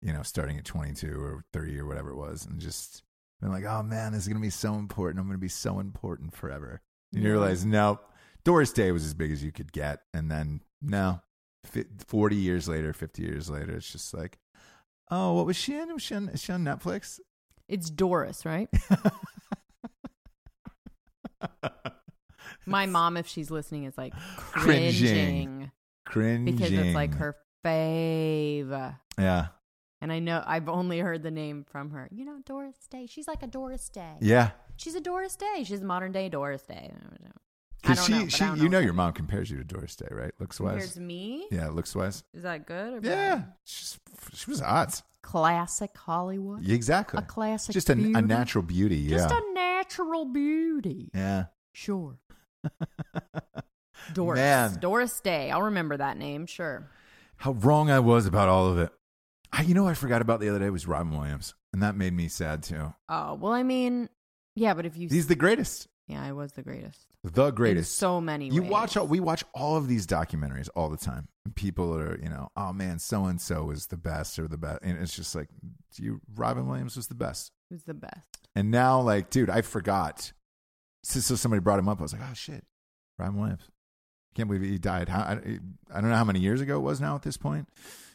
[SPEAKER 1] you know, starting at 22 or 30 or whatever it was, and just been like, oh man, this is gonna be so important. I'm gonna be so important forever. And you
[SPEAKER 6] Yeah.
[SPEAKER 1] realize, nope. Doris Day was as big as you could get, and then no, fi- 40 years later, 50 years later, it's just like, oh, what was she in? Was she on, is she on Netflix?
[SPEAKER 6] It's Doris, right? My mom, if she's listening, is like
[SPEAKER 1] Cringing.
[SPEAKER 6] cringing,
[SPEAKER 1] Cringing.
[SPEAKER 6] because it's like her fave.
[SPEAKER 1] Yeah.
[SPEAKER 6] And I know I've only heard the name from her. You know, Doris Day. She's like a Doris Day.
[SPEAKER 1] Yeah.
[SPEAKER 6] She's a Doris Day. She's a modern day Doris Day. I
[SPEAKER 1] Because
[SPEAKER 6] don't
[SPEAKER 1] she,
[SPEAKER 6] know, but
[SPEAKER 1] she,
[SPEAKER 6] I don't
[SPEAKER 1] you know,
[SPEAKER 6] if
[SPEAKER 1] your
[SPEAKER 6] that
[SPEAKER 1] mom compares you to Doris Day, right? Looks wise.
[SPEAKER 6] Compares me?
[SPEAKER 1] Yeah, looks wise.
[SPEAKER 6] Is that good? Or bad?
[SPEAKER 1] Yeah, she's she was hot.
[SPEAKER 6] Classic Hollywood.
[SPEAKER 1] Yeah, Exactly.
[SPEAKER 6] A classic
[SPEAKER 1] Just a, a
[SPEAKER 6] beauty.
[SPEAKER 1] natural beauty. Yeah.
[SPEAKER 6] Just a natural beauty.
[SPEAKER 1] yeah.
[SPEAKER 6] Sure. Doris.
[SPEAKER 1] Man.
[SPEAKER 6] Doris Day. I'll remember that name, sure.
[SPEAKER 1] How wrong I was about all of it. I, you know, what I forgot about the other day was Robin Williams, and that made me sad too.
[SPEAKER 6] Oh, well, I mean, yeah, but if you.
[SPEAKER 1] He's the greatest.
[SPEAKER 6] yeah, I was the greatest.
[SPEAKER 1] The
[SPEAKER 6] In
[SPEAKER 1] greatest.
[SPEAKER 6] so many
[SPEAKER 1] you
[SPEAKER 6] ways.
[SPEAKER 1] watch all we watch all of these documentaries all the time. And people are, you know, oh man, so and so is the best or the best. And it's just like you Robin Williams was the best.
[SPEAKER 6] Who's the best?
[SPEAKER 1] And now like, dude, I forgot. So, so somebody brought him up. I was like, oh shit. Robin Williams. Can't believe he died. How, I, I don't know how many years ago it was now at this point.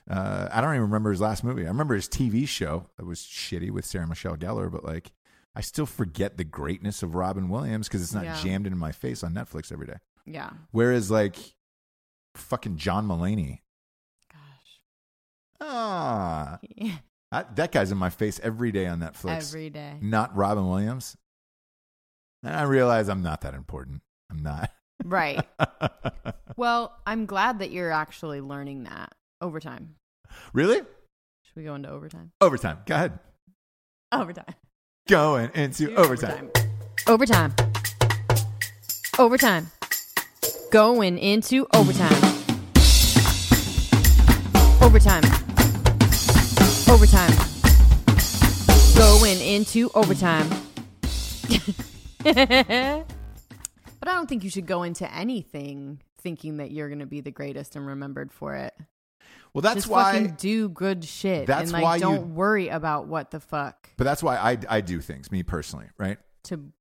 [SPEAKER 1] Uh, I don't even remember his last movie. I remember his TV show that was shitty with Sarah Michelle Gellar, but like, I still forget the greatness of Robin Williams because it's not
[SPEAKER 6] Yeah.
[SPEAKER 1] jammed into my face on Netflix every day.
[SPEAKER 6] Yeah.
[SPEAKER 1] Whereas like fucking John Mulaney,
[SPEAKER 6] Gosh.
[SPEAKER 1] ah, I, that guy's in my face every day on Netflix.
[SPEAKER 6] Every day.
[SPEAKER 1] Not Robin Williams. And I realize I'm not that important. I'm not.
[SPEAKER 6] Right. well, I'm glad that you're actually learning that over time.
[SPEAKER 1] really?
[SPEAKER 6] Should we go into overtime?
[SPEAKER 1] Overtime. Go ahead.
[SPEAKER 6] Overtime.
[SPEAKER 1] Going into overtime.
[SPEAKER 6] Overtime. Overtime. Going into overtime. Overtime. Overtime. Going into overtime. but I don't think you should go into anything thinking that you're going to be the greatest and remembered for it.
[SPEAKER 1] Well, that's
[SPEAKER 6] Just
[SPEAKER 1] why.
[SPEAKER 6] fucking do good shit.
[SPEAKER 1] That's
[SPEAKER 6] and like,
[SPEAKER 1] why you-
[SPEAKER 6] don't worry about what the fuck
[SPEAKER 1] But that's why I, I do things, me personally, right?
[SPEAKER 6] to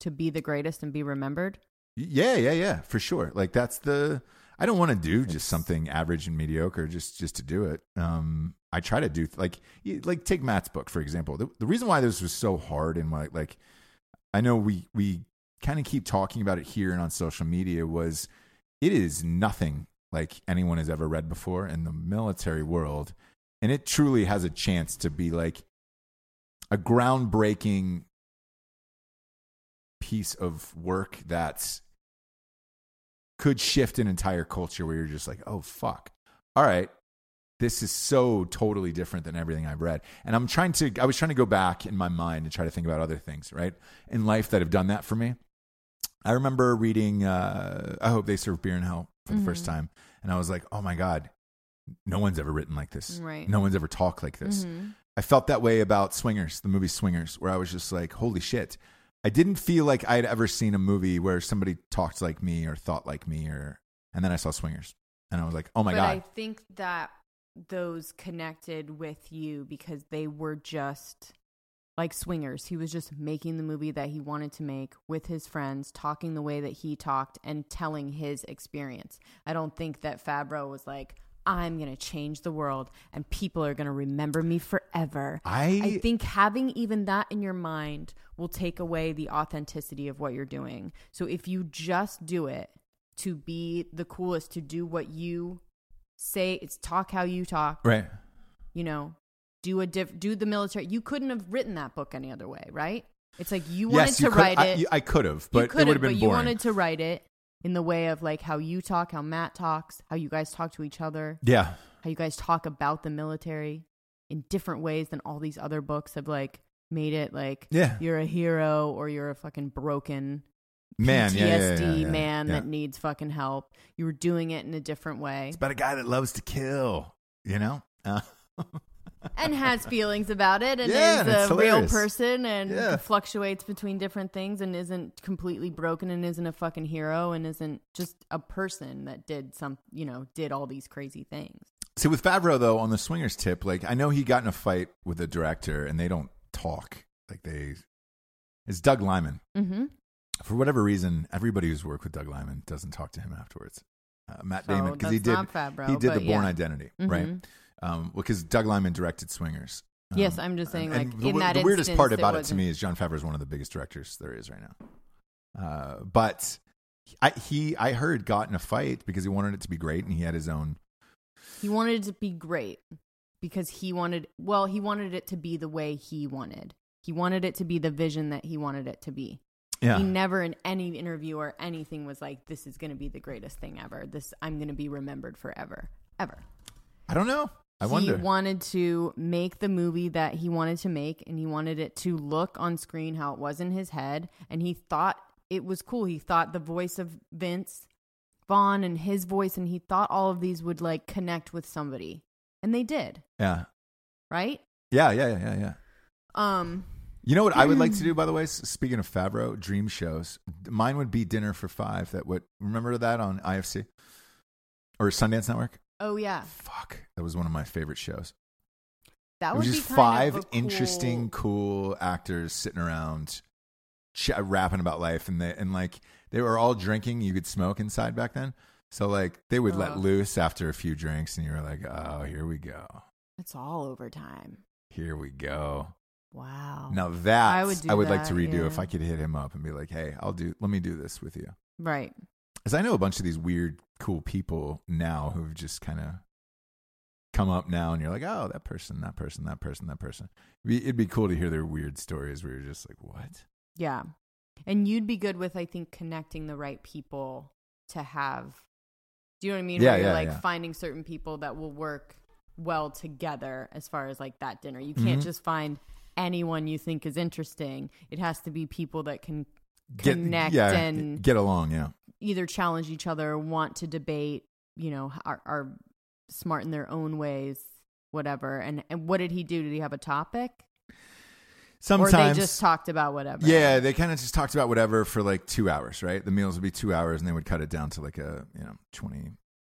[SPEAKER 6] to be the greatest and be remembered.
[SPEAKER 1] Yeah, yeah, yeah, for sure. Like that's the I don't want to do just something average and mediocre just just to do it. Um I try to do like you- like take Matt's book for example. The, the reason why this was so hard and why like I know we we kind of keep talking about it here and on social media was it is nothing like anyone has ever read before in the military world and it truly has a chance to be like a groundbreaking piece of work that's could shift an entire culture where you're just like, oh fuck. All right. This is so totally different than everything I've read. And I'm trying to I was trying to go back in my mind and try to think about other things, right? In life that have done that for me. I remember reading uh I hope they serve beer in hell for the first time. And I was like, oh my God, no one's ever written like this.
[SPEAKER 6] Right.
[SPEAKER 1] No one's ever talked like this. I felt that way about Swingers, the movie Swingers, where I was just like, holy shit. I didn't feel like I'd ever seen a movie where somebody talked like me or thought like me or and then I saw Swingers and I was like, "Oh my
[SPEAKER 6] but I
[SPEAKER 1] god."
[SPEAKER 6] think that those connected with you because they were just like swingers. He was just making the movie that he wanted to make with his friends, talking the way that he talked and telling his experience. I don't think that Fabro was like, I'm going to change the world and people are going to remember me forever.
[SPEAKER 1] I-
[SPEAKER 6] I think having even that in your mind will take away the authenticity of what you're doing. So if you just do it to be the coolest, to do what you say, it's talk how you talk,
[SPEAKER 1] right.
[SPEAKER 6] you know, do a diff, do the military. You couldn't have written that book any other way, right? It's like you wanted
[SPEAKER 1] yes,
[SPEAKER 6] to
[SPEAKER 1] you could,
[SPEAKER 6] write
[SPEAKER 1] I,
[SPEAKER 6] it.
[SPEAKER 1] you- I could have, but it
[SPEAKER 6] could
[SPEAKER 1] would have been
[SPEAKER 6] but you
[SPEAKER 1] boring.
[SPEAKER 6] wanted to write it in the way of like how you talk, how Matt talks, how you guys talk to each other,
[SPEAKER 1] yeah.
[SPEAKER 6] how you guys talk about the military in different ways than all these other books have like made it like
[SPEAKER 1] Yeah.
[SPEAKER 6] you're a hero or you're a fucking broken
[SPEAKER 1] Man,
[SPEAKER 6] PTSD
[SPEAKER 1] yeah, yeah, yeah, yeah,
[SPEAKER 6] man
[SPEAKER 1] yeah.
[SPEAKER 6] that needs fucking help. You were doing it in a different way
[SPEAKER 1] It's about a guy that loves to kill, you know? Uh,
[SPEAKER 6] and has feelings about it and
[SPEAKER 1] Yeah, and
[SPEAKER 6] is
[SPEAKER 1] it's
[SPEAKER 6] a real
[SPEAKER 1] hilarious.
[SPEAKER 6] person and
[SPEAKER 1] Yeah.
[SPEAKER 6] fluctuates between different things and isn't completely broken and isn't a fucking hero and isn't just a person that did some, you know, did all these crazy things.
[SPEAKER 1] See, with Favreau though, on the swingers tip, like I know he got in a fight with the director, and they don't talk. Like they, it's Doug Lyman.
[SPEAKER 6] Mhm.
[SPEAKER 1] For whatever reason, everybody who's worked with Doug Lyman doesn't talk to him afterwards. Uh, Matt Damon,
[SPEAKER 6] So
[SPEAKER 1] because he
[SPEAKER 6] that's
[SPEAKER 1] did,
[SPEAKER 6] not Favreau,
[SPEAKER 1] he did the
[SPEAKER 6] but
[SPEAKER 1] Born
[SPEAKER 6] yeah.
[SPEAKER 1] Identity, right?
[SPEAKER 6] Mhm.
[SPEAKER 1] Um, well, because Doug Lyman directed Swingers. Um,
[SPEAKER 6] Yes, I'm just saying, like,
[SPEAKER 1] the,
[SPEAKER 6] in that
[SPEAKER 1] the weirdest
[SPEAKER 6] instance,
[SPEAKER 1] part
[SPEAKER 6] it
[SPEAKER 1] about it, to
[SPEAKER 6] wasn't-
[SPEAKER 1] me is John Favreau is one of the biggest directors there is right now. Uh, but I, he, I heard, got in a fight because he wanted it to be great, and he had his own
[SPEAKER 6] He wanted it to be great because he wanted, well, he wanted it to be the way he wanted. He wanted it to be the vision that he wanted it to be.
[SPEAKER 1] Yeah.
[SPEAKER 6] He never in any interview or anything was like, "This is going to be the greatest thing ever. This I'm going to be remembered forever, ever."
[SPEAKER 1] I don't know. I
[SPEAKER 6] he
[SPEAKER 1] wonder.
[SPEAKER 6] wanted to make the movie that he wanted to make, and he wanted it to look on screen how it was in his head. And he thought it was cool. He thought the voice of Vince Vaughn and his voice, and he thought all of these would like connect with somebody, and they did,
[SPEAKER 1] yeah.
[SPEAKER 6] right?
[SPEAKER 1] Yeah, yeah, yeah, yeah, yeah.
[SPEAKER 6] Um,
[SPEAKER 1] You know what I would like
[SPEAKER 6] Mm.
[SPEAKER 1] to do, by the way. S- Speaking of Favreau dream shows, mine would be Dinner for Five. That would remember that on IFC or Sundance Network.
[SPEAKER 6] oh yeah,
[SPEAKER 1] Fuck, that was one of my favorite shows.
[SPEAKER 6] that
[SPEAKER 1] it was
[SPEAKER 6] would
[SPEAKER 1] just
[SPEAKER 6] be kind
[SPEAKER 1] five
[SPEAKER 6] of a
[SPEAKER 1] interesting,
[SPEAKER 6] cool-
[SPEAKER 1] cool actors sitting around, ch- uh, rapping about life, and they and like they were all drinking. You could smoke inside back then, so like they would let
[SPEAKER 6] Oh.
[SPEAKER 1] loose after a few drinks, and you were like, "Oh, here we go,
[SPEAKER 6] It's all over time.
[SPEAKER 1] here we go."
[SPEAKER 6] Wow.
[SPEAKER 1] Now that I
[SPEAKER 6] Oh, I
[SPEAKER 1] would,
[SPEAKER 6] would do
[SPEAKER 1] like to
[SPEAKER 6] that,
[SPEAKER 1] redo
[SPEAKER 6] yeah.
[SPEAKER 1] if I could hit him up and be like, "Hey, I'll do. Let me do this with you."
[SPEAKER 6] Right.
[SPEAKER 1] Because I know a bunch of these weird, cool people now who've just kind of come up now, and you're like, "Oh, that person, that person, that person, that person." It'd be, it'd be cool to hear their weird stories where you're just like, "What?"
[SPEAKER 6] Yeah. And you'd be good with, I think, connecting the right people to have. Do you know what I mean?
[SPEAKER 1] Yeah,
[SPEAKER 6] Where you're
[SPEAKER 1] yeah,
[SPEAKER 6] like
[SPEAKER 1] yeah.
[SPEAKER 6] finding certain people that will work well together as far as like that dinner. You
[SPEAKER 1] Mm-hmm.
[SPEAKER 6] can't just find anyone you think is interesting. It has to be people that can connect
[SPEAKER 1] yeah,
[SPEAKER 6] and
[SPEAKER 1] get along. Yeah,
[SPEAKER 6] either challenge each other, want to debate, you know, are, are smart in their own ways, whatever. And, and what did he do? Did he have a topic?
[SPEAKER 1] sometimes
[SPEAKER 6] Or they just talked about whatever.
[SPEAKER 1] Yeah, they kind of just talked about whatever for like two hours, right? The meals would be two hours, and they would cut it down to like a you know 20,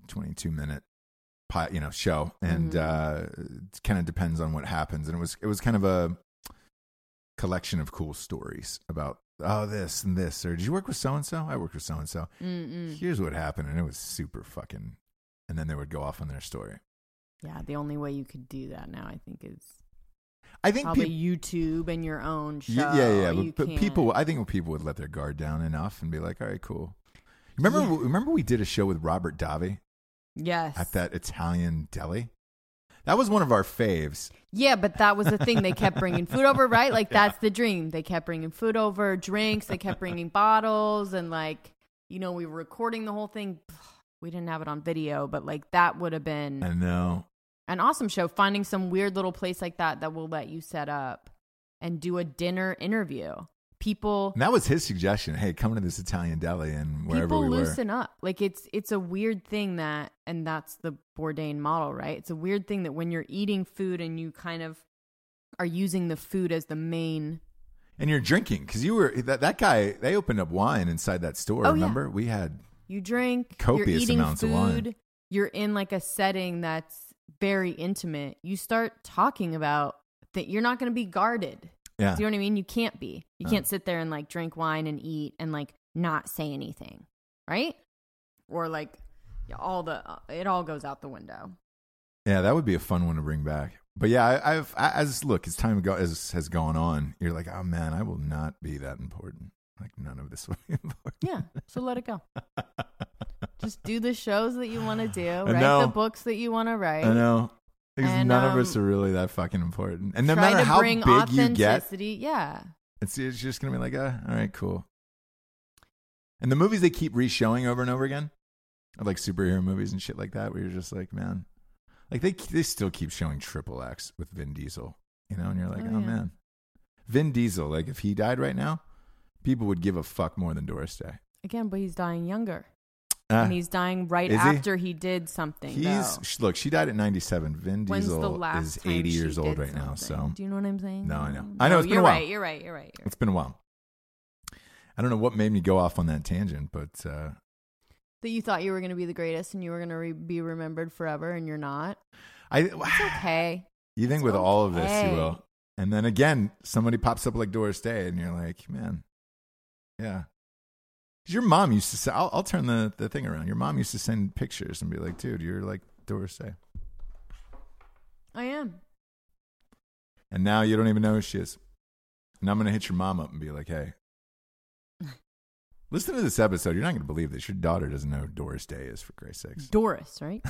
[SPEAKER 1] 22 minute pot, you know, show, and
[SPEAKER 6] Mm-hmm.
[SPEAKER 1] uh, it kind of depends on what happens. And it was it was kind of a collection of cool stories about oh this and this, or did you work with so and so? I worked with so and so.
[SPEAKER 6] Mm-mm.
[SPEAKER 1] Here's what happened, and it was super fucking. And then they would go off on their story.
[SPEAKER 6] Yeah, the only way you could do that now, I think, is
[SPEAKER 1] I think
[SPEAKER 6] probably
[SPEAKER 1] peop-
[SPEAKER 6] YouTube and your own show.
[SPEAKER 1] Y- Yeah, yeah,
[SPEAKER 6] You
[SPEAKER 1] but, but
[SPEAKER 6] can't-
[SPEAKER 1] people, I think people would let their guard down enough and be like, "All right, cool." Remember,
[SPEAKER 6] Yeah.
[SPEAKER 1] remember, we did a show with Robert Davi
[SPEAKER 6] Yes.
[SPEAKER 1] at that Italian deli. That was one of our faves.
[SPEAKER 6] Yeah, but that was the thing. They kept bringing food over, right? Like, that's the dream. They kept bringing food over, drinks. They kept bringing bottles. And, like, you know, we were recording the whole thing. We didn't have it on video, but, like, that would have
[SPEAKER 1] I
[SPEAKER 6] been
[SPEAKER 1] know.
[SPEAKER 6] an awesome show. Finding some weird little place like that that will let you set up and do a dinner interview. People.
[SPEAKER 1] And that was his suggestion. Hey, come to this Italian deli and wherever
[SPEAKER 6] people
[SPEAKER 1] we were.
[SPEAKER 6] loosen up. Like it's it's a weird thing that, and that's the Bourdain model, right? It's a weird thing that when you're eating food and you kind of are using the food as the main.
[SPEAKER 1] and you're drinking because you were that, that guy. They opened up wine inside that store.
[SPEAKER 6] Oh, yeah.
[SPEAKER 1] remember, we had
[SPEAKER 6] You drink, you're
[SPEAKER 1] Copious
[SPEAKER 6] eating
[SPEAKER 1] amounts of
[SPEAKER 6] food,
[SPEAKER 1] wine.
[SPEAKER 6] you're in like a setting that's very intimate. You start talking about that. You're not going to be guarded.
[SPEAKER 1] yeah.
[SPEAKER 6] Do you know what I mean? You can't be. You
[SPEAKER 1] Uh.
[SPEAKER 6] can't sit there and like drink wine and eat and like not say anything, right? Or like all the uh, it all goes out the window.
[SPEAKER 1] Yeah, that would be a fun one to bring back. But yeah, I, I've I, as look as time go, as has gone on, you're like, oh man, I will not be that important. Like none of this will be important.
[SPEAKER 6] Yeah. So let it go. Just do the shows that you want to do,
[SPEAKER 1] I
[SPEAKER 6] write
[SPEAKER 1] know.
[SPEAKER 6] the books that you want to write.
[SPEAKER 1] I know. Because
[SPEAKER 6] And,
[SPEAKER 1] none of us
[SPEAKER 6] um,
[SPEAKER 1] are really that fucking important. And no
[SPEAKER 6] Try
[SPEAKER 1] matter
[SPEAKER 6] to
[SPEAKER 1] how
[SPEAKER 6] bring
[SPEAKER 1] big you get,
[SPEAKER 6] authenticity. Yeah.
[SPEAKER 1] it's, it's just going to be like, uh, all right, cool. And the movies they keep re-showing over and over again, are like superhero movies and shit like that, where you're just like, man, like they, they still keep showing Triple X with Vin Diesel, you know? And you're like,
[SPEAKER 6] Oh,
[SPEAKER 1] oh,
[SPEAKER 6] yeah.
[SPEAKER 1] man. Vin Diesel, like if he died right now, people would give a fuck more than Doris Day.
[SPEAKER 6] Again, but he's dying younger.
[SPEAKER 1] Ah,
[SPEAKER 6] and he's dying right
[SPEAKER 1] is he?
[SPEAKER 6] after he? did something.
[SPEAKER 1] he's,
[SPEAKER 6] though.
[SPEAKER 1] sh look, she died at 97. Vin
[SPEAKER 6] When's the
[SPEAKER 1] Diesel
[SPEAKER 6] last
[SPEAKER 1] is
[SPEAKER 6] time
[SPEAKER 1] 80
[SPEAKER 6] she
[SPEAKER 1] years old
[SPEAKER 6] did
[SPEAKER 1] right now. So
[SPEAKER 6] something? Do you know what I'm saying?
[SPEAKER 1] No, I know. I know,
[SPEAKER 6] No,
[SPEAKER 1] it's been a
[SPEAKER 6] you're
[SPEAKER 1] while.
[SPEAKER 6] right. You're right. You're right. You're right.
[SPEAKER 1] It's been a while. I don't know what made me go off on that tangent, but uh,
[SPEAKER 6] That you thought you were going to be the greatest and you were going to re- be remembered forever and you're not.
[SPEAKER 1] I
[SPEAKER 6] It's okay.
[SPEAKER 1] you think
[SPEAKER 6] It's
[SPEAKER 1] with all of this you
[SPEAKER 6] okay.
[SPEAKER 1] will, and then again somebody pops up like Doris Day, and you're like, man, yeah. 'Cause Your mom used to. Say, I'll, I'll turn the, the thing around. Your mom used to send pictures and be like, dude, you're like Doris Day,
[SPEAKER 6] I am.
[SPEAKER 1] and now you don't even know who she is. And I'm gonna hit your mom up and be like, hey. Listen to this episode. You're not going to believe this. Your daughter doesn't know who Doris Day is, for Christ's sakes.
[SPEAKER 6] Doris, right?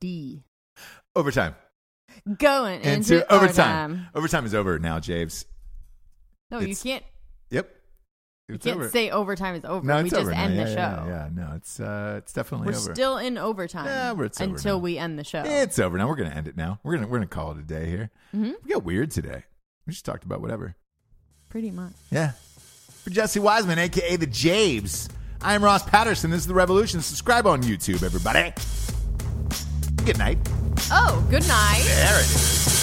[SPEAKER 6] D.
[SPEAKER 1] Overtime.
[SPEAKER 6] Going into,
[SPEAKER 1] into overtime. Overtime is over now, Javes.
[SPEAKER 6] No,
[SPEAKER 1] It's-
[SPEAKER 6] you can't.
[SPEAKER 1] Yep.
[SPEAKER 6] You can't say overtime is over.
[SPEAKER 1] no,
[SPEAKER 6] we
[SPEAKER 1] it's
[SPEAKER 6] just
[SPEAKER 1] over now.
[SPEAKER 6] end
[SPEAKER 1] yeah,
[SPEAKER 6] the show.
[SPEAKER 1] Yeah, yeah, no, it's uh, it's definitely
[SPEAKER 6] We're
[SPEAKER 1] over.
[SPEAKER 6] still in overtime
[SPEAKER 1] Yeah, we're- it's over
[SPEAKER 6] until
[SPEAKER 1] now.
[SPEAKER 6] we end the show.
[SPEAKER 1] It's over now. We're gonna end it now. We're gonna we're gonna call it a day here.
[SPEAKER 6] Mm-hmm.
[SPEAKER 1] We got weird today. We just talked about whatever.
[SPEAKER 6] Pretty much.
[SPEAKER 1] Yeah. For Jesse Wiseman, aka the Jabes. I am Ross Patterson. This is the Revolution. Subscribe on YouTube, everybody. Good night.
[SPEAKER 6] Oh, good night.
[SPEAKER 1] There it is.